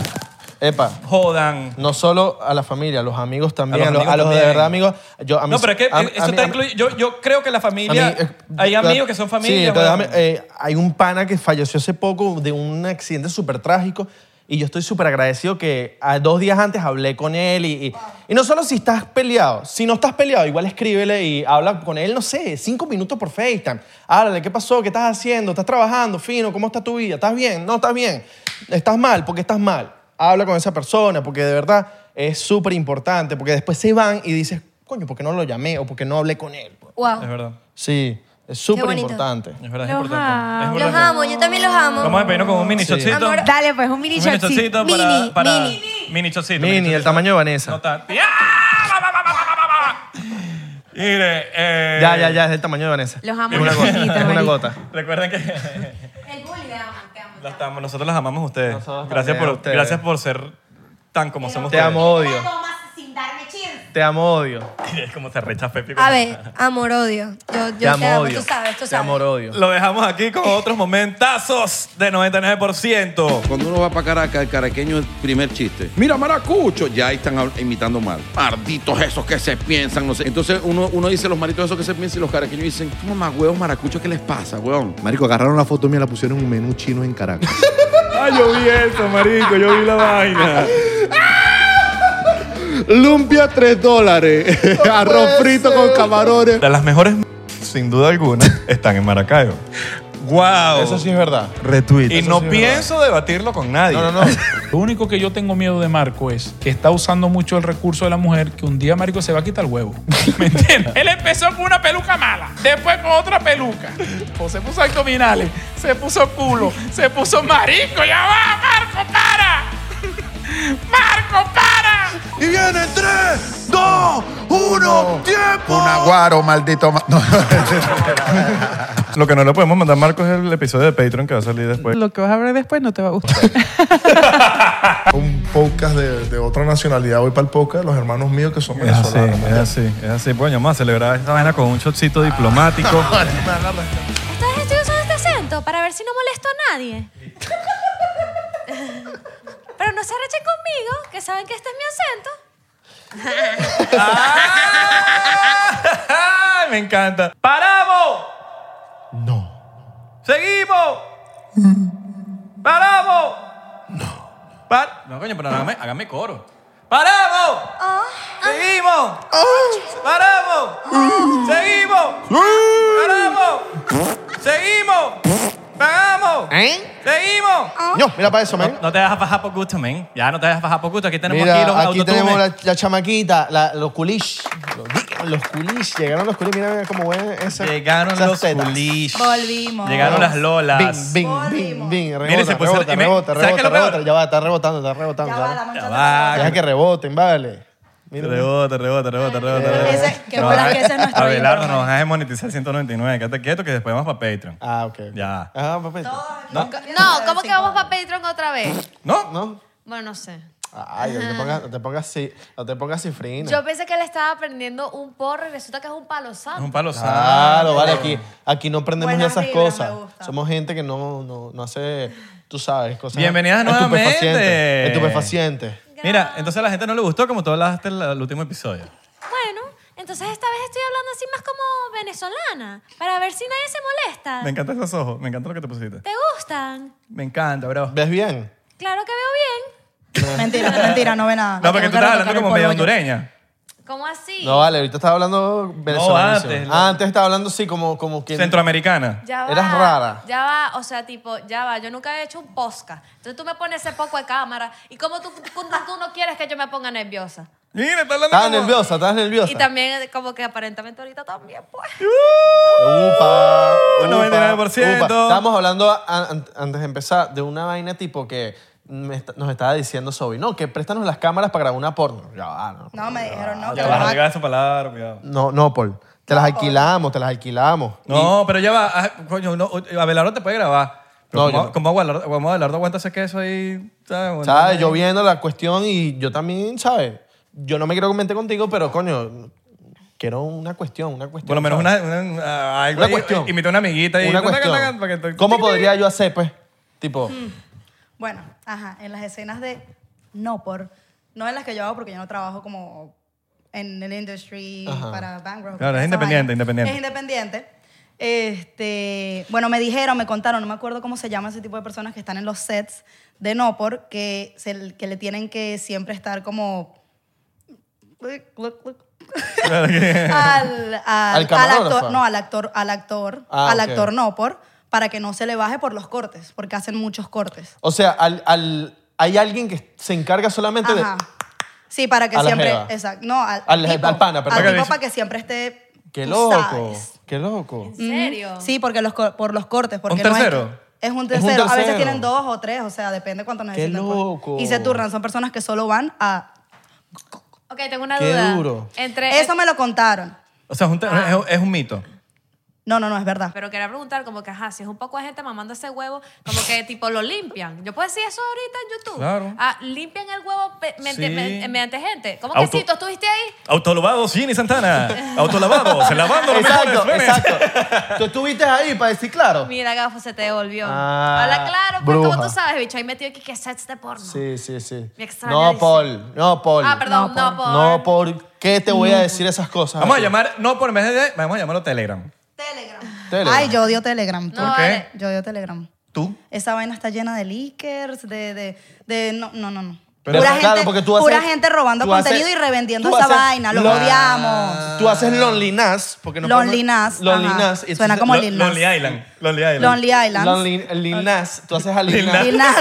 C: epa.
B: Jodan.
C: No solo a la familia, a los amigos también,
B: A
C: a
B: los
C: los,
B: amigos
C: a los de
B: también.
C: verdad amigos. Yo, a
B: no,
C: mis-
B: pero es que
C: a-
B: eh, eso
C: a mí-
B: está
C: a mí-
B: incluido. Yo, yo creo que la familia.
C: A mí, eh,
B: hay amigos que son
C: Sí,
B: familia.
C: pero
B: weón.
C: déjame, eh, hay un pana que falleció hace poco de un accidente súper trágico y yo estoy súper agradecido que a dos días antes hablé con él y, y- y no solo si estás peleado, si no estás peleado, igual escríbele y habla con él, no sé, cinco minutos por FaceTime. Háblale, ¿qué pasó? ¿Qué estás haciendo? ¿Estás trabajando? Fino, ¿cómo está tu vida? ¿Estás bien? No, estás bien. ¿Estás mal? ¿Por qué estás mal? Habla con esa persona porque de verdad es súper importante porque después se van y dices, coño, ¿por qué no lo llamé o por qué no hablé con él?
J: Wow.
B: verdad.
C: Sí, es
J: bonito.
C: súper importante.
B: Es verdad,
J: es Los importante. Es amo. importante. Los amo, yo también los amo. Vamos a
B: despedirnos con un mini chocito. Amor,
M: Dale, pues un mini
B: Un mini
M: shotcito.
B: chocito para. para- Mini chocito.
C: Mini, el tamaño de Vanessa.
B: Mire, eh,
C: Ya, ya, ya, es el tamaño de Vanessa.
M: Los amo.
C: Es una gota.
M: chiquito,
C: es una
M: marico.
C: gota.
B: Recuerden que. Las amamos, nosotros las amamos a ustedes. gracias,
C: también
B: por,
C: a ustedes.
B: gracias por ser tan como somos.
C: Te
B: ustedes.
C: amo, odio. Te amo, odio.
B: es como se recha Pepi.
J: A ver, amor, odio. Yo, yo
B: Te amo, odio.
J: tú sabes, tú sabes.
C: odio.
B: Lo dejamos aquí con otros momentazos de 99%.
H: Cuando uno va para Caracas, el caraqueño es el primer chiste. Mira, maracucho. Ya ahí están hab- imitando mal. Malditos esos que se piensan, no sé. Entonces uno, uno dice los maritos esos que se piensan y los caraqueños dicen, ¿cómo más huevos maracuchos qué les pasa, huevón?
N: Marico, agarraron la foto mía y la pusieron en un menú chino en Caracas.
B: Ah, yo vi eso, marico, yo vi la vaina.
N: Lumpia 3 dólares. Arroz frito con camarones.
B: De las mejores, sin duda alguna, están en Maracaibo. Wow.
C: Eso sí es verdad.
B: Retweet.
A: Y
B: Eso
A: no
B: sí es
A: pienso debatirlo con nadie. No,
C: no, no.
A: Lo único que yo tengo miedo de Marco es que está usando mucho el recurso de la mujer que un día Marco se va a quitar el huevo. Él empezó con una peluca mala, después con otra peluca. O se puso abdominales, se puso culo, se puso marico. ¡Ya va, Marco, para! ¡Marco, para!
I: Y viene 3, 2, 1, tiempo.
O: Un aguaro, maldito. ma- No.
P: Lo que no le podemos mandar, Marco, es el episodio de Patreon que va a salir después.
Q: Lo que vas a ver después no te va a gustar.
P: Un podcast de, de otra nacionalidad. Voy para el podcast de los hermanos míos que son
O: Ah,
Q: Es así,
P: venezolanos.
Q: es así, es así. Pues, Bueno, vamos a celebrar esta vaina con un shotcito diplomático.
R: ¿Ustedes estoy usando este acento para ver si no molesto a nadie? Pero no se arrechen conmigo, que saben que este es mi acento.
B: ¡Ay, Ah. me encanta! ¡Paramos! No. ¡Seguimos! ¡Paramos! No. no, coño, pero hágame, hágame coro. ¡Paramos! ¡Seguimos!
C: Oh.
B: ¡Paramos! ¡Seguimos! ¡Paramos! ¡Seguimos! ¡Paramos!
C: Eh.
B: ¡Seguimos!
C: No, mira para eso, men.
B: No te dejas bajar por gusto, men. Ya no te dejas bajar por gusto. Aquí tenemos
C: Mira,
B: aquí los
C: aquí
B: autotunes.
C: tenemos la, la chamaquita, la- los culish. Los, los culish. Llegaron los culish. Mira cómo ven esa.
B: Llegaron
C: esas
B: los
C: tetas.
B: culish.
S: Volvimos.
B: Llegaron las lolas.
C: Bing, bing, bing, bing. Rebota,
B: Mire, se puso-
C: rebota,
B: y me-
C: rebota,
B: ¿sabes qué es
C: rebota,
B: lo peor?
C: rebota. Ya va, está rebotando, está rebotando. Ya va,
B: Ya va.
C: Deja que reboten, vale.
B: Rebota, rebota, rebota, rebota. rebota.
C: Ese- que
B: No,
C: fuera
B: a-
C: que ese es nuestro
B: Abelardo,
C: ídolo.
B: nos vas a monetizar 199. Quédate quieto que después vamos para Patreon.
C: Ah, ok.
B: Ya.
C: Ah, para Patreon.
B: No,
R: No, ¿cómo que vamos para Patreon otra vez?
B: no.
C: No.
R: Bueno, no sé.
C: Ay, no te pongas, no te pongas, ci- no te pongas cifrina.
R: Yo pensé que le estaba aprendiendo un porro y resulta que es un palo santo.
B: palo santo.
C: Claro, vale, aquí, aquí no aprendemos
R: Buenas
C: esas
R: vibras,
C: cosas. Somos gente que no, no, no hace, tú sabes, cosas.
B: Bienvenidas nuevamente.
C: Estupefacientes. estupefacientes.
B: Mira, entonces a la gente no le gustó como tú hablaste el, el último episodio.
R: Bueno, entonces esta vez estoy hablando así más como venezolana, para ver si nadie se molesta.
B: Me encantan esos ojos. Me encanta lo que te pusiste.
R: ¿Te gustan?
B: Me encanta, bro.
C: ¿Ves bien?
R: Claro que veo
S: Mentira, mentira, no ve
C: Ah,
S: nada.
B: No, porque tú estás hablando como medio
C: polvoño.
B: hondureña.
R: bien. ¿Cómo así?
C: No, vale, ahorita estaba hablando venezolano.
B: antes,
C: Ah, antes estaba hablando, sí, como, como que.
B: Centroamericana.
R: Ya va,
C: Eras rara.
R: Ya va, o sea, tipo, ya va, yo nunca he hecho un podcast. Entonces tú me pones ese poco de cámara y como tú, tú- tú no quieres que yo me ponga nerviosa.
B: Mira, está
C: Estabas nerviosa, estabas
R: Y
C: nerviosa.
R: también eh, como que aparentemente ahorita también, pues.
C: Upa,
B: Un 99%.
C: Estábamos hablando a- an- antes de empezar de una vaina tipo que me est- nos estaba diciendo Sobi, no, que préstanos las cámaras para grabar una porno. Ya va, no.
S: No, me dijeron no.
B: Ah, Ya va, llega esa palabra, cuidado.
C: No, no, Paul. Te las alquilamos, te las alquilamos.
B: No, pero ya va. ah, Coño, no, Abelardo te puede grabar.
C: No,
B: Pero
C: yo
B: ¿cómo,
C: no.
B: ¿Cómo Abelardo, cómo Abelardo aguanta ese queso ahí? ¿Sabes?
C: ¿Sabes? Yo viendo la cuestión y yo también, ¿sabes? Yo no me quiero comentar contigo, pero coño, quiero una cuestión, una cuestión.
B: Por lo menos
C: ¿sabes?
B: una, una, ah, algo
C: Una
B: ahí,
C: cuestión.
B: Imita a una amiguita y
C: Una cuestión. ¿Cómo podría yo hacer, pues? Tipo,
S: Bueno, ajá, en las escenas de no por, no en las que yo hago porque yo no trabajo como en el industry
B: Ajá.
S: para bankroll.
B: Claro, es
S: esa
B: independiente,
S: vaina.
B: independiente.
S: Es independiente. Este, bueno, me dijeron, me contaron, no me acuerdo cómo se llama ese tipo de personas que están en los sets de no por que se, que le tienen que siempre estar como look, look, look, al, al-
C: ¿Al camarógrafo?
S: actor, no, al actor, al actor,
C: Ah,
S: al
C: ok.
S: actor no por para que no se le baje por los cortes, porque hacen muchos cortes.
C: o sea, al, al- hay alguien que se encarga solamente
S: Ajá. Sí, para que
C: A la
S: siempre.
C: jeva.
S: Exacto. No, al,
C: Al-
S: tipo,
C: al pana, perdón.
S: al tipo
C: Ok.
S: para que siempre esté.
C: de... ¡Qué
S: tú
C: loco!
S: sabes.
C: ¡Qué loco!
S: ¿En serio? Sí, porque los, co- por los cortes. Porque
C: ¿Un
S: no es-
C: tercero?
S: es, un
C: Es un
S: tercero. A veces
C: tercero.
S: tienen dos o tres, o sea, depende cuánto necesiten. pues.
C: loco!
S: Y se turnan. Son personas que solo van a.
R: Ok, tengo una
B: Qué
R: duda.
B: duro.
R: Entre
S: Eso me lo contaron.
B: O sea, es un, te-
R: Ah.
B: es un- es un mito.
S: No, no, no, es verdad.
R: Pero quería preguntar, como que, ajá, si es un poco de gente mamando ese huevo, como que tipo lo limpian. Yo puedo decir eso ahorita en YouTube.
B: Claro.
R: Ah, limpian el huevo pe- mediante
B: Sí.
R: me- mediante gente. ¿Cómo
B: Auto-
R: que sí? ¿Tú estuviste ahí?
B: Autolavado, Gini Santana. Autolavado, se lavando los
C: Exacto,
B: mejores venes.
C: exacto. Tú estuviste ahí para decir claro.
R: Mira, gafo, se te devolvió.
C: Ah,
R: Habla claro, pues como
C: bruja.
R: tú sabes, bicho, ahí metido aquí que sets de porno.
C: Sí, sí, sí.
R: Me extraña,
C: No,
R: dice.
C: Paul. No, Paul.
R: Ah, perdón, no, Paul.
C: No, Paul. ¿Qué te voy a
S: Mm.
C: decir esas cosas?
B: Vamos a llamar, no por mes de, vamos a llamarlo Telegram.
C: Telegram.
S: Ay, yo odio Telegram.
B: No, ¿Por qué? vale.
S: Yo odio Telegram.
B: ¿Tú?
S: Esa vaina está llena de leakers, de. de, de no, no, no, no.
C: Pero
S: pura
C: claro,
S: gente,
C: porque tú haces-
S: pura gente robando
C: tú
S: contenido
C: haces-
S: y revendiendo
C: tú
S: esa
C: haces-
S: vaina. Los
C: lo-
S: odiamos.
C: Tú haces Lonely Nas. Porque no
S: Lonely
C: podemos-
S: Nas,
C: Lonely
S: ajá.
C: Nas.
S: Suena
C: entonces-
S: como
C: Lo-
S: Lil Nas.
B: Island. Lonely Island.
S: Lonely Island.
C: Lonely- Lil Nas. Tú haces a Lil
B: Lil
C: Nas.
S: Lil Nas.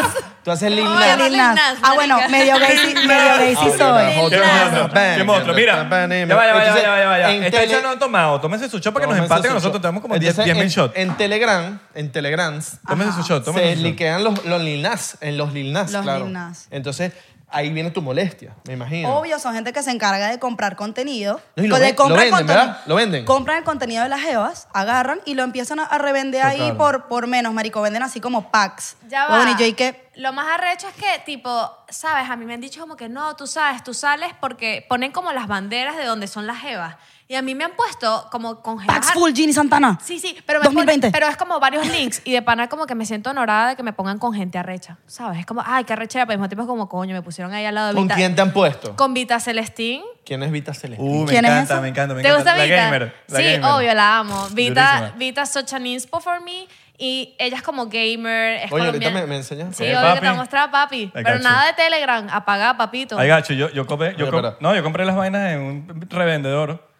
C: Tú haces Lil
S: Oye,
C: Nas.
S: Lil Nas. Ah, bueno, medio gay sí,
C: Lil
S: medio
C: Nas.
S: gay sí
C: Ah, Lil
S: soy.
C: Nas.
B: Qué monstruo. Qué monstruo. Mira, ya vaya, vaya, vaya, vaya, vaya.
C: En
B: Este
C: tele-
B: hecho no han tomado. Tómense su shot para que nos
C: Tómense
B: empaten
C: su
B: a nosotros.
C: shot.
B: Tenemos como 10
C: Entonces,
B: 10.000
C: en-
B: shots.
C: En Telegram, en Telegrams,
B: Tómense su shot, tómense
C: se
B: su shot.
C: liquean los, los Lil Nas, en los Lil Nas,
S: Los
C: claro.
S: Lil Nas.
C: Entonces, ahí viene tu molestia, me imagino.
S: Obvio, son gente que se encarga de comprar contenido.
C: No, y lo
S: de
C: ven-
S: comprar
C: lo venden,
S: contenido.
C: ¿verdad? Lo venden.
S: Compran el contenido de las jevas, agarran y lo empiezan a- a revender ahí
C: Total.
S: por, por menos, marico. Venden así como packs.
R: Ya va.
S: Bueno, y yo y que...
R: Lo más arrecho es que, tipo, sabes, a mí me han dicho como que no, tú sabes, tú sales porque ponen como las banderas de donde son las jevas. Y a mí me han puesto como con jevas
S: Packs full Ginny Santana.
R: Sí, sí, pero, me ponen-
S: 2020.
R: pero es como varios links y de pana como que me siento honorada de que me pongan con gente arrecha, ¿sabes? Es como, ay, qué arrechera, pero al mismo tiempo es como, coño, me pusieron ahí al lado de
C: ¿Con
R: Vita-
C: quién te han puesto?
R: Con Vita Celestín.
C: ¿Quién es Vita Celeste?
B: Uh, me
R: ¿Quién es
B: encanta,
R: esa?
B: me encanta, me
R: ¿Te
B: encanta.
R: gusta
B: La
R: Vita?
B: gamer. la
R: sí,
B: gamer.
R: obvio, la amo. Vita,
B: Durísima.
R: Vita such an inspo for me y ella es como gamer, es
C: Oye, ahorita
R: colombiana.
C: me, me enseñas.
R: Sí,
B: Eh,
R: obvio que
B: papi.
R: te mostraba papi.
B: Ay,
R: pero
B: gacho.
R: nada de Telegram. Apaga, papito.
B: Ay, gacho, yo, yo compré, yo
C: Oye,
B: com-
C: espera.
B: no, yo compré las vainas en un revendedor.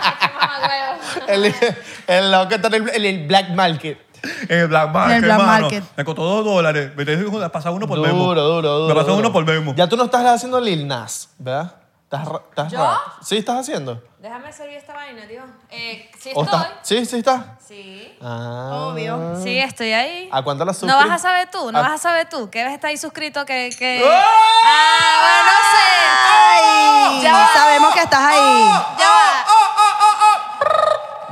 C: el, el lado que está en el, el- el black market.
B: El black
S: market,
B: market,
S: black
B: mano.
S: market.
B: Me costó dos dólares. Me te dijo, pasaba uno por
C: Duro,
B: Venmo.
C: duro, duro.
B: Me pasó
C: duro.
B: uno por Venmo.
C: Ya tú no estás haciendo Lil Nas, ¿verdad? Estás, ra- estás
R: ¿Yo?
C: ra- Sí, estás haciendo.
R: Déjame servir esta vaina, Dios. Eh, sí
C: ¿O
R: estoy.
C: estás- Sí, sí estás.
R: Sí.
C: Ah.
R: Sí, estoy ahí.
C: ¿A Ah, cuánto la suscri- Ah. ¡Oh!
R: No vas a saber tú, no
C: ¿A-
R: vas a saber tú. Que ves, está ahí suscrito que... que... Ah, bueno, no sé.
S: ¡Ay!
R: Ya va.
S: Sabemos que estás ahí.
R: Ya va.
C: Ah.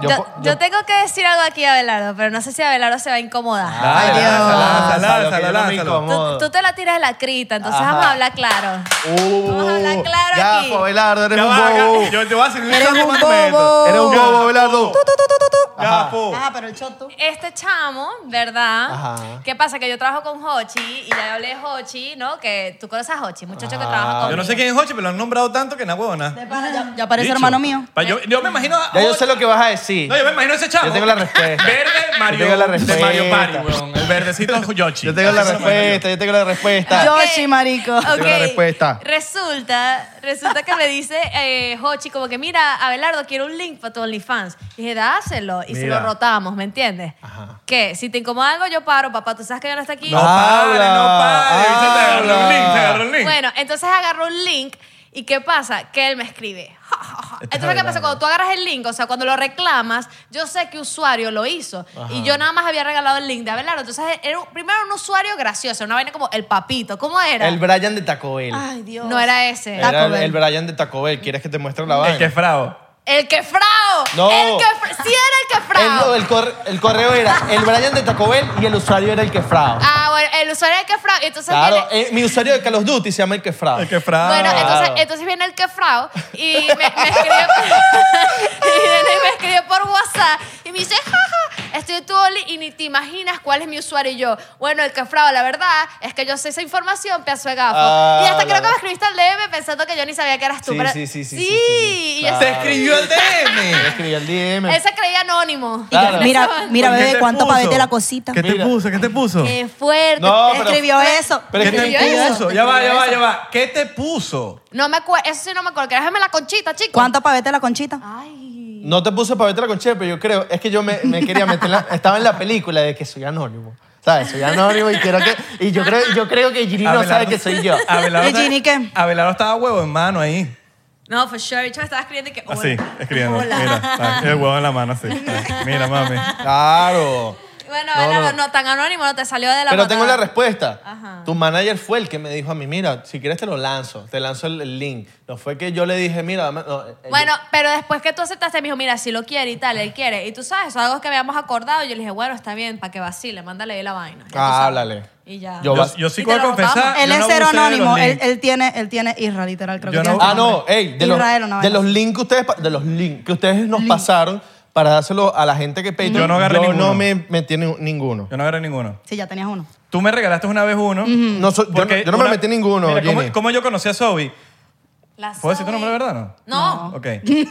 C: Yo
R: Yo,
C: po-
R: yo tengo que decir algo aquí a Abelardo, pero no sé si Abelardo se va a incomodar.
C: Ay,
S: Dios.
C: lánzalo, lánzalo, que yo
B: Lánzalo,
C: no me
B: lánzalo.
C: incomodo.
R: Tú te la tiras de la crita, entonces
C: Ajá.
R: vamos a hablar claro.
C: Uh,
R: Vamos a hablar claro
C: ya,
R: aquí.
C: po, Abelardo, eres
B: Ya
C: un
B: va, acá.
C: bobo.
B: Yo te voy a servir
S: Eres
B: un
S: un
B: momento.
S: bobo.
C: Eres un bobo, Ah, Abelardo.
B: Ya, po.
S: Ajá, pero el shot tú.
R: Este chamo, ¿verdad?
C: Ajá.
R: ¿Qué pasa? Que yo trabajo con Hochi y ya hablé de Hochi, ¿no? Que tú conoces a Hochi, muchacho que
C: Ajá.
R: trabaja con
B: Yo no sé quién es Hochi, pero lo han nombrado tanto que na
S: De
B: huevona.
S: pana, ya, ya parece
B: Bicho.
S: hermano mío.
B: Pa- Yo, yo me imagino a
C: Ya yo
B: Hochi-
C: sé lo que vas a decir.
B: No, yo me imagino a ese chavo.
C: Yo tengo la respuesta.
B: Verde Mario,
C: tengo la
B: de Mario Party,
C: respuesta.
B: weón. El verdecito Yoshi.
C: Yo tengo la
B: Así se llama
C: respuesta, yo tengo la respuesta.
S: Yoshi, marico.
R: Ok,
C: Tengo la respuesta.
R: Resulta, resulta que me dice eh, Hochi como que, mira, Abelardo, quiero un link para tu OnlyFans. Y dije, dáselo. Y se
B: Mira.
R: lo rotamos, ¿me entiendes? Que si te incomoda algo, yo paro, papá. Tú sabes que yo no estoy aquí.
B: No pare, no pare. Se te agarró un link, te agarró un link.
R: Bueno, entonces agarro un link y ¿qué pasa? Que él me escribe. Ja, ja, ja.
B: Este es
R: Entonces, ¿qué
B: Abelardo.
R: pasa? Cuando tú agarras el link, o sea, cuando lo reclamas, yo sé que usuario lo hizo. Y yo nada más había regalado el link de Abelardo. Entonces, era un- primero un usuario gracioso, una vaina como el papito. ¿Cómo era?
C: El Brian de Taco Bell.
J: Ah,
S: Ay, Dios.
R: No era ese.
C: Era
S: Taco
C: el,
S: Bell.
C: el Brian de Taco Bell. ¿Quieres que te muestre la
B: El que
C: vaina?
B: es frao.
R: El quefrao.
C: No.
R: El quefra- Sí era el
C: El,
R: quefrao.
C: no, el corre- el correo era el Brian de Taco Bell y el usuario era el quefrao.
R: Ah, bueno, el usuario era el quefrao. y Entonces
C: Claro,
R: viene-
C: eh, mi usuario de Call of Duty se llama el quefrao.
B: El que es frao.
R: Bueno,
G: eh,
R: entonces,
C: Claro.
R: entonces viene el quefrao y me, me escribió y viene y me escribió por WhatsApp y me dice, jaja, estoy en tu Oli y ni te imaginas cuál es mi usuario y yo. Bueno, el quefrao, la verdad es que yo sé esa información, pedazo de gafo.
C: Ah,
R: y hasta creo
C: la-
R: que me escribiste al DM pensando que yo ni sabía que eras tú.
C: Sí,
R: pero-
C: sí, sí, sí, sí,
R: Sí,
C: sí, sí,
R: y yo-
C: claro.
B: el DM.
C: Me escribí el DM.
R: él se creía anónimo.
C: Claro.
S: Mira, mira,
B: ¿Por qué
S: bebé,
B: te
S: cuánto
B: puso?
S: pavete la cosita. Eh,
B: ¿Qué te
C: Mira.
B: puso? ¿Qué te puso?
R: Qué fuerte.
C: No,
R: Te
C: pero-
S: Escribió eso.
C: Pero
B: ¿Qué
C: es que
B: te
R: escribió eso?
B: puso? Ya va, ya va, ya va. ¿Qué te puso?
R: No me acuerdo, eso sí no me acuerdo. Que déjame la conchita, chico.
S: ¿Cuánto pavete la conchita?
R: Ay.
C: no te puse para verte la conchera, pero yo creo, es que yo me, me quería meter, en la- estaba en la película de que soy anónimo. ¿Sabes? Soy anónimo y quiero que. Y yo creo, yo creo que Gini no sabe
B: Abelardo-
C: que soy yo.
B: Abelardo
S: ¿Y
B: está-
S: Eh, Ginny qué?
B: Abelardo estaba huevo en mano ahí.
R: No, for sure. Yo me estaba escribiendo y que. hola.
B: Así, escribiendo.
R: Hola.
B: Mira, el huevo en la mano así. Mira, mami.
C: Claro.
R: Bueno,
C: No,
R: Abelardo, no,
C: no.
R: tan anónimo, no te salió de la
C: Pero tengo la
R: patada.
C: respuesta.
R: Ajá.
C: Tu manager fue el que me dijo a mí, mira, si quieres te lo lanzo, te lanzo el, el link. No fue que yo le dije, mira, dame- no, eh,
R: Bueno, pero después que tú aceptaste, me dijo, mira, si lo quiere y tal, él quiere. Y tú sabes, eso es algo que habíamos acordado. Y yo le dije, bueno, está bien, para que vacile, mándale ahí la vaina. Ya tú
C: Ah,
R: sabes.
C: háblale.
R: Y ya.
C: Yo-
B: Yo, yo sí
R: Y
B: voy
R: te
B: a
R: lo
B: confesar.
R: bajamos.
S: Él
B: yo
S: es
B: no
S: cero
B: abusé de los
S: anónimo. Él,
B: links.
S: él tiene, él tiene Isra, literal, creo
B: Yo
S: que
B: no-
S: tiene
C: Ah,
S: ese
C: no,
S: nombre.
C: ey, de los,
S: Israel, una
C: de
S: vaina
C: los
S: así.
C: links que ustedes, pa- de los links que ustedes nos pasaron para dárselo a la gente que Patreon.
B: Yo no agarré ninguno.
C: no me metí en ninguno.
B: Yo no agarré ninguno.
S: Sí, ya tenías uno.
B: Tú me regalaste una vez uno.
C: No so- yo no-
B: porque
C: yo no me
B: una-
C: metí ninguno,
B: Mira, ¿cómo,
C: Jenny.
B: cómo yo conocí a Sobi?
R: La
B: ¿Puedo decir tu
R: Zoe.
B: nombre de verdad o no?
R: No,
B: Ok.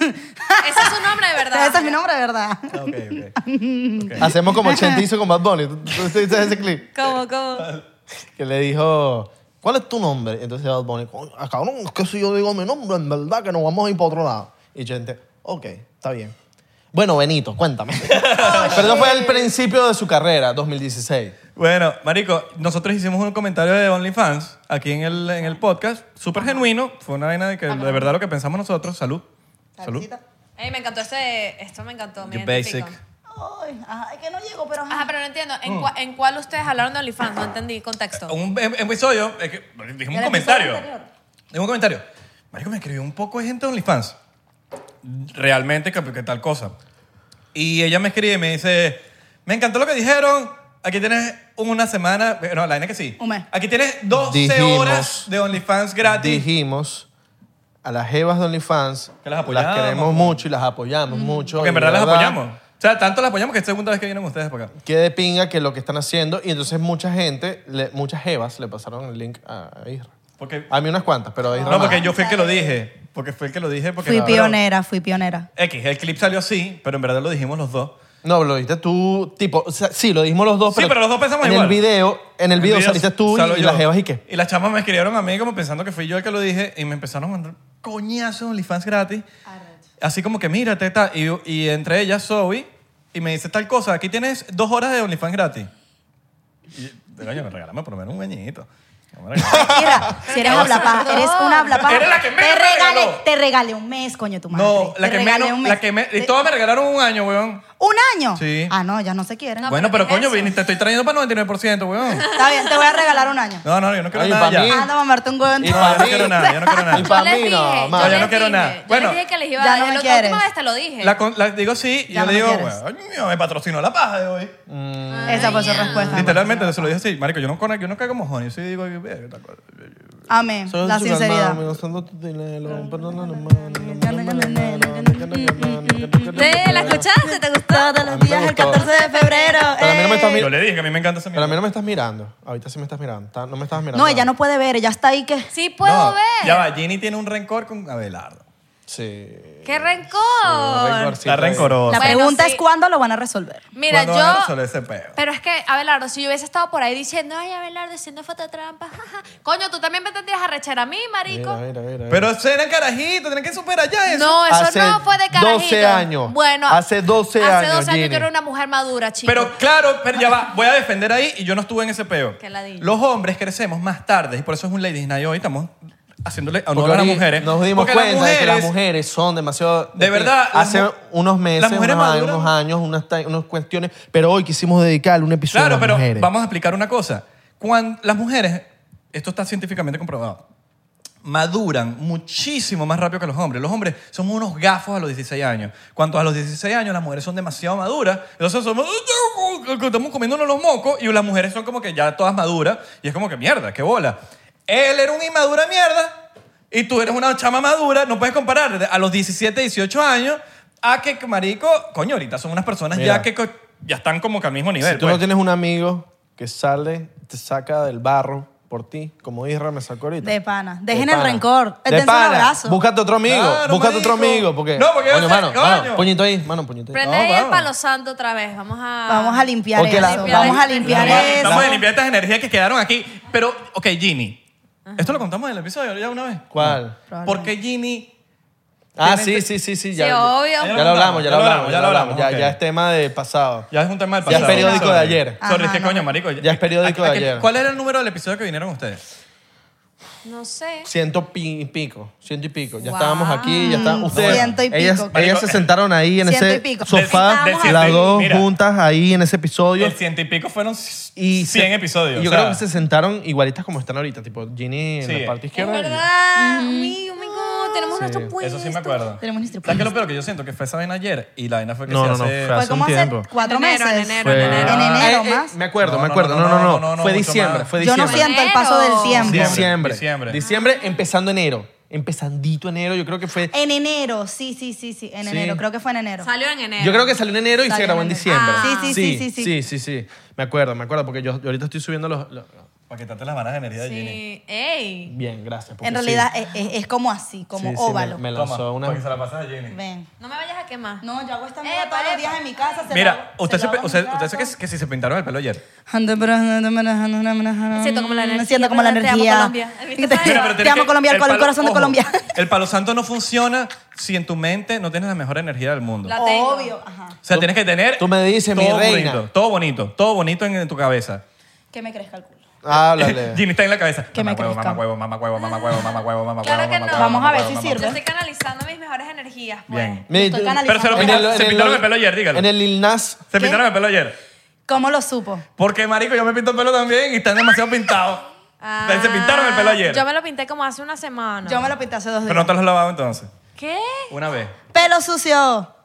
R: ese es su nombre de verdad.
S: Ese es mi nombre, de verdad.
B: Ah, Ok, ok.
C: Hacemos como Chente hizo con Bad Bunny. ¿Tú, tú, tú hiciste ese clip?
R: ¿Cómo, cómo?
C: Que le dijo, ¿cuál es tu nombre? Y entonces Bad Bunny, "Coño, ah, cabrón, es que si yo digo mi nombre, en verdad que nos vamos a ir para otro lado. Y yo gente, ok, está bien. Bueno, Benito, cuéntame. Pero eso fue el principio de su carrera, 2016.
B: Bueno, Marico, nosotros hicimos un comentario de OnlyFans aquí en el, en el podcast, súper genuino. Fue una vaina de que de verdad lo que pensamos nosotros. Salud. Salud.
R: Ey, me encantó ese. Esto me encantó. me
B: You basic.
R: identifico.
S: Ay, ajá, es que no llego, pero.
R: Ajá, pero no entiendo. ¿En,
B: Mm.
R: cua- en cuál ustedes hablaron de OnlyFans? No entendí contexto.
B: Un em- episodio, es que, dijimos un comentario. Dijimos un comentario. Marico, me escribió un poco de gente de OnlyFans. Realmente, que, que tal cosa. Y ella me escribe y me dice, me encantó lo que dijeron. Aquí tienes una semana, no, la vaina que sí.
S: Un mes.
B: Aquí tienes 12
C: Dijimos.
B: horas de OnlyFans gratis.
C: Dijimos a las jevas de OnlyFans
B: Que las apoyábamos.
C: queremos mucho y las apoyamos mucho.
B: Porque en
C: y
B: verdad las apoyamos. O sea, tanto las apoyamos que es la segunda vez que vienen ustedes para acá.
C: Qué de pinga que lo que están haciendo. Y entonces mucha gente, le- muchas jevas le pasaron el link a, a Isra.
B: Porque,
C: A mí unas cuantas, pero a Isra
B: no,
C: más.
B: porque yo fui el que lo dije. Porque fue el que lo dije. Porque
S: Fui
B: no,
S: pionera, fui pionera.
B: pero- X, el clip salió así, pero en verdad lo dijimos los dos.
C: No, lo dijiste tú, tipo, o sea, sí, lo dijimos los dos.
B: Sí, pero los dos pensamos
C: en
B: igual.
C: El video, en el video saliste tú
B: salgo
C: y, y
B: yo.
C: las jevas y qué.
B: Y las chamas me escribieron a mí como pensando que fui yo el que lo dije y me empezaron a mandar coñazos de OnlyFans gratis. Así como que mírate, tal. Y, y entre ellas Zoe y me dice tal cosa, aquí tienes dos horas de OnlyFans gratis. Y, coño, me regálame por lo menos un bañito. No me regales.
S: Mira, si eres
B: Pero te
S: hablapaja,
B: gustó.
S: eres una hablapaja.
B: Eres la que menos
S: te
B: me
S: regalé,
B: regaló.
S: te regalé un mes, coño, tu madre.
B: No, la
S: Te
B: que
S: regalé
B: menos,
S: un mes.
B: la que me, y todas me regalaron un año, weón.
S: ¿Un año?
B: Sí.
S: Ah, no, ya no se quieren.
B: bueno, pero coño, Vini, te estoy trayendo para 99%, weón.
S: Está bien, te voy a regalar un año.
B: No, no, yo no quiero
C: Ay,
B: nada
C: pa'
B: ya.
C: mí.
S: Anda a mamarte un huevo en
B: Y
S: tu-
B: pa' mí. Yo no quiero nada, yo no quiero nada.
C: Y pa'
R: Yo les
C: mí, no,
R: dije,
C: ma.
B: yo
R: les
B: no quiero
R: dije,
B: nada.
R: Yo
B: Bueno.
R: les dije que les iba
S: Ya
R: a
S: no me
R: la
S: quieres.
R: última vez te lo dije.
B: La, con- la digo sí y yo
S: Ya
B: le
S: no me
B: digo,
S: quieres.
B: weón, me patrocinó la paja de hoy.
S: Esa fue su
R: Ah,
S: respuesta.
B: Literalmente, se lo dije así. Marico, yo no, con- yo no caigo mojón. Yo sí digo, "Verga, tal cosa".
S: Amén,
C: Soy
S: la
C: su
S: sinceridad.
C: calmado, gozando tu dinero, perdona la mano.
R: ¿Te la escuchaste? ¿Te gustó?
S: Todos los días el 14 de febrero.
C: Pero a mí no me
R: Eh.
C: estás
B: Yo
C: mirando.
B: le dije que a mí me encanta esa
C: Pero a mí
B: mierda.
C: no me estás mirando. Ahorita sí me estás mirando. Está- No me estás mirando.
S: No, ella no puede ver, ella está ahí que.
R: Sí puedo
B: No,
R: ver.
B: Ya va, Ginny tiene un rencor con Abelardo.
C: Sí.
R: ¡Qué
C: un
R: rencor!
C: rencor, sí,
B: Está
C: bien.
B: rencorosa.
S: La
R: Bueno,
S: pregunta
R: sí.
S: es cuándo lo van a resolver.
R: Mira,
B: ¿Cuándo van a
R: yo...
B: resolver ese peo?
R: Pero es que, Abelardo, si yo hubiese estado por ahí diciendo, ay, Abelardo, haciendo fototrampa, jaja. Coño, tú también me tendrías a rechar a mí, marico.
C: Mira, mira, mira, mira.
B: Pero serán carajitos, tienen que superar ya eso.
R: No, eso
C: Hace
R: no fue de carajito.
C: 12 años.
R: Bueno,
C: Hace 12
R: Hace
C: años,
R: 12 años
C: Ginny.
R: yo era una mujer madura, chico.
B: Pero claro, pero ya va, voy a defender ahí y yo no estuve en ese peo.
R: Qué ladilla.
B: Los hombres crecemos más tarde y por eso es un Ladies Night hoy, estamos haciéndole honor
C: Porque
B: a las
C: ahorita
B: mujeres.
C: Nos dimos
B: Porque
C: cuenta de que las
B: mujeres-
C: mujeres son demasiado. este,
B: De verdad, las
C: Hace
B: mu-
C: unos meses,
B: las mujeres
C: unos, años,
B: maduran-
C: unos años, unas, ta- unas cuestiones. Pero hoy quisimos dedicarle un episodio
B: Claro,
C: a las
B: pero
C: mujeres.
B: vamos a explicar una cosa. Cuando las mujeres, esto está científicamente comprobado, maduran muchísimo más rápido que los hombres. Los hombres somos unos gafos a los 16 años. Cuanto a los 16 años, las mujeres son demasiado maduras. Entonces somos... Estamos comiéndonos los mocos y las mujeres son como que ya todas maduras. Y es como que mierda, qué bola. Él era un inmadura mierda y tú eres una chama madura. No puedes comparar a los 17, 18 años a que, marico, coño, ahorita son unas personas
C: Mira.
B: ya que co- ya están como que al mismo nivel.
C: si tú
B: pues.
C: no tienes un amigo que sale, te saca del barro por ti, como Isra me sacó ahorita.
S: De pana. Dejen
C: De
S: el
C: pana.
S: rencor.
C: De
S: Dense un
C: pana.
S: abrazo.
C: Búscate otro amigo.
B: Claro,
C: búscate otro
B: marico.
C: amigo. Porque,
B: No, porque yo
C: Coño,
B: sé,
C: mano,
B: coño.
C: mano, puñito ahí. Mano, puñito ahí.
R: Prende
B: No,
R: ahí el
B: vamos.
R: palo santo otra vez. Vamos a...
S: Vamos a limpiar
C: Porque
S: eso.
C: la- la-
S: Vamos a limpiar
B: Vamos a-
S: eso.
B: Vamos a limpiar estas energías que quedaron aquí. Pero, ok, Ginny. Esto lo contamos en el episodio ya una vez.
C: ¿Cuál?
B: ¿Por qué Ginny?
C: Ah,
B: Tiene
C: sí,
B: este-
C: sí, sí, sí.
R: Sí,
C: Ya,
R: obvio.
C: ya lo hablamos, ya lo hablamos, ya lo hablamos. Ya,
B: ok.
C: ya es tema de pasado.
B: Ya es un tema del
C: Ya es
B: pasado.
C: periódico
B: Sorry.
C: de ayer.
B: Sorry,
S: Ajá,
B: ¿qué
S: Ah, no.
B: coño, marico?
C: Ya es periódico de
B: Aquel-
C: ayer.
B: ¿Cuál era el número del episodio que vinieron ustedes?
R: No sé.
C: Ciento pi- y pico, ciento y pico. Ya
R: Wow.
C: estábamos aquí, ya estaban ustedes.
S: Ciento y pico.
C: Ellas,
S: Marico,
C: ellas se sentaron ahí en
S: ciento y
C: ese
S: pico.
C: sofá,
B: Del- del ciento
C: las
B: y-
C: dos
B: mira.
C: juntas ahí en ese episodio.
B: El ciento y pico fueron
C: Y
B: 100
C: se-
B: episodios.
C: y yo
B: o sea,
C: creo que se sentaron igualitas como están ahorita, tipo Ginny
B: Sí.
C: en la parte
R: Es
C: izquierda. y-
R: verdad. Uy, oh my God, Tenemos
C: Sí.
R: nuestro puesto.
B: Eso sí me acuerdo.
S: Tenemos nuestro
B: ¿Sabes qué es lo peor? Que yo siento que fue esa vaina ayer y la vaina fue que
C: No,
B: se
C: no, no,
B: hace...
C: fue
S: Fue
C: hace
S: como
C: un
S: hace
C: tiempo.
S: cuatro
R: En enero, en
S: meses.
R: enero,
C: Fue-
R: en enero.
B: Ah,
S: En enero
C: Eh, eh,
S: más.
C: Me acuerdo,
B: No,
C: me
B: no,
C: acuerdo.
B: no,
C: No,
B: no,
C: no,
B: no,
C: no.
B: no,
C: Fue
B: mucho
C: diciembre,
B: más.
C: fue
S: Yo no
C: diciembre.
S: siento el paso del tiempo.
B: Diciembre.
C: Diciembre.
B: Diciembre.
C: Diciembre. empezando enero. Empezandito enero, yo creo que fue.
S: En enero, sí, sí, sí, sí. En
C: Sí.
S: enero, creo que fue en enero.
R: Salió en enero.
C: Yo creo que salió en enero y
S: Salió
C: se grabó
S: en
C: en
S: enero.
C: diciembre.
S: Ah. Sí, sí, sí, sí, sí.
C: sí, sí, sí. Me acuerdo, me acuerdo, porque yo, yo ahorita estoy subiendo los, los-
B: Para quitarte las vanas de energía de Ginny.
S: Sí, ey.
C: Bien, gracias. porque
S: En realidad
C: sí.
S: es, es- es como así, como
C: Sí, sí, me-
S: óvalo.
C: me lanzó
S: Toma,
C: una-
S: para que
B: se la pasas a Jenny.
S: Ven. Eh,
R: No me vayas a quemar.
S: No, yo hago esta mierda todos los días en mi casa. se la
B: Mira,
S: hago-
B: usted
S: se
B: se,
S: la
B: pe-
S: hago
B: usted,
S: en mi
B: usted
S: casa.
B: sabe que, que si se pintaron el pelo ayer.
S: Siento como la energía. Siento como la
R: Te amo,
S: energía.
R: Colombia.
S: Te, te amo Colombia, el, col- corazón de Colombia.
B: El palo santo no funciona si en tu mente no tienes la mejor energía del mundo.
S: Obvio.
B: O sea, tienes que tener. Tú me dices,
C: mi reina.
B: Bonito, todo bonito, todo bonito en, en tu cabeza.
S: Que me crezca el culo.
C: Háblale.
B: Ginny está en la cabeza.
S: Que me
B: mamá huevo,
S: crezca.
B: mamá huevo, mamá huevo, mamá huevo, mamá huevo, mamá
R: Claro
B: huevo,
R: que
B: mamá
R: no.
B: huevo, mamá huevo, mamá
R: Yo
B: huevo.
R: estoy canalizando mis mejores energías. pues.
B: Bien.
C: Me-
S: Estoy canalizando.
B: Pero se, lo
S: En
B: pintaron,
S: el-
B: se
S: en el-
B: pintaron el pelo ayer, dígalo. En
C: el Lil Nas.
B: Se pintaron el pelo ayer.
S: ¿Cómo lo supo?
B: Porque, marico, yo me pinto el pelo también y están demasiado pintados.
S: Ah,
B: se pintaron el pelo ayer.
R: Ah. Yo me lo pinté como hace una semana.
S: Yo me lo pinté hace dos días.
B: Pero no te los has lavado entonces.
R: ¿Qué?
B: Una vez.
S: Pelo sucio.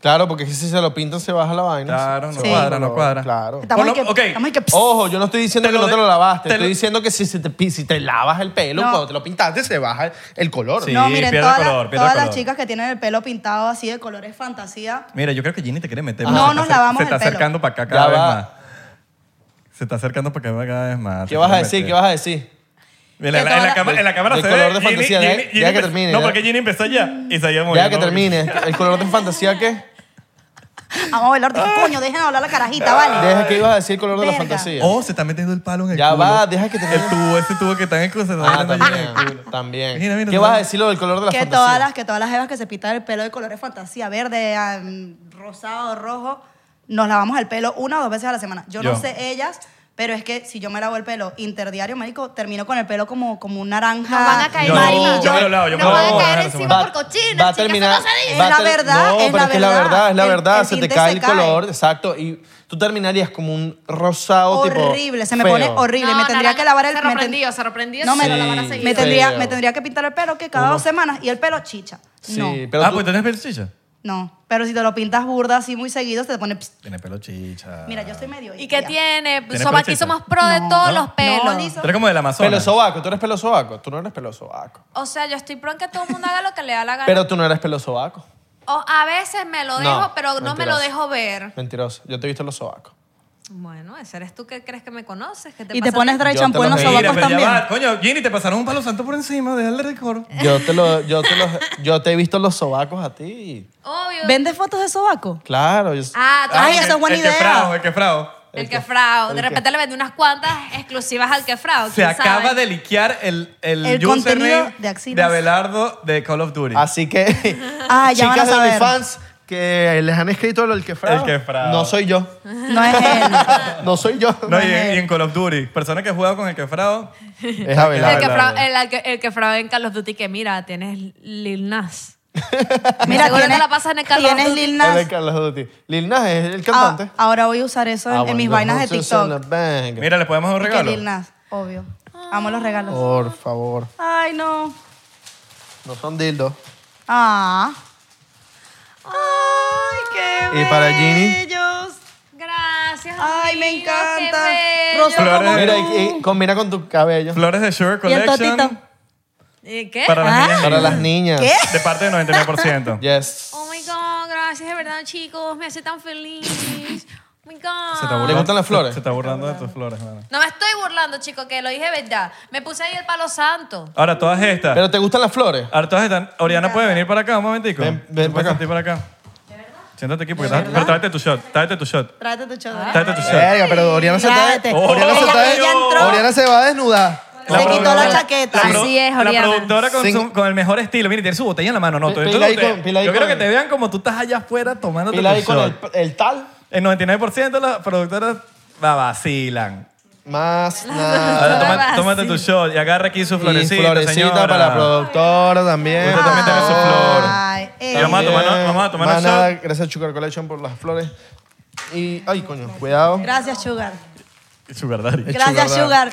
C: Claro, porque si se lo pintan se baja la vaina. Claro,
B: no Sí. cuadra, no cuadra.
C: Claro.
S: Estamos en que- estamos en que-
C: Ojo, yo no estoy diciendo que no te lo lavaste.
B: te
C: estoy
B: lo-
C: diciendo que si, se te, pi- si te lavas el pelo,
S: No.
C: cuando te lo pintaste, se baja el color.
S: no, miren, todas, las- todas las chicas que tienen el pelo pintado así de colores fantasía.
B: Mira, yo creo que Ginny te quiere meter.
S: No,
B: más. Se
S: nos
B: está-
S: lavamos
B: Se está
S: el pelo.
B: acercando para acá
C: Ya
B: cada vez
C: va.
B: más. Se está acercando para acá cada vez más.
C: ¿Qué vas a decir? ¿Qué vas a decir?
B: Mira, en,
C: Que
B: la, en la
C: toda-
B: cámara- en la cámara
C: Del
B: se
C: color
B: ve
C: de
B: Ginny-
C: fantasía,
B: Ginny-
C: deja-
B: Ginny
C: deja que
B: empe-
C: termine,
B: No,
C: deja-
B: porque Ginny empezó ya y se había
C: Ya
B: morido,
C: que
B: ¿no?
C: termine. ¿El color de fantasía qué?
S: Vamos a bailar. Dije,
C: Ah.
S: coño, dejen hablar la carajita, ¿vale?
C: Deja que ibas a decir el color de la
S: Verga.
C: fantasía.
B: Oh, se está metiendo el palo en el
C: Ya
B: culo.
C: va, deja que te
B: El tubo, ese tubo que está en el culo se está
C: Ah,
B: metiendo
C: también.
B: en el culo.
C: También.
B: Mira, mira,
C: ¿Qué
B: no.
C: vas a decir lo del color de la
S: que
C: fantasía?
S: todas las que todas las evas que se pintan el pelo de colores fantasía, verde, ah, mm, rosado, rojo, nos lavamos el pelo una o dos veces a la semana. Yo,
B: Yo.
S: no sé ellas, pero es que si yo me lavo el pelo interdiario, marico, termino con el pelo como, como un naranja.
R: Nos van a caer
B: Yo-
R: encima.
B: yo me lo lavo, yo me
R: Nos
B: lo
R: van
B: lavo
R: a
B: una
R: caer
B: vez a la
R: encima
C: semana.
R: por cochinos,
C: Va a
R: chicas, eso
C: terminar.
R: no se dice.
C: va a
S: Es la
C: ter-
S: verdad,
C: No,
S: es
C: pero
S: la
C: es que es la
S: verdad.
C: verdad, es la
S: El-
C: verdad.
S: el
C: se te
S: tinte
C: cae
S: se
C: el
S: cae.
C: color, exacto. Y tú terminarías como un rosado tipo.
S: horrible, se me pone
C: feo.
S: horrible.
R: No,
S: me tendría
R: naranja,
S: que lavar el
R: se
S: me ten-
R: reprendió, se reprendió,
S: No,
R: sí,
S: me,
R: lo lavará
S: me
R: seguido.
S: tendría,
C: Feo.
S: me tendría que pintar el pelo que cada
C: Uno-
S: dos semanas y el pelo chicha.
C: Sí,
S: No,
C: pero
B: ah,
C: tú-
B: pues tú tienes pelo chicha.
S: no. Pero si te lo pintas burda así muy seguido, se te pone. pss.
B: Tienes pelo chicha.
S: Mira, yo soy medio.
R: ¿Y qué tiene?
B: ¿Tiene
R: Somos- aquí
B: peluchito?
R: somos pro de
S: No,
R: todos
B: no,
R: los pelos.
B: Tú eres como del Amazonas.
C: Pelo sobaco, tú eres pelo sobaco. Tú no eres pelo sobaco.
R: O sea, yo estoy pro en que todo el mundo haga lo que le da la gana.
C: Pero tú no eres pelo sobaco.
R: O a veces me lo
C: No,
R: dejo, pero no me lo
C: mentiroso.
R: dejo ver.
C: Mentiroso. Yo te he visto los sobacos.
R: Bueno, ese eres tú que crees que me conoces. que
S: Y te
R: pasa
S: pones
R: a ti?
S: dry
C: Yo
S: shampoo
C: te
S: en
C: lo
S: los
C: pedí,
S: sobacos
B: Mira, pero ya
S: también.
B: va. Coño, Ginny, te pasaron un palo santo por encima. Deja el recuerdo.
C: Yo te lo, yo te los, yo te he visto los sobacos a ti.
R: Obvio.
S: ¿Vendes fotos de sobaco?
C: Claro. yo-
R: Ah, tú-
S: Ay,
B: el-
S: esa es buena
B: el
S: idea.
B: quefrao, el quefrao.
R: el quefrao. De
C: el que-
R: repente le vendí unas cuantas exclusivas al quefrao.
B: Se acaba de liquear el, el, username
S: El contenido de axilas.
B: de Abelardo de Call of Duty.
C: Así que,
S: Ah, ya van a
C: chicas de
S: saber.
C: mis fans que les han escrito el quefrao.
B: El quefrao.
C: No soy yo.
S: No es él.
C: No soy yo.
B: No, y, y en Call of Duty, persona que juega con el quefrao.
C: Es
R: El quefrao,
C: Abelardo.
R: el, al- el quefrao en Call of Duty que mira, tienes Lil Nas.
S: Mira,
R: Seguro te
S: tienes-
R: la pasas en el Call of
S: tienes
R: Duty.
S: Lil
C: El de
S: Nas.
C: Carlos Duty. Lil Nas es el
S: Ah,
C: cantante. Ah,
S: ahora voy a usar eso en, en mis vainas de TikTok.
B: Mira, le podemos dar un
S: Y que
B: regalo.
S: Lil Nas, obvio. Amo los regalos.
C: Por favor.
S: Ay, no.
C: No son dildos.
S: Ah. Ay, qué
C: ¿Y para Ginny?
S: bellos.
R: Gracias.
S: Ay, me
R: amigos,
S: encanta.
R: qué bello.
S: Rosa como
C: Mira,
S: tú.
C: y, y combina con tu cabello.
B: Flores de Sugar
S: Y el
B: Collection
S: totito. ¿Eh?
R: ¿Y ¿Qué?
B: para las niñas.
C: Para las niñas.
S: ¿Qué?
B: De parte del 99%.
C: Yes.
R: Oh my God, gracias de verdad, chicos. Me hace tan feliz. Oh my
B: Se está
R: God.
B: burlando-
C: gustan las flores?
B: Se, se está burlando de tus flores, mano.
R: No me estoy burlando, chicos, que lo dije verdad. Me puse ahí el palo santo.
B: Ahora, todas estas.
C: ¿Pero te gustan las flores?
B: Ahora, todas estas. Oriana, ¿puede venir para acá un momentico?
C: Ven- ven para
B: ¿Te puedes
C: acá.
B: sentir para acá. Siéntate aquí porque estás- Pero tráete tu shot, tráete tu shot.
S: Tráete tu
R: Ah,
S: chodra.
B: Tráete tu shot. Oh,
C: Verga, pero Oriana se está.
S: Tráete.
C: Oriana se
S: Ella-
C: está.
S: ella entró.
C: Oriana se va a desnudar.
S: Se quitó
B: productora-
S: la chaqueta.
B: la pro-
R: Así es,
B: La
R: Oriana.
B: productora con,
C: Sin-
B: su- con el mejor estilo. Mire, tiene su botella en la mano. No,
C: Pi-
B: tú-
C: pila
B: tú-
C: ahí
B: tú-
C: con- pila ahí
B: yo
C: con
B: quiero que
C: el-
B: te vean como tú estás allá afuera tomándote
C: Pila ahí
B: tu
C: con el,
B: shot.
C: el tal.
B: El 99% de las productoras la vacilan.
C: Más
B: Ahora,
C: nada.
B: toma- tómate tu shot y agarra aquí su florecita,
C: y florecita
B: señora.
C: para la productora también.
B: Usted también tiene su flor.
S: Ay, eh.
B: Y
S: ey.
B: vamos a tomar, vamos a tomar
C: Más
B: un
C: nada,
B: shot.
C: gracias Sugar Collection por las flores. Y, ay, coño, cuidado.
S: Gracias, Sugar.
B: Sugar daddy.
C: El
S: Gracias,
C: Sugar
S: Sugar.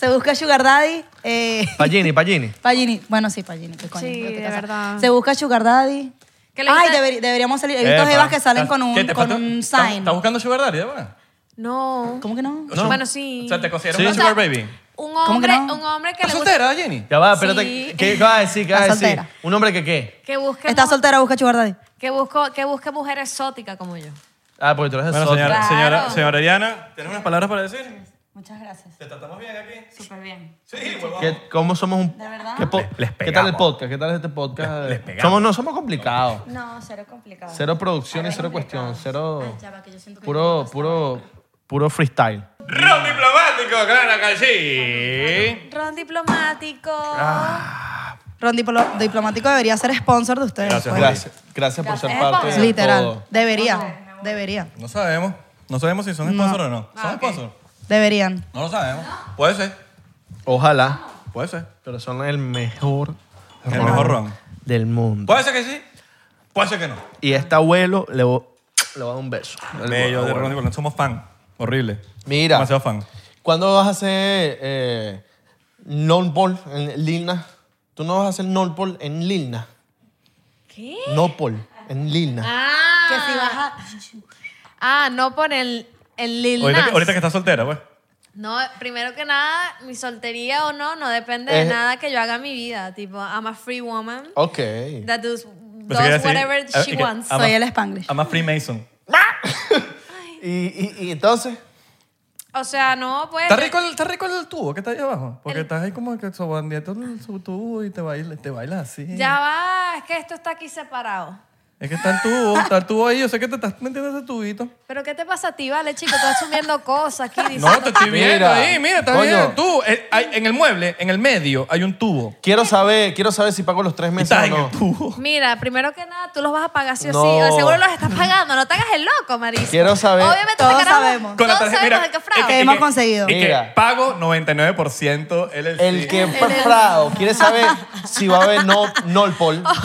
S: Se busca Sugar Daddy. Eh,
C: Pagini, Pagini.
S: Pagini. Bueno, sí, Pagini. qué coño,
R: Sí,
S: ¿qué te
R: de
S: pasa?
R: verdad.
S: Se busca Sugar Daddy.
R: ¿Qué le
S: Ay,
R: diste?
S: deberi- deberíamos salir. He visto
B: Epa.
S: jevas que salen con
B: ¿Qué
S: un,
B: te
S: con
B: falta-
S: un
B: ¿Estás-
S: sign.
B: ¿Estás buscando sugar daddy? ¿verdad?
R: No.
S: ¿Cómo que no?
B: No.
R: Bueno, sí.
B: O sea, ¿te consideras
C: Sí.
B: una
C: O sea,
B: sugar baby? Ah,
R: Un
S: que
R: hombre,
S: no?
R: un hombre que
B: ¿Estás
R: le gusta-
B: soltera, Jenny?
C: Ya va,
R: Sí.
C: espérate. ¿Qué, qué vas a decir? ¿Qué vas a
S: Está
C: decir?
S: soltera.
C: ¿Un hombre que qué?
R: Que busque,
S: ¿Estás
R: mu-
S: soltera? Busca Sugar Daddy.
R: que, busco, que busque mujer exótica como yo.
C: Ah, porque tú eres de
B: Bueno,
C: Soto.
B: señora,
R: Claro.
B: señora, señora Ariana, ¿tienes unas palabras para decir?
S: Muchas gracias.
B: ¿Te tratamos bien aquí?
S: Súper bien.
B: Sí,
C: ¿Qué- ¿Cómo somos un.?
S: De verdad.
C: ¿Qué, po-
S: Les
C: ¿Qué tal el podcast? ¿Qué tal este podcast?
S: pegamos.
C: somos, no, somos complicados.
S: No, cero complicado.
C: Cero producción y
S: Ay,
C: cero cuestión. Cero.
S: Ah, ya va, que yo siento que
C: Puro, puro, puro freestyle.
M: Ron diplomático, claro que sí.
S: Ron diplomático.
B: Ah.
S: Ron Diplo- diplomático debería ser sponsor de ustedes. pues.
C: Gracias, gracias por ser
S: Es
C: parte
S: sponsor.
C: de
S: Literal.
C: todo.
S: Debería. Debería.
B: No sabemos. No sabemos si son
S: No.
B: sponsor o no. ¿Son
S: Ah, ok.
B: sponsor?
S: Deberían.
B: No lo sabemos. Puede ser.
C: Ojalá.
B: Puede ser.
C: Pero son el mejor.
B: El mejor ron.
C: Del mundo.
B: Puede ser que sí. Puede ser que no.
C: Y a este abuelo le voy, le voy a dar un beso.
B: Bello, de
C: Abuelo.
B: Ron Nicolás. Somos fan. Horrible.
C: Mira.
B: Demasiado fan.
C: ¿Cuándo vas a hacer eh, non pol en Lilna? ¿Tú no vas a hacer non pol en Lilna?
R: ¿Qué?
C: No pol en Lilna.
R: Ah.
S: Que si vas
R: Ah, no por el, el Lil
B: Ahorita, que-
R: Nas.
B: ahorita que estás soltera, pues.
R: No, primero que nada, mi soltería o no, no depende
C: Es-
R: de nada que yo haga en mi vida. Tipo, I'm a free woman
C: Ok.
R: that does,
B: Pensé que iba a
R: does
B: decir-
R: whatever
B: ah,
R: she
B: y que-
R: wants.
B: ama-
R: Soy el
S: Spanglish.
B: Ama Freemason.
C: ¿Y, y, y entonces?
R: O sea, no, pues...
B: ¿Está
R: yo-
B: rico, el, ¿Está rico el tubo que está ahí abajo? Porque estás ahí como que sobandiendo el su tubo y te bailas, te bailas así.
R: Ya va, es que esto está aquí separado.
B: Es que está el tubo, está el tubo ahí. Yo sé que te estás metiendo ese tubito.
R: ¿Pero qué te pasa a ti, vale, chico? Estás subiendo cosas aquí.
B: No,
R: diciendo-
B: te estoy viendo
C: Mira,
B: ahí, mira, está
C: coño.
B: bien. Tú, eh, hay- en el mueble, en el medio, hay un tubo.
C: Quiero saber, quiero saber si pago los tres meses
B: Está
C: o
B: en
C: no.
B: el tubo.
R: Mira, primero que nada, tú los vas a pagar sí o
C: No.
R: sí. Seguro los estás pagando. No te hagas el loco, Marisa.
C: Quiero saber-
R: Obviamente,
S: Todos
R: te queramos-
S: sabemos.
R: Todos sabemos el cafrao.
B: Y que
C: Mira.
B: pago 99% LLC.
C: El que Prado quiere saber si va a haber no, Nolpol.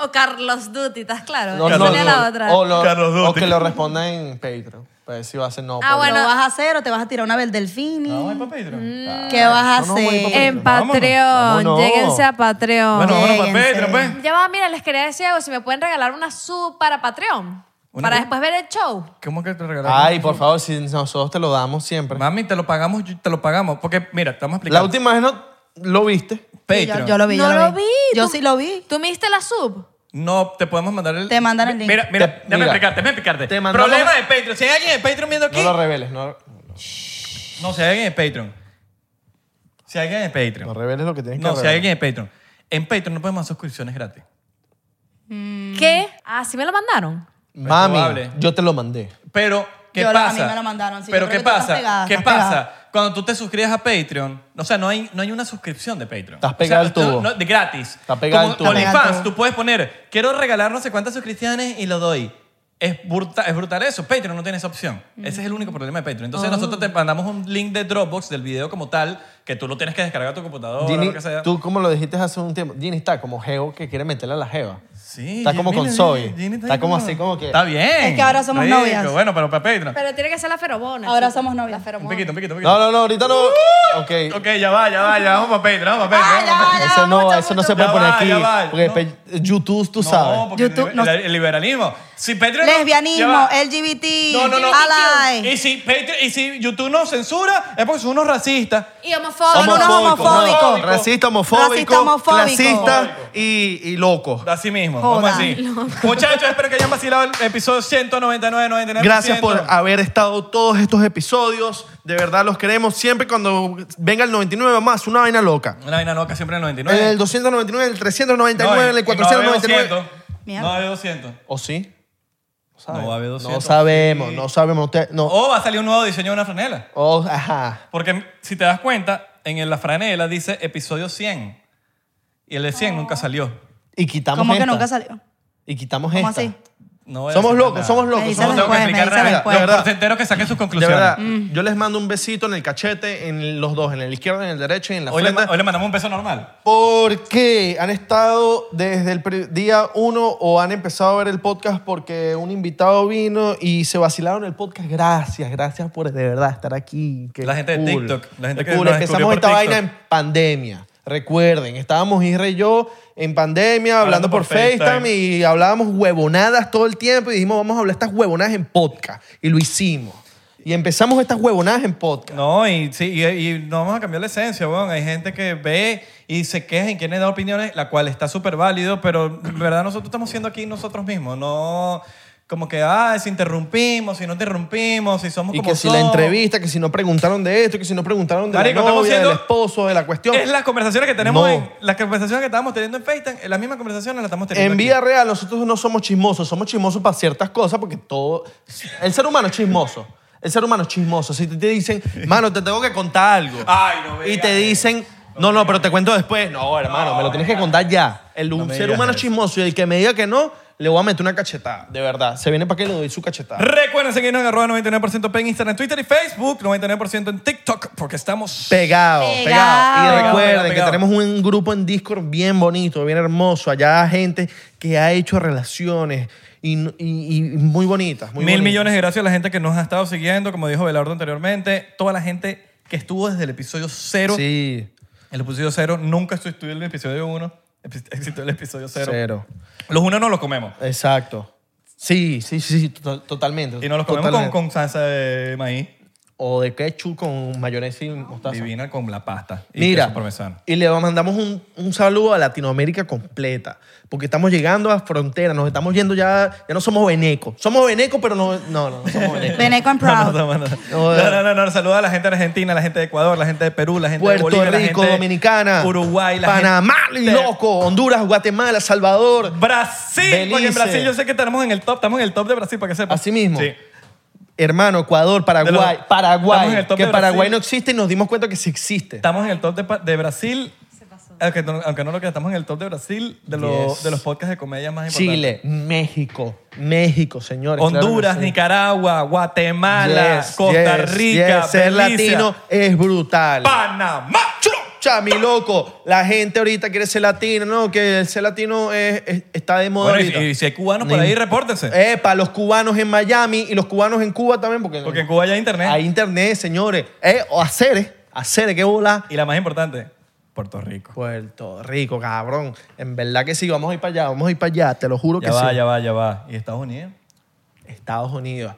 R: O, o Carlos Duty, ¿estás claro?
C: No,
R: Esa
C: no,
R: es
C: no.
R: Oh,
C: Oh,
R: la otra.
C: O, lo-
B: Carlos
C: o
B: Dutti.
C: que lo responda en Patreon. Para ver si va a ser no.
R: Ah,
C: por-
R: bueno.
S: ¿Lo vas a hacer o te vas a tirar una Beldelfini? No,
B: para Patreon.
R: Mm.
S: ¿Qué vas a
C: No, no, voy pa'
S: hacer?
R: En Patreon.
C: Vámonos.
R: Lléguense a Patreon.
B: Bueno, vámonos para
S: Lléguense.
B: Patreon, pues.
R: Ya va, mira, les quería decir algo. Si me pueden regalar una sub para Patreon.
B: ¿Una
R: para
B: qué?
R: después ver el show.
B: ¿Cómo que te regalamos?
C: Ay, por favor, si nosotros te lo damos siempre.
B: Mami, te lo pagamos, yo- te lo pagamos. Porque, mira, te vamos a explicar.
C: La última vez no lo viste.
B: Patreon.
S: Yo, yo lo vi,
R: no
S: yo
R: lo vi.
S: Yo
R: Tú-
S: sí lo vi.
R: ¿Tú me diste la sub?
B: No, te podemos mandar el...
S: Te mandan el link.
B: Mira, mira,
C: Te-
B: déjame
C: mira.
B: explicarte, déjame explicarte.
C: Te mandamos-
B: Problema de Patreon. Si hay alguien de Patreon viendo aquí...
C: No lo reveles. No,
B: No, si hay alguien de Patreon. Si hay alguien de Patreon.
C: no reveles lo que tienes
B: No,
C: que
B: si
C: revelar.
B: hay alguien de Patreon. En Patreon no podemos hacer suscripciones gratis.
R: ¿Qué? Ah, sí me la mandaron.
C: Mami,
B: probable.
C: yo te lo mandé.
B: Pero, ¿qué
S: Yo lo- a
B: pasa?
S: mí me lo mandaron, sí,
B: Pero,
S: yo
B: ¿qué
S: creo que tú
B: pasa?
S: estás pegada,
B: ¿Qué
S: estás
B: pasa?
S: pegada.
B: Cuando tú te suscribes a Patreon, o sea, no hay, no hay una suscripción de Patreon.
C: Estás pegada al
B: tú-
C: tubo.
B: no, de gratis. Estás
C: pegada al tubo. Estás pegada al
B: OnlyFans,
C: tubo.
B: tú puedes poner, quiero regalar no sé cuántas suscripciones y lo doy. Es, bruta- es brutal eso. Patreon no tiene esa opción. Ese es el único problema de Patreon. Entonces,
S: Mm. Oh.
B: nosotros te mandamos un link de Dropbox del video como tal, que tú lo tienes que descargar a tu computadora o
C: Ginny,
B: lo que sea.
C: tú como lo dijiste hace un tiempo, Ginny está como geo que quiere meterle a la jeva.
B: Sí,
C: Está como
B: Ginny,
C: con
B: mira,
C: Zoe.
B: Ginny está
C: Está
B: ahí
C: como
B: como-
C: así como que...
B: Está bien.
S: Es que ahora somos
B: Rico.
S: novias.
B: Bueno, pero para Patreon.
R: Pero tiene que ser la feromona.
S: Mm. Ahora
R: sí.
S: somos novias.
R: La feromona.
B: Un poquito, un poquito, un
C: No,
B: poquito.
C: no, no, ahorita no. Ok.
B: Ok, ya va, ya va, ya vamos para Patreon, vamos para Patreon. vamos pa' Patreon.
C: Eso no, eso no se puede
B: Ya
C: poner
B: va,
C: aquí.
B: ya va.
C: Porque pe- YouTube, tú
B: No,
C: sabes.
B: porque
S: YouTube,
B: el,
S: no.
B: el liberalismo. Si Patreon no- ya
S: Lesbianismo,
B: va.
S: LGBT,
B: No, no, no.
S: ally.
B: Y si, Patreon- y si YouTube nos censura, es porque son unos racistas.
R: Y homofóbico.
S: Son unos homofóbicos.
C: no, racista, homofóbico,
S: Racista, homofóbico.
C: clasista y, y loco.
B: Así mismo,
S: Joda.
B: vamos así. Muchachos, espero que hayan vacilado el episodio 199, 99.
C: Gracias por haber estado todos estos episodios. De verdad los queremos. Siempre cuando venga el 99 más, una vaina loca.
B: Una vaina loca siempre en el
C: En
B: 99.
C: el 299, el 399,
B: No,
C: en el
B: y- y no va a haber
C: 499.
B: 200.
S: Mierda.
B: No va a haber 200.
C: ¿O sí?
B: No va a haber 200.
C: No sabemos, no sabemos. Usted, no.
S: Oh.
B: O va a salir un nuevo diseño de una franela.
C: Oh, ajá.
B: Porque si te das cuenta, en la franela dice episodio 100. Y el de 100 nunca salió.
C: Y quitamos
S: ¿Cómo
C: esta.
S: que nunca salió?
C: Y quitamos
S: ¿Cómo
C: esta.
S: así?
B: No voy a
C: Somos
B: hacer
C: locos,
B: nada.
C: somos locos.
S: Me
C: somos
S: dices
C: locos.
B: No tengo que
S: después, me
B: explicar
S: dices
B: nada.
S: después.
B: Los porcenteros que saquen sus
C: De
B: conclusiones.
C: verdad, yo les mando un besito en el cachete, en los dos, en el izquierdo, en el derecho y en la
B: Hoy le,
C: frente.
B: hoy le mandamos un beso normal.
C: Porque han estado desde el pri- día uno o han empezado a ver el podcast porque un invitado vino y se vacilaron el podcast. Gracias, gracias por de verdad estar aquí. Qué
B: La gente de
C: cool.
B: TikTok, la gente
C: Qué
B: que
C: cool.
B: nos
C: Empezamos esta
B: descubrió por
C: vaina en
B: TikTok.
C: pandemia. Recuerden, estábamos Isra y yo en pandemia hablando,
B: Hablando
C: por,
B: por
C: FaceTime,
B: FaceTime.
C: y hablábamos huevonadas todo el tiempo y dijimos vamos a hablar estas huevonadas en podcast y lo hicimos. Y empezamos estas huevonadas en podcast.
B: No, y, sí, y, y no vamos a cambiar la esencia, weón. Hay gente que ve y se queja y quiere dar opiniones, la cual está súper válido, pero en verdad nosotros estamos siendo aquí nosotros mismos. No, como que, ah, si interrumpimos, si no interrumpimos, si somos
C: Y
B: como
C: que si la
B: somos.
C: entrevista, que si no preguntaron de esto, que si no preguntaron de
B: Marico,
C: la
B: estamos
C: novia, del
B: siendo-
C: esposo, de la cuestión.
B: Es las conversaciones que tenemos
C: No.
B: en. Las conversaciones que estábamos teniendo en FaceTime, eh, las mismas conversaciones las estamos teniendo.
C: En
B: aquí.
C: vida real, nosotros no somos chismosos, somos chismosos para ciertas cosas porque todo. El ser humano es chismoso. El ser humano es chismoso. Si te te dicen, mano, te tengo que contar algo. Y te dicen, no, no, pero te cuento después. No, hermano, me lo tienes que contar ya. El
B: me
C: ser
B: digas
C: humano es
B: eso.
C: chismoso y el que me diga que no, le voy a meter una cachetada. De verdad. Se viene para que le doy su cachetada.
B: Recuerden seguirnos en arroba 99% en Instagram, Twitter y Facebook, 99% en TikTok, porque estamos
C: Pegado, pegado.
B: Pegado. Pegado,
C: Y recuerden
B: pegado, pegado.
C: que tenemos un grupo en Discord bien bonito, bien hermoso. Allá hay gente que ha hecho relaciones y, y- y muy bonitas. Muy
B: Mil
C: bonitas.
B: millones de gracias a la gente que nos ha estado siguiendo, como dijo Belardo anteriormente, toda la gente que estuvo desde el episodio cero.
C: Sí.
B: El episodio cero, nunca estu- estuvo el episodio uno, epi- existió el episodio cero.
C: Cero.
B: Los uno no los comemos.
C: Exacto. Sí, sí, sí, sí, to- totalmente.
B: Y nos los comemos con,
C: Totalmente.
B: con salsa de maíz.
C: O de ketchup con mayonesa y mostaza.
B: Divina con la pasta. Y
C: Mira,
B: queso parmesano.
C: y le mandamos un, un saludo a Latinoamérica completa, porque estamos llegando a fronteras, nos estamos yendo ya, ya no somos venecos. Somos venecos, pero no, no, no, no somos venecos.
S: Veneco and
B: No,
S: proud.
B: no, no, no.
C: eh.
B: No, no, no, no, Saluda a la gente de Argentina, la gente de Ecuador, la gente de Perú, la gente de
C: Puerto
B: Bolivia, la
C: Rico,
B: gente de
C: Dominicana,
B: Uruguay, la
C: Panamá,
B: gente-
C: loco, Honduras, Guatemala, Salvador,
B: Brasil, porque en
C: Belice.
B: Brasil yo sé que estamos en el top, estamos en el top de Brasil, para que sepas.
C: Así mismo.
B: Sí.
C: hermano, Ecuador, Paraguay,
B: De los- Estamos en
C: Paraguay,
B: el top
C: que
B: de Brasil.
C: Paraguay no existe y nos dimos cuenta que sí existe.
B: Estamos en el top de, pa- de Brasil. Aunque no, aunque no lo que estamos en el top de Brasil, de, los-
C: Yes.
B: de los podcasts de comedia más importantes.
C: Chile, México, México, señores. claro que
B: Honduras,
C: sí.
B: Nicaragua, Guatemala,
C: Yes,
B: Costa
C: yes,
B: Rica,
C: yes. Ser
B: Belice,
C: latino es brutal.
B: Panamá.
C: Chucha, mi loco. La gente ahorita quiere ser latino, ¿no? Que el ser latino es- es- está de moda
B: Bueno,
C: ahorita.
B: y, y si hay cubanos por
C: Ni- Eh.
B: ahí, repórtense.
C: Epa, los cubanos en Miami y los cubanos en Cuba también, porque,
B: Porque en Cuba ya hay internet.
C: hay internet, señores. Eh, o hacer, hacer, eh, qué bola.
B: Y la más importante, Puerto Rico.
C: Puerto Rico, cabrón. En verdad que sí, vamos a ir para allá, vamos a ir para allá, te lo juro
B: Ya
C: que
B: va,
C: sí.
B: ya va, ya va. ¿Y Estados Unidos?
C: Estados Unidos.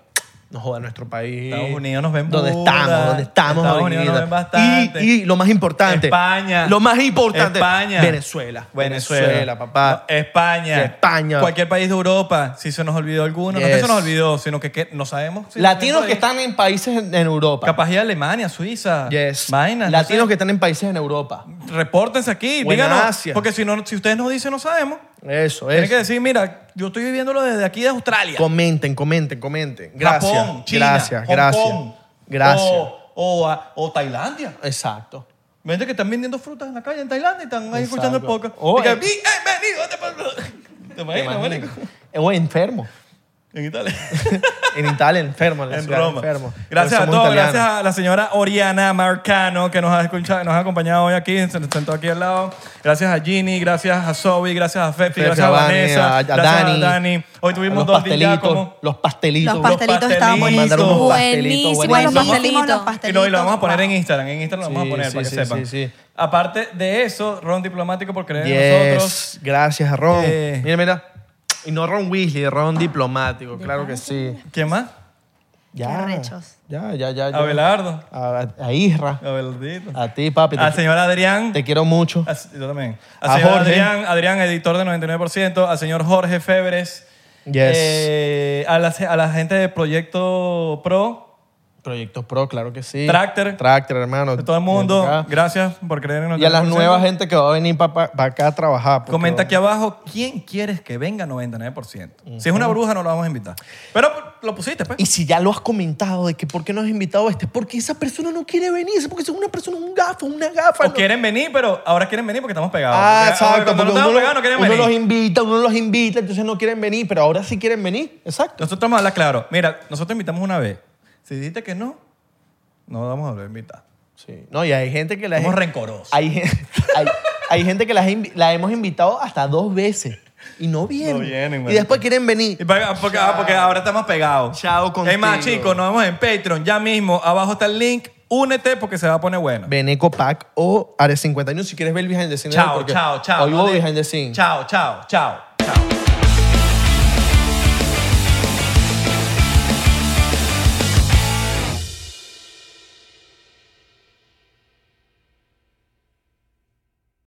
C: No joda nuestro país.
B: Estados Unidos nos ven
C: ¿Dónde
B: burda.
C: estamos? ¿Dónde estamos?
B: Estados Unidos
C: ahorita?
B: nos ven bastante.
C: Y, y lo más importante.
B: España.
C: Lo más importante.
B: España.
C: Venezuela.
B: Venezuela,
C: papá.
B: No, eh, España.
C: España.
B: Cualquier país de Europa, si se nos olvidó alguno. No que
C: Yes.
B: se nos olvidó, sino que, que no sabemos. si-
C: Eh, Latinos que están en países en, en Europa.
B: Capaz de Alemania, Suiza.
C: Yes.
B: Vainas. no
C: Latinos
B: sé.
C: que están en países en Europa.
B: Repórtense aquí,
C: O en
B: díganos.
C: Asia.
B: Porque si, no, si ustedes nos dicen, no sabemos.
C: Eso,
B: Tienen
C: eso.
B: que decir, mira, yo estoy viviéndolo desde aquí de Australia.
C: Comenten, comenten, comenten. Gracias.
B: Japón, China,
C: gracias,
B: Hong
C: gracias.
B: Kong, Oh.
C: gracias.
B: O, o a- o Tailandia.
C: Exacto.
B: Vende que están vendiendo frutas en la calle en Tailandia y están ahí
C: Exacto.
B: escuchando el podcast.
C: Oh,
B: Y que,
C: eh.
B: bienvenido. te- ¿Te imaginas, marico?
C: O Eh, enfermo.
B: En Italia.
C: En Italia, enfermo. En, la
B: En
C: ciudad,
B: Roma.
C: enfermo.
B: Gracias
C: Pero
B: a
C: somos
B: todos.
C: italianos.
B: Gracias a la señora Oriana Marcano que nos ha escuchado, nos ha acompañado hoy aquí, se nos sentó aquí al lado. Gracias a Ginny, gracias a Zoe, gracias a Fefi,
C: Fefi,
B: gracias a
C: a Vani,
B: Vanessa,
C: a- a
B: gracias
C: Dani,
B: a Dani. Hoy tuvimos
C: los
B: dos días
C: pastelitos,
B: como...
C: los pastelitos.
S: Los pastelitos estaban
B: pastelitos.
C: Mandaron unos
S: buenísimos.
C: pastelitos
S: Bueno,
C: buenísimos.
S: pastelito, los
B: Y
S: pastelitos.
B: no, y lo vamos a poner en Instagram. En Instagram lo vamos a
C: Sí,
B: poner
C: sí,
B: para que
C: sí,
B: sepan.
C: sí, sí.
B: Aparte de eso, Ron Diplomático por creer en
C: Yes,
B: Eh, nosotros.
C: Gracias a Ron.
B: Eh.
C: Mira, mira. Y no Ron Weasley, Ron diplomático, claro que sí.
B: ¿Quién más?
C: Ya. Ya, ya, ya. ya.
B: Abelardo. Oh. Ah,
C: A, a Isra.
B: Abelardito.
C: A ti, papi. te
B: Al
C: qui-
B: señor Adrián.
C: Ah, Te quiero mucho.
B: Al- Yo también.
C: A
B: Al señor
C: Jorge.
B: Adrián, Adrián, editor de 99%. Al señor Jorge Febres.
C: Yes.
B: Eh, a, la, a la gente de Proyecto Pro.
C: Proyecto Pro, claro que sí.
B: Tractor.
C: Tractor, hermano.
B: De todo el mundo. Gracias por creer
C: Y
B: en nosotros.
C: a las nuevas gente que va a venir para acá a trabajar. porque-
B: Comenta aquí abajo quién quieres que venga 99%. Si es una bruja, no la vamos a invitar. Pero lo pusiste, pues.
C: Y si ya lo has comentado de que por qué no has invitado a este, porque esa persona no quiere venir, es porque es una persona, un gafo, una gafa.
B: O
C: no-
B: quieren venir, pero ahora quieren venir porque estamos pegados.
C: Ah,
B: Porque ahora
C: exacto.
B: Cuando no
C: Porque
B: estamos
C: uno,
B: pegados, no quieren
C: uno
B: venir.
C: los invita, uno los invita, entonces no quieren venir, pero ahora sí quieren venir. Exacto.
B: Nosotros vamos a hablar claro. Mira, nosotros invitamos una vez. Si dijiste que no, no vamos a volver a invitar.
C: Sí. No, y hay gente que la
B: Somos
C: gente-
B: rencorosos.
C: Hay, gen- hay, hay gente que las invi- la hemos invitado hasta dos veces y no vienen.
B: No vienen,
C: y
B: marico.
C: después quieren venir.
B: Y pa- Porque, ah, porque ahora estamos pegados.
C: Chao
B: Es más,
C: contigo.
B: chicos, nos vemos en Patreon. Ya mismo, abajo está el link. Únete porque se va a poner bueno.
C: Beneco Pack o Ares 51 si quieres ver el behind the scenes.
B: Chao,
C: porque
B: chao, chao.
C: Hoy hubo
B: No de-
C: behind the scenes.
B: Chao, chao, chao.